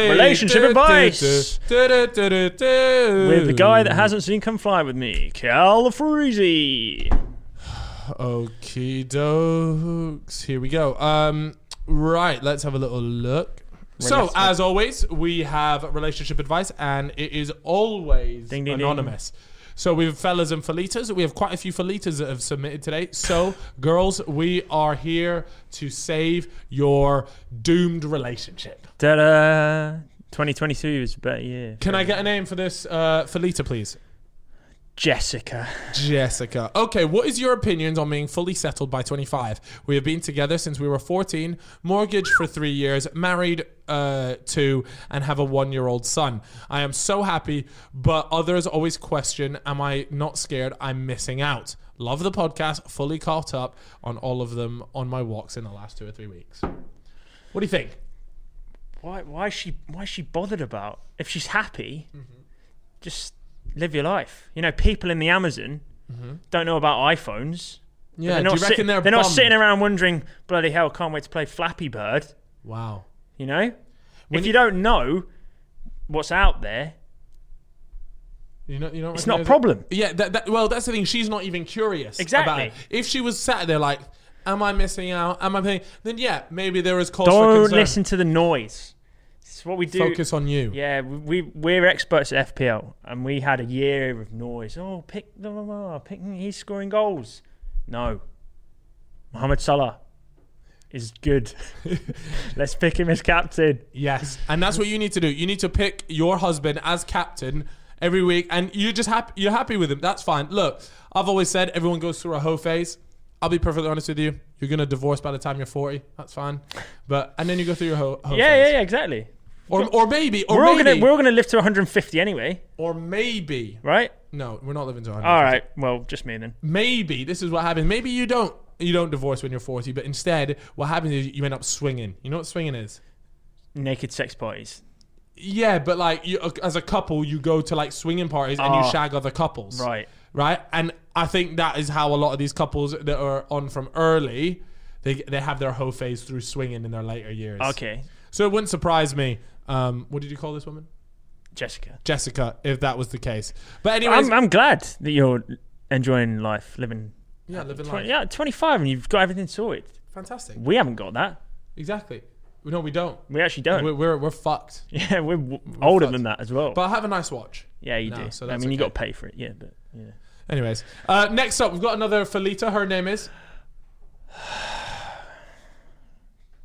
S3: da. Relationship advice with
S2: With
S3: the guy that hasn't seen Come Fly with Me, Cal Freezy.
S2: Okie dokes. Here we go. Um, right, let's have a little look. So,
S3: Relationship-
S2: as always, we have relationship advice, and it is always
S3: Ding, ding, ding.
S2: anonymous. So, we have fellas and felitas. We have quite a few felitas that have submitted today. So, girls, we are here to save your doomed relationship.
S3: Da da. 2022 is a better year.
S2: Can I get a name for this uh, felita, please?
S3: Jessica.
S2: Jessica. Okay, what is your opinions on being fully settled by 25? We have been together since we were 14, mortgage for three years, married uh, two, and have a one year old son. I am so happy, but others always question Am I not scared I'm missing out? Love the podcast, fully caught up on all of them on my walks in the last two or three weeks. What do you think? Mm-hmm.
S3: Why? Why is she? Why is she bothered about? If she's happy, just live your life. You know, people in the Amazon don't know about iPhones.
S2: Mm-hmm. Yeah,
S3: not
S2: do you reckon
S3: sit-
S2: they're,
S3: they're not
S2: bummed?
S3: sitting around wondering, bloody hell, can't wait to play Flappy Bird.
S2: Wow.
S3: You know, if
S2: you-
S3: you don't know what's out there,
S2: You know, you don't
S3: it's not a
S2: recognise it?
S3: problem.
S2: Yeah, that, that, well, that's the thing. She's not even curious. About
S3: Exactly.
S2: it. If she was sat there like, am I missing out? Am I paying? Then yeah, maybe there is cause for
S3: Don't
S2: concern.
S3: listen to the noise. It's what we do.
S2: Focus on you.
S3: Yeah, we we're experts at FPL, and we had a year of noise. Oh, pick the oh, pick. He's scoring goals. No, Mohamed Salah is good. Let's pick him as captain.
S2: Yes. And that's what you need to do. You need to pick your husband as captain every week and you just happy you're happy with him. That's fine. Look, I've always said everyone goes through a hoe phase. I'll be perfectly honest with you. You're gonna divorce by the time you're 40. That's fine. But and then you go through your hoe, hoe
S3: Yeah,
S2: phase.
S3: yeah, yeah, exactly.
S2: Or or maybe or
S3: We're all
S2: maybe
S3: gonna we're all gonna live to 150 anyway,
S2: or maybe
S3: right?
S2: no, we're not living to 100.
S3: All right. Well, just me then.
S2: Maybe this is what happens. Maybe you don't you don't divorce when you're 40, but instead what happens is you end up swinging. You know what swinging is?
S3: Naked sex parties.
S2: Yeah, but like you, uh, as a couple, you go to like swinging parties and you
S3: Ah.
S2: shag other couples.
S3: Right.
S2: Right. And I think that is how a lot of these couples that are on from early, they they have their whole phase through swinging in their later years.
S3: Okay,
S2: So it wouldn't surprise me. Um, what did you call this woman?
S3: Jessica.
S2: Jessica, if that was the case. But anyways,
S3: I'm I'm glad that you're enjoying life, living.
S2: yeah, living life.
S3: 20, yeah, 25, and you've got everything sorted.
S2: Fantastic.
S3: We haven't got that.
S2: Exactly. No, we don't.
S3: We actually don't.
S2: We're, we're, we're fucked.
S3: Yeah, we're, w older than that as well.
S2: But I have a nice watch.
S3: yeah, you
S2: no,
S3: do.
S2: so
S3: I
S2: that's
S3: mean, you
S2: okay.
S3: got to pay for it. Yeah, but yeah.
S2: Anyways, uh, next up, we've got another Felita. Her name is.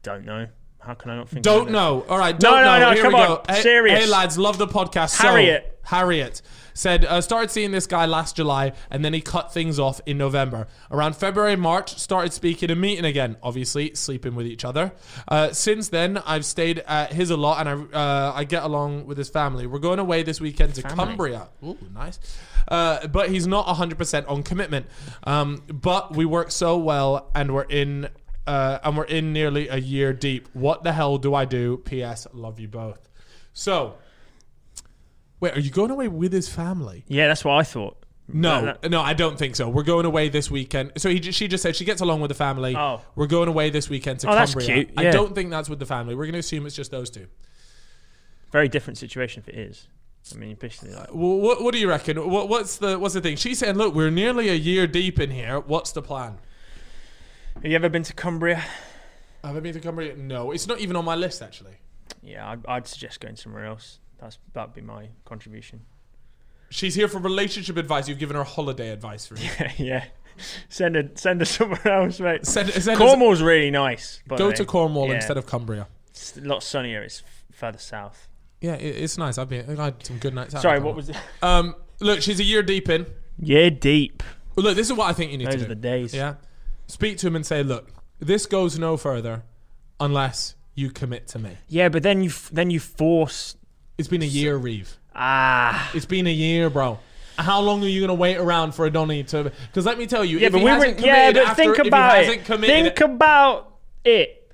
S3: Don't know. How can I not think? of
S2: Don't
S3: it?
S2: know. All right. Don't
S3: no,
S2: know.
S3: no,
S2: Here
S3: come
S2: we
S3: on.
S2: go. Hey-
S3: Serious.
S2: Hey, lads, love the podcast. So,
S3: Harriet.
S2: Harriet said, uh, started seeing this guy last July and then he cut things off in November. Around February, March, started speaking and meeting again. Obviously, sleeping with each other. Uh, since then, I've stayed at his a lot and I, uh, I get along with his family. We're going away this weekend to
S3: Family.
S2: Cumbria. Ooh, nice. Uh, but he's not 100% on commitment. Um, but we work so well and we're in uh, and we're in nearly a year deep. What the hell do I do? P.S. Love you both. So, wait, are you going away with his family?
S3: Yeah, that's what I thought.
S2: No,
S3: That-
S2: no, I don't think so. We're going away this weekend. So he, ju- she just said she gets along with the family.
S3: Oh.
S2: We're going away this weekend to
S3: Oh, that's
S2: Cumbria.
S3: cute,
S2: I
S3: yeah.
S2: don't think that's with the family. We're going to assume it's just those two.
S3: Very different situation if it is. I mean, you're basically like,
S2: Well, what, what do you reckon? What, what's the what's the thing? She's saying, look, we're nearly a year deep in here. What's the plan?
S3: have you ever been to Cumbria?
S2: Have I been to Cumbria? No, it's not even on my list actually.
S3: Yeah, I'd, I'd suggest going somewhere else. That's that'd be my contribution.
S2: She's here for relationship advice. You've given her holiday advice for you.
S3: yeah, send her send her somewhere else, mate.
S2: Send, send us-
S3: Cornwall's really nice. by the
S2: go
S3: way.
S2: to Cornwall
S3: Yeah.
S2: instead of Cumbria.
S3: It's a lot sunnier. It's f- further south.
S2: Yeah, it, it's nice. I've been. I had some good nights out.
S3: Sorry,
S2: in
S3: what
S2: Cornwall.
S3: was it?
S2: Um, look, she's a year deep in.
S3: Yeah, deep.
S2: Well, look, this is what I think you need to do.
S3: Those are the days.
S2: Yeah. Speak to him and say, look, this goes no further unless you commit to me.
S3: Yeah, but then you f- then you force
S2: It's been a year, Reeve.
S3: ah.
S2: It's been a year, bro. How long are you going to wait around for Adoni to? Because let me tell you,
S3: Yeah,
S2: if
S3: but
S2: he
S3: we were.
S2: hasn't
S3: Yeah,
S2: committed
S3: but
S2: after-
S3: think
S2: if he
S3: about
S2: hasn't
S3: it.
S2: committed-
S3: Think about it.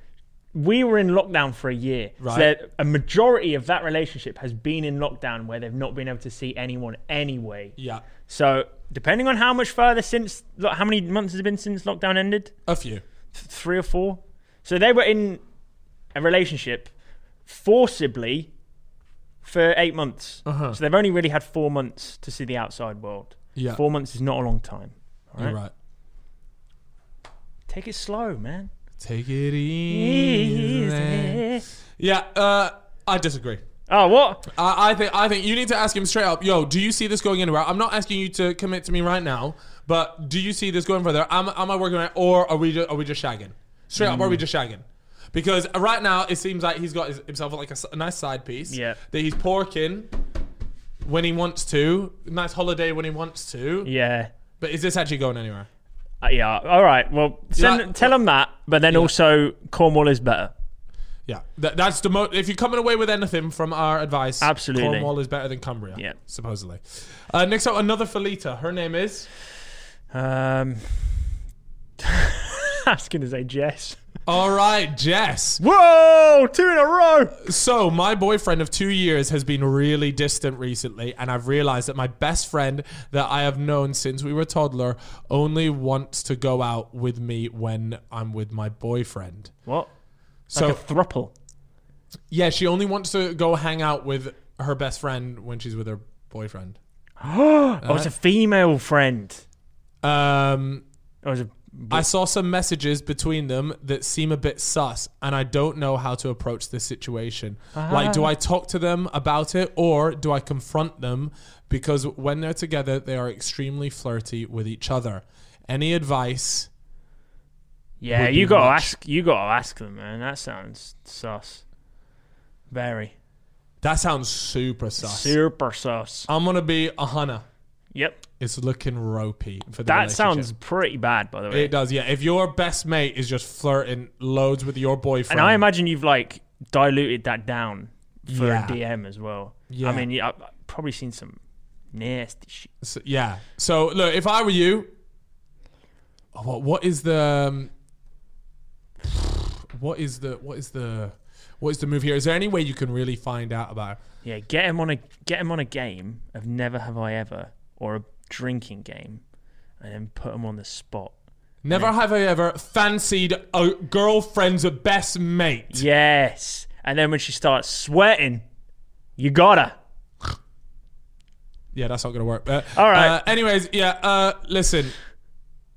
S3: We were in lockdown for a year.
S2: Right.
S3: So that a majority of that relationship has been in lockdown where they've not been able to see anyone anyway.
S2: yeah,
S3: So depending on how much further since, look, how many months has it been since lockdown ended?
S2: a few.
S3: Th- Three or four. So they were in a relationship forcibly for eight months.
S2: Uh-huh.
S3: So they've only really had four months to see the outside world.
S2: Yeah,
S3: Four months is not a long time. all
S2: you're
S3: right?
S2: right.
S3: Take it slow, man.
S2: Take it easy. Yeah, uh, I disagree.
S3: Oh, what?
S2: I, I think I think you need to ask him straight up. Yo, do you see this going anywhere? I'm not asking you to commit to me right now, but do you see this going further? Am, am I working right, or are we just, are we just shagging? Straight up, are
S3: Mm.
S2: we just shagging? Because right now it seems like he's got his, himself like a, s- a nice side piece
S3: Yeah.
S2: that he's porking when he wants to, nice holiday when he wants to.
S3: Yeah.
S2: But is this actually going anywhere?
S3: Uh, yeah. All right. Well, send,
S2: like-
S3: tell them that, but then also Cornwall is better.
S2: Yeah, that, that's the most. If you're coming away with anything from our advice,
S3: Absolutely.
S2: Cornwall is better than Cumbria.
S3: Yeah.
S2: supposedly. Uh, next up, another Felita. Her name is.
S3: Um, I was going to say Jess.
S2: All right, Jess.
S3: Whoa, two in a row.
S2: So, my boyfriend of two years has been really distant recently, and I've realized that my best friend that I have known since we were a toddler only wants to go out with me when I'm with my boyfriend.
S3: What?
S2: So,
S3: like a thruple.
S2: yeah, she only wants to go hang out with her best friend when she's with her boyfriend.
S3: Oh, it's a female friend.
S2: Um,
S3: Oh, it's a
S2: I saw some messages between them that seem a bit sus, and I don't know how to approach this situation. Like, do I talk to them about it or do I confront them? Because when they're together, they are extremely flirty with each other. Any advice?
S3: yeah.
S2: would be
S3: You gotta
S2: much.
S3: ask. You gotta ask them, man. That sounds sus. Very
S2: That sounds super sus.
S3: super sus.
S2: I'm gonna be a hunter.
S3: Yep.
S2: It's looking ropey for the
S3: That
S2: relationship.
S3: sounds pretty bad, by the way.
S2: It does, yeah. If your best mate is just flirting loads with your boyfriend,
S3: and I imagine you've like diluted that down for
S2: Yeah.
S3: a DM as well.
S2: Yeah.
S3: I mean, yeah, I've I've probably seen some nasty shit.
S2: So, yeah. So look, if I were you, oh, what what is the um, what is the what is the what is the move here? Is there any way you can really find out about?
S3: Yeah, get him on a get him on a game of Never Have I Ever or a drinking game, and then put him on the spot.
S2: Never have I ever fancied a girlfriend's best mate.
S3: Yes, and then when she starts sweating, you gotta.
S2: Yeah, that's not gonna work. Uh,
S3: All right.
S2: Uh, anyways, yeah. Uh, listen.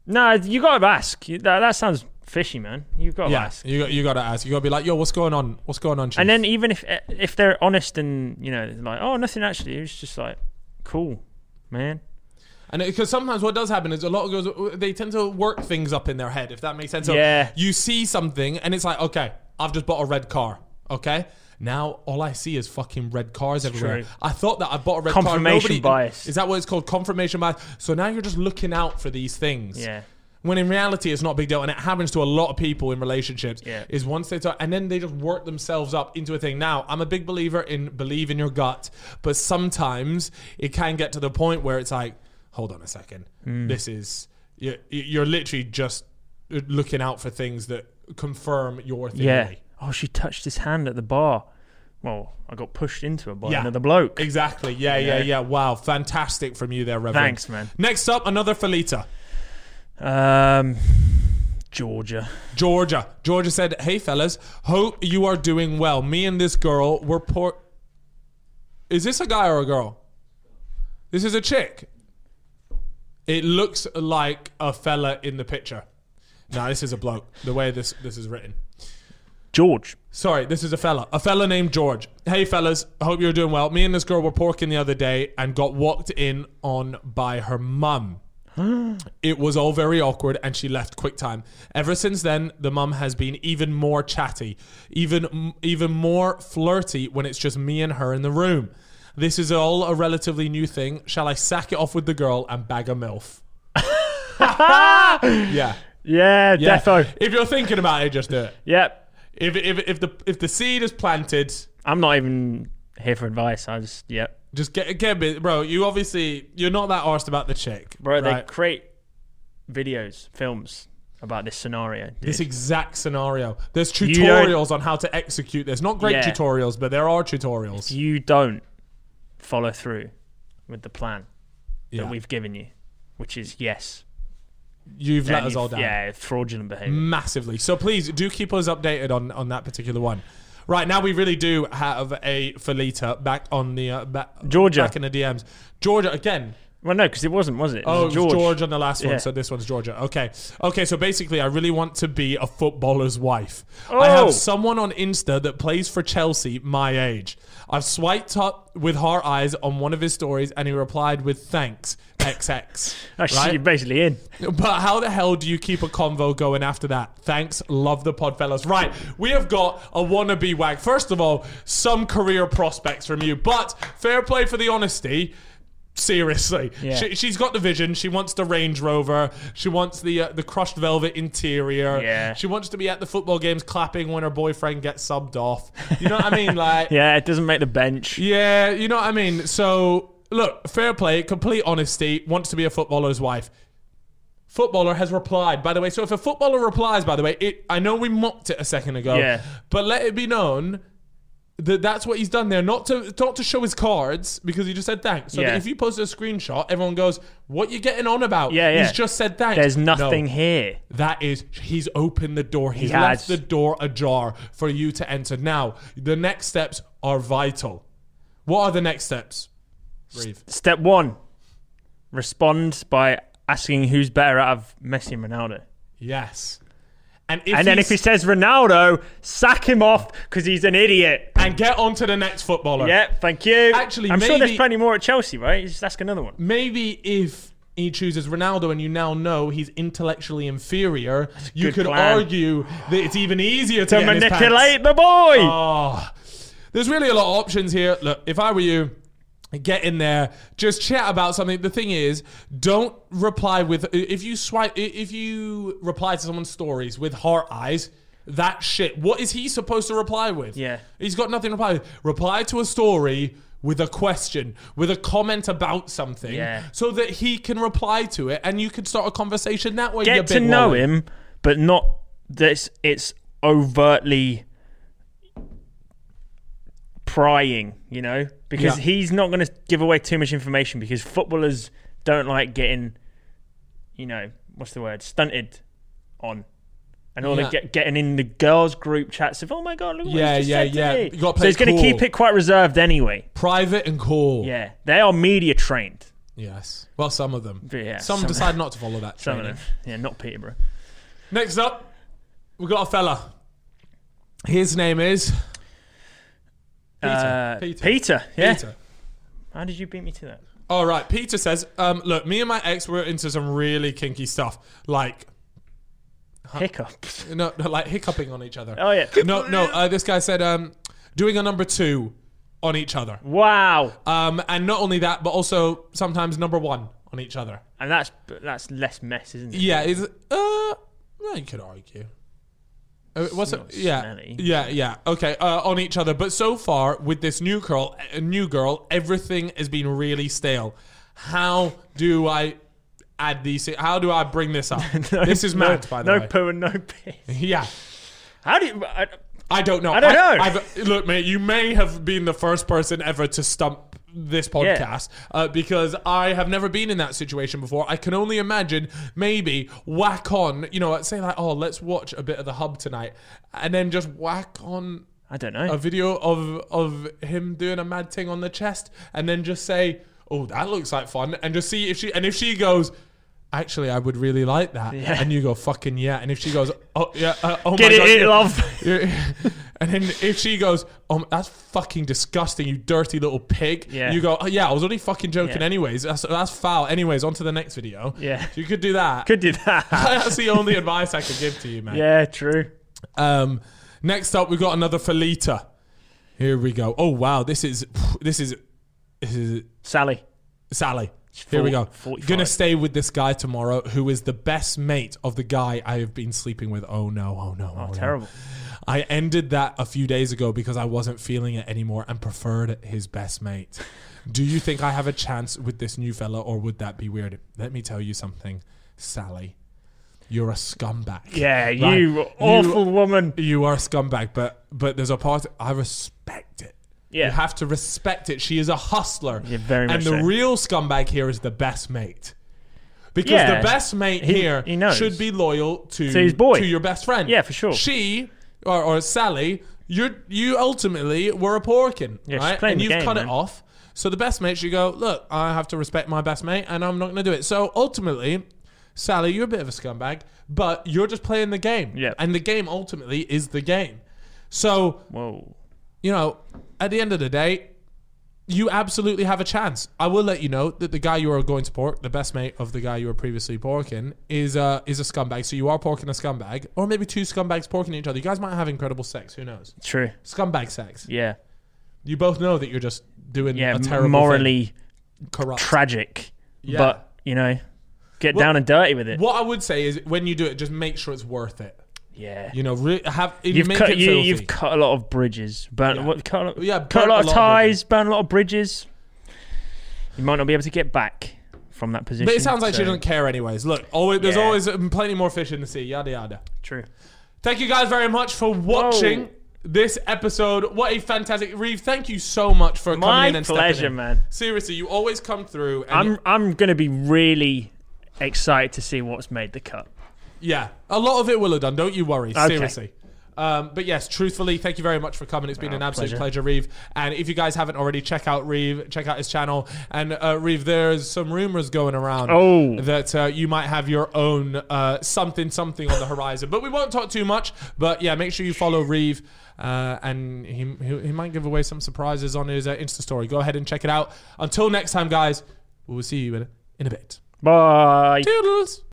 S3: No, you gotta ask. You- That, that sounds fishy, man. You gotta
S2: Yeah,
S3: ask.
S2: you got you gotta ask. You gotta be like, yo, what's going on? What's going on? Chief?
S3: And then even if if they're honest and you know like oh nothing actually, it's just like cool, man.
S2: And because sometimes what does happen is a lot of girls they tend to work things up in their head, if that makes sense. So
S3: Yeah.
S2: You see something and it's like, okay, I've just bought a red car. Okay. Now all I see is fucking red cars everywhere.
S3: true.
S2: I thought that I bought a red car.
S3: Confirmation
S2: Nobody-
S3: bias.
S2: Is that what it's called? Confirmation bias. So now you're just looking out for these things.
S3: Yeah.
S2: When in reality it's not a big deal, and it happens to a lot of people in relationships.
S3: Yeah.
S2: Is once they talk, and then they just work themselves up into a thing. Now, I'm a big believer in believe in your gut, but sometimes it can get to the point where it's like, hold on a second,
S3: Hmm.
S2: this is you're, you're literally just looking out for things that confirm your theory.
S3: Yeah. Oh, she touched his hand at the bar. Well, I got pushed into it by
S2: Yeah.
S3: another bloke.
S2: Exactly. Yeah, yeah, yeah,
S3: Yeah.
S2: Wow. Fantastic from you there, Reverend.
S3: Thanks, man.
S2: Next up, another Felita.
S3: Um, Georgia.
S2: Georgia. Georgia said, "Hey fellas, hope you are doing well. Me and this girl were poor. Is this a guy or a girl? This is a chick. It looks like a fella in the picture. No, this is a bloke. The way this this is written.
S3: George.
S2: Sorry, this is a fella. A fella named George. Hey fellas, hope you're doing well. Me and this girl were porking the other day and got walked in on by her mum. It was all very awkward and she left quick time. Ever since then, the mum has been even more chatty, even even more flirty when it's just me and her in the room. This is all a relatively new thing. Shall I sack it off with the girl and bag a milf? yeah.
S3: Yeah,
S2: yeah.
S3: Defo.
S2: If you're thinking about it, just do it.
S3: Yep.
S2: If, if, if the if the seed is planted,
S3: I'm not even here for advice. I just yep.
S2: just get get a bit, bro. You obviously you're not that arsed about the chick,
S3: Bro, they
S2: right?
S3: create videos, films about this scenario. dude.
S2: this exact scenario. There's
S3: don't-
S2: tutorials on how to execute this. Not great
S3: Yeah.
S2: tutorials, but there are tutorials.
S3: you don't follow through with the plan
S2: Yeah.
S3: that we've given you, which is yes.
S2: You've let
S3: And
S2: us
S3: you-
S2: all down Mm.
S3: Yeah, fraudulent behavior.
S2: massively. So please do keep us updated on on that particular one. Right now, we really do have a Felita back on the uh, back,
S3: Georgia.
S2: back in the DMs. Georgia again.
S3: Well, no, because it wasn't, was it? It
S2: Oh,
S3: was
S2: it was
S3: George.
S2: George on the last one,
S3: Yeah.
S2: so this one's Georgia. Okay. Okay, so basically, I really want to be a footballer's wife. I have
S3: Oh.
S2: someone on Insta that plays for Chelsea my age. I've swiped up with her eyes on one of his stories, and he replied with thanks, XX.
S3: Oh, shit, you're basically in.
S2: But how the hell do you keep a convo going after that? Thanks, love the pod, fellas. Right, we have got a wannabe wag. First of all, some career prospects from you, but fair play for the honesty. Seriously,
S3: Yeah.
S2: she, she's got the vision. She wants the Range Rover. She wants the uh, the crushed velvet interior.
S3: Yeah.
S2: She wants to be at the football games clapping when her boyfriend gets subbed off. You know what I mean? Like,
S3: Yeah, it doesn't make the bench.
S2: yeah, you know what I mean. So look, fair play, complete honesty. Wants to be a footballer's wife. Footballer has replied, by the way. So if a footballer replies, by the way, it, I know we mocked it a second ago,
S3: Yeah.
S2: but let it be known that that's what he's done there. Not to not to show his cards because he just said thanks. So
S3: Yeah.
S2: if you post a screenshot, everyone goes, "What you getting on about?"
S3: Yeah, yeah.
S2: He's just said thanks.
S3: There's
S2: No.
S3: nothing here.
S2: That is, he's opened the door. He's
S3: has.
S2: left the door ajar for you to enter. Now, the next steps are vital. What are the next steps? Breathe.
S3: Step one: respond by asking who's better out of Messi and Ronaldo.
S2: Yes. And if,
S3: And then if he
S2: he's-
S3: says Ronaldo, sack him off because he's an idiot.
S2: and get on to the next footballer.
S3: Yeah, thank you.
S2: Actually,
S3: I'm sure there's
S2: maybe-
S3: plenty more at Chelsea, right? Just ask another one.
S2: Maybe if he chooses Ronaldo and you now know he's intellectually inferior, you
S3: good
S2: could
S3: plan.
S2: argue that it's even easier to,
S3: To
S2: get in his pants.
S3: manipulate the boy.
S2: Oh, there's really a lot of options here. Look, if I were you, get in there, just chat about something. The thing is, don't reply with if you swipe if you reply to someone's stories with heart eyes. That shit. What is he supposed to reply with?
S3: Yeah.
S2: he's got nothing to reply. With. Reply to a story with a question, with a comment about something,
S3: Yeah.
S2: so that he can reply to it, and you can start a conversation that way. you
S3: Get to
S2: big
S3: know
S2: wallet.
S3: him, but not that it's overtly prying, you know? Because
S2: Yeah.
S3: he's not going to give away too much information because footballers don't like getting, you know, what's the word? Stunted on. And all
S2: Yeah.
S3: the get, getting in the girls' group chats of, oh my God, look what
S2: Yeah,
S3: he's just
S2: yeah,
S3: said to
S2: yeah.
S3: me."
S2: You gotta
S3: So
S2: play
S3: he's going to
S2: cool.
S3: keep it quite reserved anyway.
S2: private and cool.
S3: Yeah, they are media trained.
S2: Yes. Well, some of them.
S3: But yeah,
S2: some,
S3: some-
S2: decide not to follow that.
S3: Some of
S2: training.
S3: them. Yeah, not Peterborough.
S2: Next up, we got a fella. His name is Peter.
S3: Uh,
S2: Peter.
S3: Peter. Yeah.
S2: Peter.
S3: How did you beat me to that?
S2: All right. Peter says, um, "Look, me and my ex were into some really kinky stuff, like
S3: Uh, Hiccups.
S2: no, no, like hiccuping on each other.
S3: Oh yeah.
S2: No, no. Uh, this guy said, um, doing a number two on each other,
S3: Wow.
S2: um, and not only that, but also sometimes number one on each other.
S3: And that's that's less mess, isn't it?
S2: Yeah, is uh, well, you could argue. Uh, What's it?
S3: not
S2: Yeah,
S3: smelly.
S2: yeah, yeah. Okay, uh, on each other. But so far with this new girl, uh, new girl, everything has been really stale. How do I add these? How do I bring this up? this is mad,
S3: no,
S2: by the
S3: No
S2: way.
S3: poo and no piss.
S2: yeah,
S3: How do you? I,
S2: I don't know.
S3: I don't know.
S2: I've, look, mate, you may have been the first person ever to stump this podcast uh, because I have never been in that situation before. I can only imagine maybe whack on, you know, say like, oh, let's watch a bit of the hub tonight, and then just whack on
S3: I don't
S2: a
S3: know.
S2: video of of him doing a mad thing on the chest, and then just say, oh, that looks like fun, and just see if she and if she goes. Actually, I would really like that.
S3: Yeah.
S2: And you go fucking yeah. And if she goes, oh yeah, uh, oh
S3: Get
S2: my
S3: it,
S2: God,
S3: in,
S2: yeah."
S3: love.
S2: and then if she goes, "Oh, that's fucking disgusting, you dirty little pig,"
S3: Yeah.
S2: you go, oh, "Yeah, I was only fucking joking,
S3: Yeah.
S2: anyways. That's that's foul. Anyways, on to the next video.
S3: Yeah.
S2: you could do that.
S3: Could do that.
S2: that's the only advice I could give to you, man.
S3: yeah, true.
S2: Um, next up, we've got another Felita. Here we go. Oh wow, this is this is this is
S3: Sally.
S2: Sally. Here we go.
S3: 45.
S2: Gonna stay with this guy tomorrow, who is the best mate of the guy I have been sleeping with. Oh no! Oh no! Oh, no.
S3: Terrible.
S2: I ended that a few days ago because I wasn't feeling it anymore and preferred his best mate. Do you think I have a chance with this new fella or would that be weird? Let me tell you something, Sally. You're a scumbag.
S3: Yeah,
S2: Right.
S3: you awful woman.
S2: You are a scumbag, but but there's a part I respect it.
S3: Yeah.
S2: You have to respect it. She is a hustler.
S3: Yeah, very
S2: and
S3: much
S2: the
S3: so.
S2: real scumbag here is the best mate. Because the
S3: Yeah.
S2: best mate
S3: He-
S2: here
S3: he knows.
S2: should be loyal to,
S3: To his boy.
S2: to your best friend.
S3: Yeah, for sure.
S2: She or, or Sally, you you ultimately were a porkin,
S3: Yeah, she's
S2: right?
S3: playing
S2: And
S3: the
S2: you've
S3: game,
S2: cut it
S3: man.
S2: off. So the best mate should go, look, I have to respect my best mate and I'm not going to do it. So ultimately, Sally, you're a bit of a scumbag, but you're just playing the game.
S3: Yeah.
S2: And the game ultimately is the game. So,
S3: Whoa.
S2: you know, at the end of the day, you absolutely have a chance. I will let you know that the guy you are going to pork, the best mate of the guy you were previously porking, is uh, is a scumbag. So you are porking a scumbag, or maybe two scumbags porking each other. You guys might have incredible sex. Who knows?
S3: True.
S2: Scumbag sex.
S3: Yeah.
S2: You both know that you're just doing
S3: Yeah.
S2: a terrible,
S3: morally
S2: thing, corrupt.
S3: tragic,
S2: Yeah.
S3: but you know, get down and dirty with it.
S2: what I would say is, when you do it, just make sure it's worth it.
S3: Yeah.
S2: You know, re- have
S3: You've
S2: make
S3: cut
S2: it
S3: you,
S2: filthy.
S3: you've cut a lot of bridges, burnt
S2: Yeah.
S3: what cut a lot,
S2: Yeah,
S3: cut
S2: burnt
S3: a lot of
S2: a lot of
S3: ties, burnt a lot of bridges. You might not be able to get back from that position.
S2: But it sounds like she
S3: so-
S2: doesn't care, anyways. Look, always, there's
S3: Yeah.
S2: always um, plenty more fish in the sea. Yada yada.
S3: True.
S2: Thank you guys very much for watching
S3: Whoa.
S2: this episode. What a fantastic Reeve! Thank you so much for coming
S3: My
S2: in and stepping
S3: pleasure,
S2: in.
S3: man.
S2: Seriously, you always come through. And
S3: I'm I'm gonna be really excited to see what's made the cut.
S2: yeah, a lot of it will have done. Don't you worry.
S3: Okay.
S2: Seriously. Um, but yes, truthfully, thank you very much for coming. It's been an absolute pleasure.
S3: pleasure.
S2: Reeve. And if you guys haven't already, check out Reeve, check out his channel. And uh, Reeve, there's some rumors going around
S3: Oh.
S2: that uh, you might have your own uh, something something on the horizon. But we won't talk too much. But yeah, make sure you follow Reeve, uh, and he, he he might give away some surprises on his uh, Insta story. Go ahead and check it out. Until next time, guys, we'll see you in a, in a bit.
S3: Bye.
S2: Toodles.